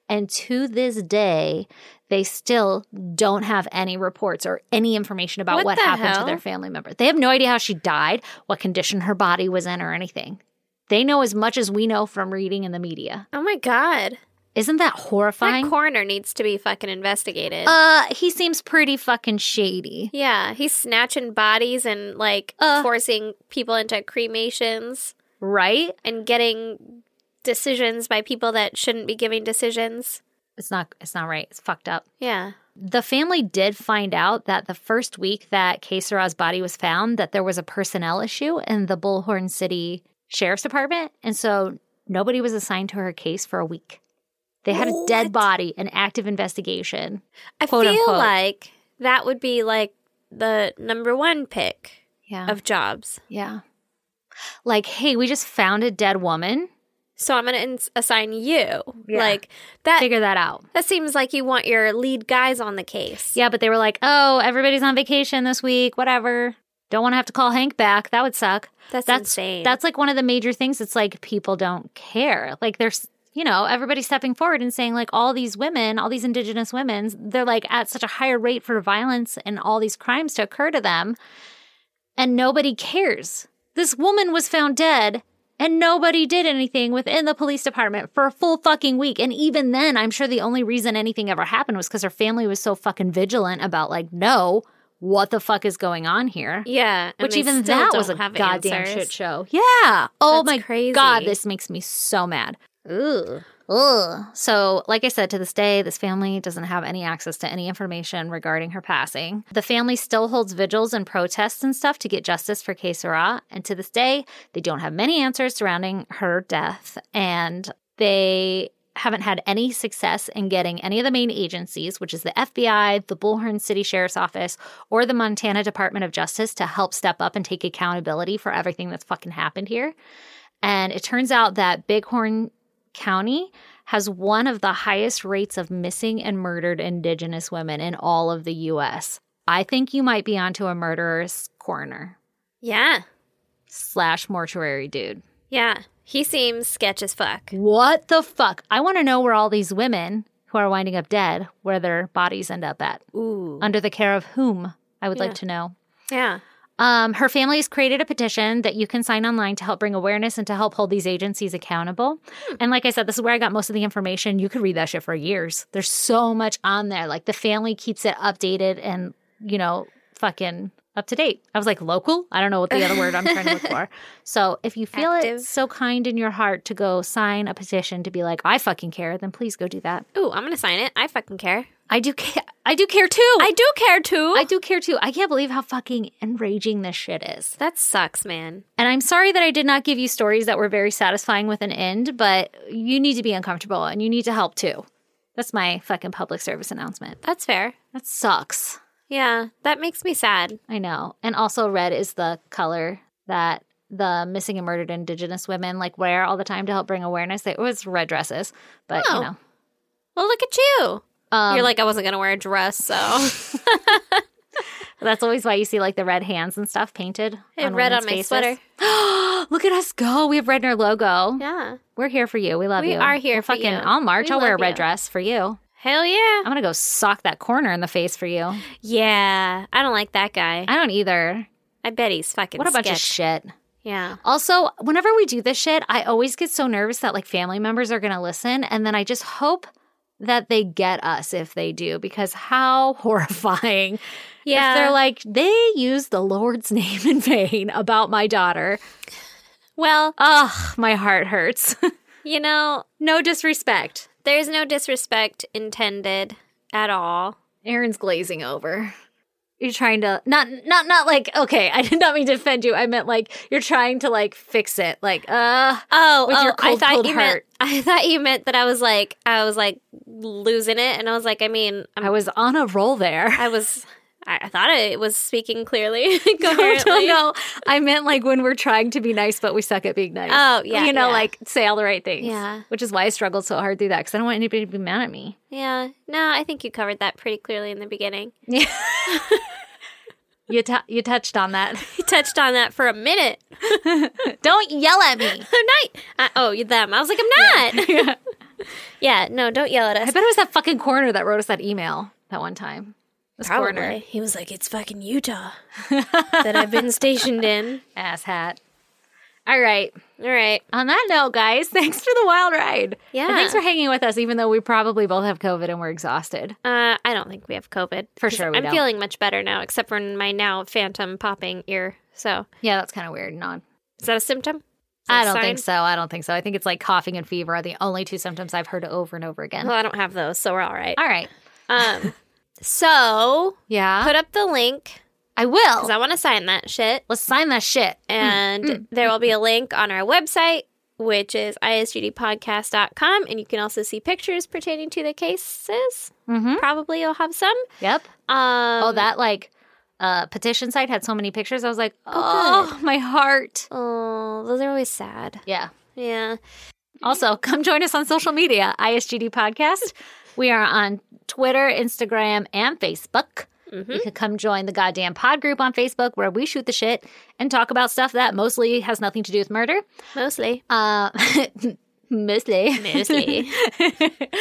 [SPEAKER 1] And to this day, they still don't have any reports or any information about
[SPEAKER 2] What
[SPEAKER 1] what,
[SPEAKER 2] the
[SPEAKER 1] happened
[SPEAKER 2] hell?
[SPEAKER 1] to their family member. They have no idea how she died, what condition her body was in, or anything. They know as much as we know from reading in the media.
[SPEAKER 2] Oh my god.
[SPEAKER 1] Isn't that
[SPEAKER 2] That
[SPEAKER 1] horrifying?
[SPEAKER 2] coroner needs to be fucking investigated.
[SPEAKER 1] uh, he seems pretty fucking shady.
[SPEAKER 2] yeah, he's snatching bodies and like
[SPEAKER 1] Uh.
[SPEAKER 2] forcing people into cremations
[SPEAKER 1] Right?
[SPEAKER 2] and getting decisions by people that shouldn't be giving decisions.
[SPEAKER 1] It's not it's not right. It's fucked up.
[SPEAKER 2] Yeah.
[SPEAKER 1] The family did find out that the first week that Kesara's body was found that there was a personnel issue in the Bullhorn City Sheriff's Department and so nobody was assigned to her case for a week. They had a dead body, an active investigation.
[SPEAKER 2] I
[SPEAKER 1] Quote,
[SPEAKER 2] feel
[SPEAKER 1] unquote.
[SPEAKER 2] like that would be like the number one pick
[SPEAKER 1] Yeah.
[SPEAKER 2] of jobs.
[SPEAKER 1] yeah. Like, hey, we just found a dead woman.
[SPEAKER 2] So I'm gonna ins- assign you.
[SPEAKER 1] Yeah.
[SPEAKER 2] Like that.
[SPEAKER 1] Figure that out.
[SPEAKER 2] that seems like you want your lead guys on the case.
[SPEAKER 1] Yeah, but they were like, "Oh, everybody's on vacation this week. Whatever. Don't want to have to call Hank back. That would suck."
[SPEAKER 2] that's,
[SPEAKER 1] that's
[SPEAKER 2] insane.
[SPEAKER 1] That's like one of the major things. It's like people don't care. Like there's, you know, everybody stepping forward and saying like all these women, all these indigenous women, they're like at such a higher rate for violence and all these crimes to occur to them, and nobody cares. This woman was found dead. And nobody did anything within the police department for a full fucking week. And even then, I'm sure the only reason anything ever happened was because her family was so fucking vigilant about, like, no, what the fuck is going on here?
[SPEAKER 2] yeah. and
[SPEAKER 1] Which
[SPEAKER 2] they
[SPEAKER 1] even
[SPEAKER 2] still
[SPEAKER 1] that was a
[SPEAKER 2] don't have
[SPEAKER 1] goddamn
[SPEAKER 2] answers.
[SPEAKER 1] shit show. Yeah. Oh
[SPEAKER 2] That's
[SPEAKER 1] my
[SPEAKER 2] crazy.
[SPEAKER 1] god, this makes me so mad. Ooh. Ugh. So, like I said, to this day, this family doesn't have any access to any information regarding her passing. The family still holds vigils and protests and stuff to get justice for Kesara. And to this day, they don't have many answers surrounding her death. And they haven't had any success in getting any of the main agencies, which is the FBI, the Bullhorn City Sheriff's Office, or the Montana Department of Justice, to help step up and take accountability for everything that's fucking happened here. And it turns out that Bighorn County has one of the highest rates of missing and murdered Indigenous women in all of the US. I think you might be onto a murderer's coroner
[SPEAKER 2] Yeah.
[SPEAKER 1] slash mortuary dude.
[SPEAKER 2] Yeah. He seems sketch as fuck.
[SPEAKER 1] What the fuck? I want to know where all these women who are winding up dead, where their bodies end up at.
[SPEAKER 2] Ooh.
[SPEAKER 1] Under the care of whom? I would
[SPEAKER 2] Yeah.
[SPEAKER 1] like to know.
[SPEAKER 2] Yeah.
[SPEAKER 1] Um, her family has created a petition that you can sign online to help bring awareness and to help hold these agencies accountable. And like I said, this is where I got most of the information. You could read that shit for years. There's so much on there. Like the family keeps it updated and, you know, fucking up to date. I was like, local? I don't know what the other word I'm trying to look <laughs> for. So if you feel
[SPEAKER 2] Active.
[SPEAKER 1] it so kind in your heart to go sign a petition to be like, I fucking care, then please go do that.
[SPEAKER 2] Ooh, I'm gonna sign it. I fucking care.
[SPEAKER 1] I do care. I do care too.
[SPEAKER 2] I do care too.
[SPEAKER 1] I do care too. I can't believe how fucking enraging this shit is.
[SPEAKER 2] that sucks, man.
[SPEAKER 1] And I'm sorry that I did not give you stories that were very satisfying with an end, but you need to be uncomfortable and you need to help too. That's my fucking public service announcement.
[SPEAKER 2] That's fair.
[SPEAKER 1] That sucks.
[SPEAKER 2] Yeah, that makes me sad.
[SPEAKER 1] I know. And also, red is the color that the missing and murdered Indigenous women like wear all the time to help bring awareness. They was red dresses, but
[SPEAKER 2] Oh.
[SPEAKER 1] you know,
[SPEAKER 2] Well, look at you.
[SPEAKER 1] um,
[SPEAKER 2] You're like I wasn't gonna wear a dress, <laughs> so
[SPEAKER 1] that's always why you see like the red hands and stuff painted.
[SPEAKER 2] I had red on
[SPEAKER 1] women's
[SPEAKER 2] my
[SPEAKER 1] faces.
[SPEAKER 2] sweater.
[SPEAKER 1] <gasps> Look at us go! We have red in our logo.
[SPEAKER 2] Yeah,
[SPEAKER 1] We're here for you. We love
[SPEAKER 2] We
[SPEAKER 1] you.
[SPEAKER 2] are here
[SPEAKER 1] We'll
[SPEAKER 2] for
[SPEAKER 1] fucking.
[SPEAKER 2] you.
[SPEAKER 1] I'll march.
[SPEAKER 2] We
[SPEAKER 1] I'll wear a
[SPEAKER 2] love
[SPEAKER 1] red
[SPEAKER 2] you.
[SPEAKER 1] dress for you.
[SPEAKER 2] hell yeah.
[SPEAKER 1] I'm gonna go sock that corner in the face for you. I
[SPEAKER 2] Yeah, I don't like that guy.
[SPEAKER 1] don't either.
[SPEAKER 2] I bet he's fucking.
[SPEAKER 1] What a bunch of
[SPEAKER 2] sketch.
[SPEAKER 1] shit.
[SPEAKER 2] yeah.
[SPEAKER 1] Also, whenever we do this shit, I always get so nervous that like family members are going to listen. And then I just hope that they get us if they do, because how <laughs> horrifying.
[SPEAKER 2] Yeah.
[SPEAKER 1] If they're like, they use the Lord's <laughs> name in vain about my daughter.
[SPEAKER 2] well,
[SPEAKER 1] Ugh, my heart hurts. <laughs>
[SPEAKER 2] you know,
[SPEAKER 1] no disrespect.
[SPEAKER 2] there's no disrespect intended at all.
[SPEAKER 1] Aaron's glazing over. You're trying to not not not like okay. I did not mean to offend you. I meant like you're trying to like fix it. Like uh,
[SPEAKER 2] Oh,
[SPEAKER 1] With
[SPEAKER 2] oh,
[SPEAKER 1] your
[SPEAKER 2] I
[SPEAKER 1] cold,
[SPEAKER 2] thought
[SPEAKER 1] cold
[SPEAKER 2] you
[SPEAKER 1] heart.
[SPEAKER 2] meant <laughs> I thought you meant that I was like I was like losing it and I was like I mean I'm,
[SPEAKER 1] I was on a roll there. <laughs>
[SPEAKER 2] I was I I thought I was speaking clearly <laughs>
[SPEAKER 1] No, no,
[SPEAKER 2] coherently.
[SPEAKER 1] no. I meant like when we're trying to be nice, but we suck at being nice.
[SPEAKER 2] Oh, yeah,
[SPEAKER 1] You know,
[SPEAKER 2] yeah.
[SPEAKER 1] like say all the right things.
[SPEAKER 2] Yeah.
[SPEAKER 1] Which is why I struggled so hard through that because I don't want anybody to be mad at me.
[SPEAKER 2] Yeah. No, I think you covered that pretty clearly in the beginning.
[SPEAKER 1] You, t- you touched on
[SPEAKER 2] <laughs>
[SPEAKER 1] that.
[SPEAKER 2] You touched on that for a minute. <laughs>
[SPEAKER 1] don't yell at me.
[SPEAKER 2] I'm not. I, oh, you them. I was like, I'm <laughs> not. Yeah. no, don't yell at us.
[SPEAKER 1] I bet it was that fucking corner that wrote us that email that one time. This
[SPEAKER 2] Probably.
[SPEAKER 1] corner.
[SPEAKER 2] He was like, it's
[SPEAKER 1] <laughs>
[SPEAKER 2] fucking Utah that I've been stationed in.
[SPEAKER 1] Ass hat. All right.
[SPEAKER 2] <laughs> All right.
[SPEAKER 1] On that note, guys, <laughs> thanks for the wild ride.
[SPEAKER 2] Yeah.
[SPEAKER 1] And thanks for hanging with us, even though we probably both have COVID and we're exhausted.
[SPEAKER 2] Uh, I don't think we have COVID.
[SPEAKER 1] For
[SPEAKER 2] 'Cause
[SPEAKER 1] sure we
[SPEAKER 2] I'm
[SPEAKER 1] don't.
[SPEAKER 2] feeling much better now, except for in my now phantom popping ear. So,
[SPEAKER 1] Yeah, that's kind of weird. Not
[SPEAKER 2] is that a symptom? Is
[SPEAKER 1] I
[SPEAKER 2] that a
[SPEAKER 1] don't
[SPEAKER 2] sign?
[SPEAKER 1] think so. I don't think so. I think it's like coughing and fever are the only two symptoms I've heard over and over again.
[SPEAKER 2] Well, I don't have those, so we're all right.
[SPEAKER 1] All right.
[SPEAKER 2] Um, <laughs> so
[SPEAKER 1] Yeah.
[SPEAKER 2] put up the link
[SPEAKER 1] I will.
[SPEAKER 2] because I want to sign that shit.
[SPEAKER 1] Let's sign that shit.
[SPEAKER 2] And
[SPEAKER 1] mm,
[SPEAKER 2] there will be a link on our website, which is isgdpodcast.com. And you can also see pictures pertaining to the cases.
[SPEAKER 1] Mm-hmm.
[SPEAKER 2] Probably you'll have some.
[SPEAKER 1] Yep.
[SPEAKER 2] Um,
[SPEAKER 1] oh, that like uh, petition site had so many pictures. I was like, oh, my heart.
[SPEAKER 2] Oh, those are always sad.
[SPEAKER 1] Yeah.
[SPEAKER 2] Yeah.
[SPEAKER 1] Also, come join us on social media, ISGD Podcast. We are on Twitter, Instagram, and Facebook. You could come join the goddamn pod group on Facebook where we shoot the shit and talk about stuff that mostly has nothing to do with murder.
[SPEAKER 2] Mostly.
[SPEAKER 1] Uh, <laughs> mostly.
[SPEAKER 2] Mostly.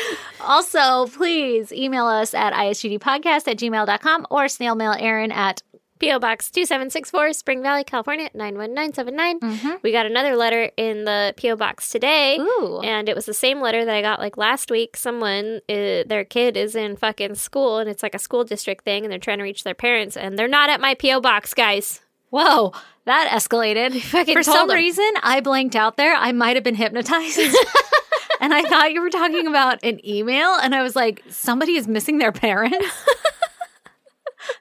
[SPEAKER 1] <laughs> also, please email us at isgdpodcast at gmail.com or snail mail Aaron at.
[SPEAKER 2] P.O. Box 2764, Spring Valley, California, 91979.
[SPEAKER 1] Mm-hmm.
[SPEAKER 2] We got another letter in the P.O. Box today.
[SPEAKER 1] Ooh.
[SPEAKER 2] And it was the same letter that I got like last week. Someone, uh, their kid is in fucking school and it's like a school district thing and they're trying to reach their parents and they're not at my P.O. Box, guys.
[SPEAKER 1] Whoa, that
[SPEAKER 2] <laughs>
[SPEAKER 1] escalated. For
[SPEAKER 2] told
[SPEAKER 1] some
[SPEAKER 2] him.
[SPEAKER 1] reason, I blanked out there. I might have been
[SPEAKER 2] <laughs>
[SPEAKER 1] hypnotized. and I thought you were talking about an email. And I was like, somebody is missing their
[SPEAKER 2] <laughs>
[SPEAKER 1] parents.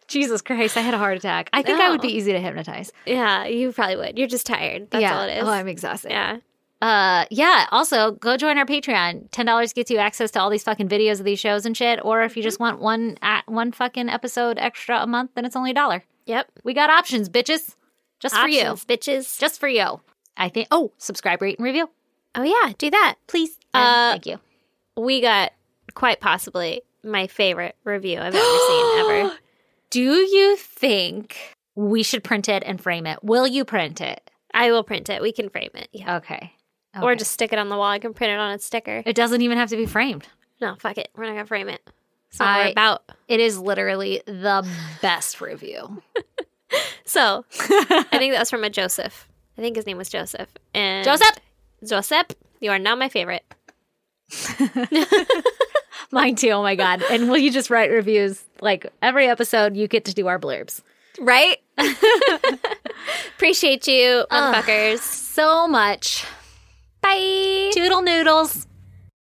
[SPEAKER 1] Jesus Christ, I had a heart attack. I think I would be
[SPEAKER 2] No.
[SPEAKER 1] easy to hypnotize.
[SPEAKER 2] Yeah, you probably would. You're just tired. That's
[SPEAKER 1] yeah.
[SPEAKER 2] all it is.
[SPEAKER 1] Oh, I'm exhausted.
[SPEAKER 2] yeah.
[SPEAKER 1] Uh, yeah. Also, go join our Patreon. Ten dollars gets you access to all these fucking videos of these shows and shit. Or if you just want
[SPEAKER 2] Mm-hmm.
[SPEAKER 1] one at one fucking episode extra a month, then it's only a dollar.
[SPEAKER 2] Yep.
[SPEAKER 1] We got options, bitches. Just for you.
[SPEAKER 2] Options, bitches.
[SPEAKER 1] Just for you. I think. Oh, subscribe, rate, and review,
[SPEAKER 2] Oh, yeah, do that.
[SPEAKER 1] please.
[SPEAKER 2] Uh,
[SPEAKER 1] Uh, thank you.
[SPEAKER 2] We got quite possibly my favorite review I've ever
[SPEAKER 1] <gasps>
[SPEAKER 2] seen ever.
[SPEAKER 1] Do you think we should print it and frame it? Will you print it?
[SPEAKER 2] I will print it. We can frame it. Yeah.
[SPEAKER 1] Okay.
[SPEAKER 2] Or
[SPEAKER 1] Okay.
[SPEAKER 2] just stick it on the wall. I can print it on a sticker.
[SPEAKER 1] It doesn't even have to be framed.
[SPEAKER 2] No, fuck it. We're not gonna frame it. So we're
[SPEAKER 1] I-
[SPEAKER 2] about.
[SPEAKER 1] It is literally the best <laughs> review. <laughs>
[SPEAKER 2] So I think that was from a Joseph. I think his name was Joseph. And
[SPEAKER 1] Joseph,
[SPEAKER 2] Joseph, you are now my favorite.
[SPEAKER 1] mine too. Oh my god! And will you just write reviews like every episode? You get to do our blurbs.
[SPEAKER 2] right? <laughs> Appreciate you, motherfuckers.
[SPEAKER 1] So much.
[SPEAKER 2] Bye.
[SPEAKER 1] Toodle noodles.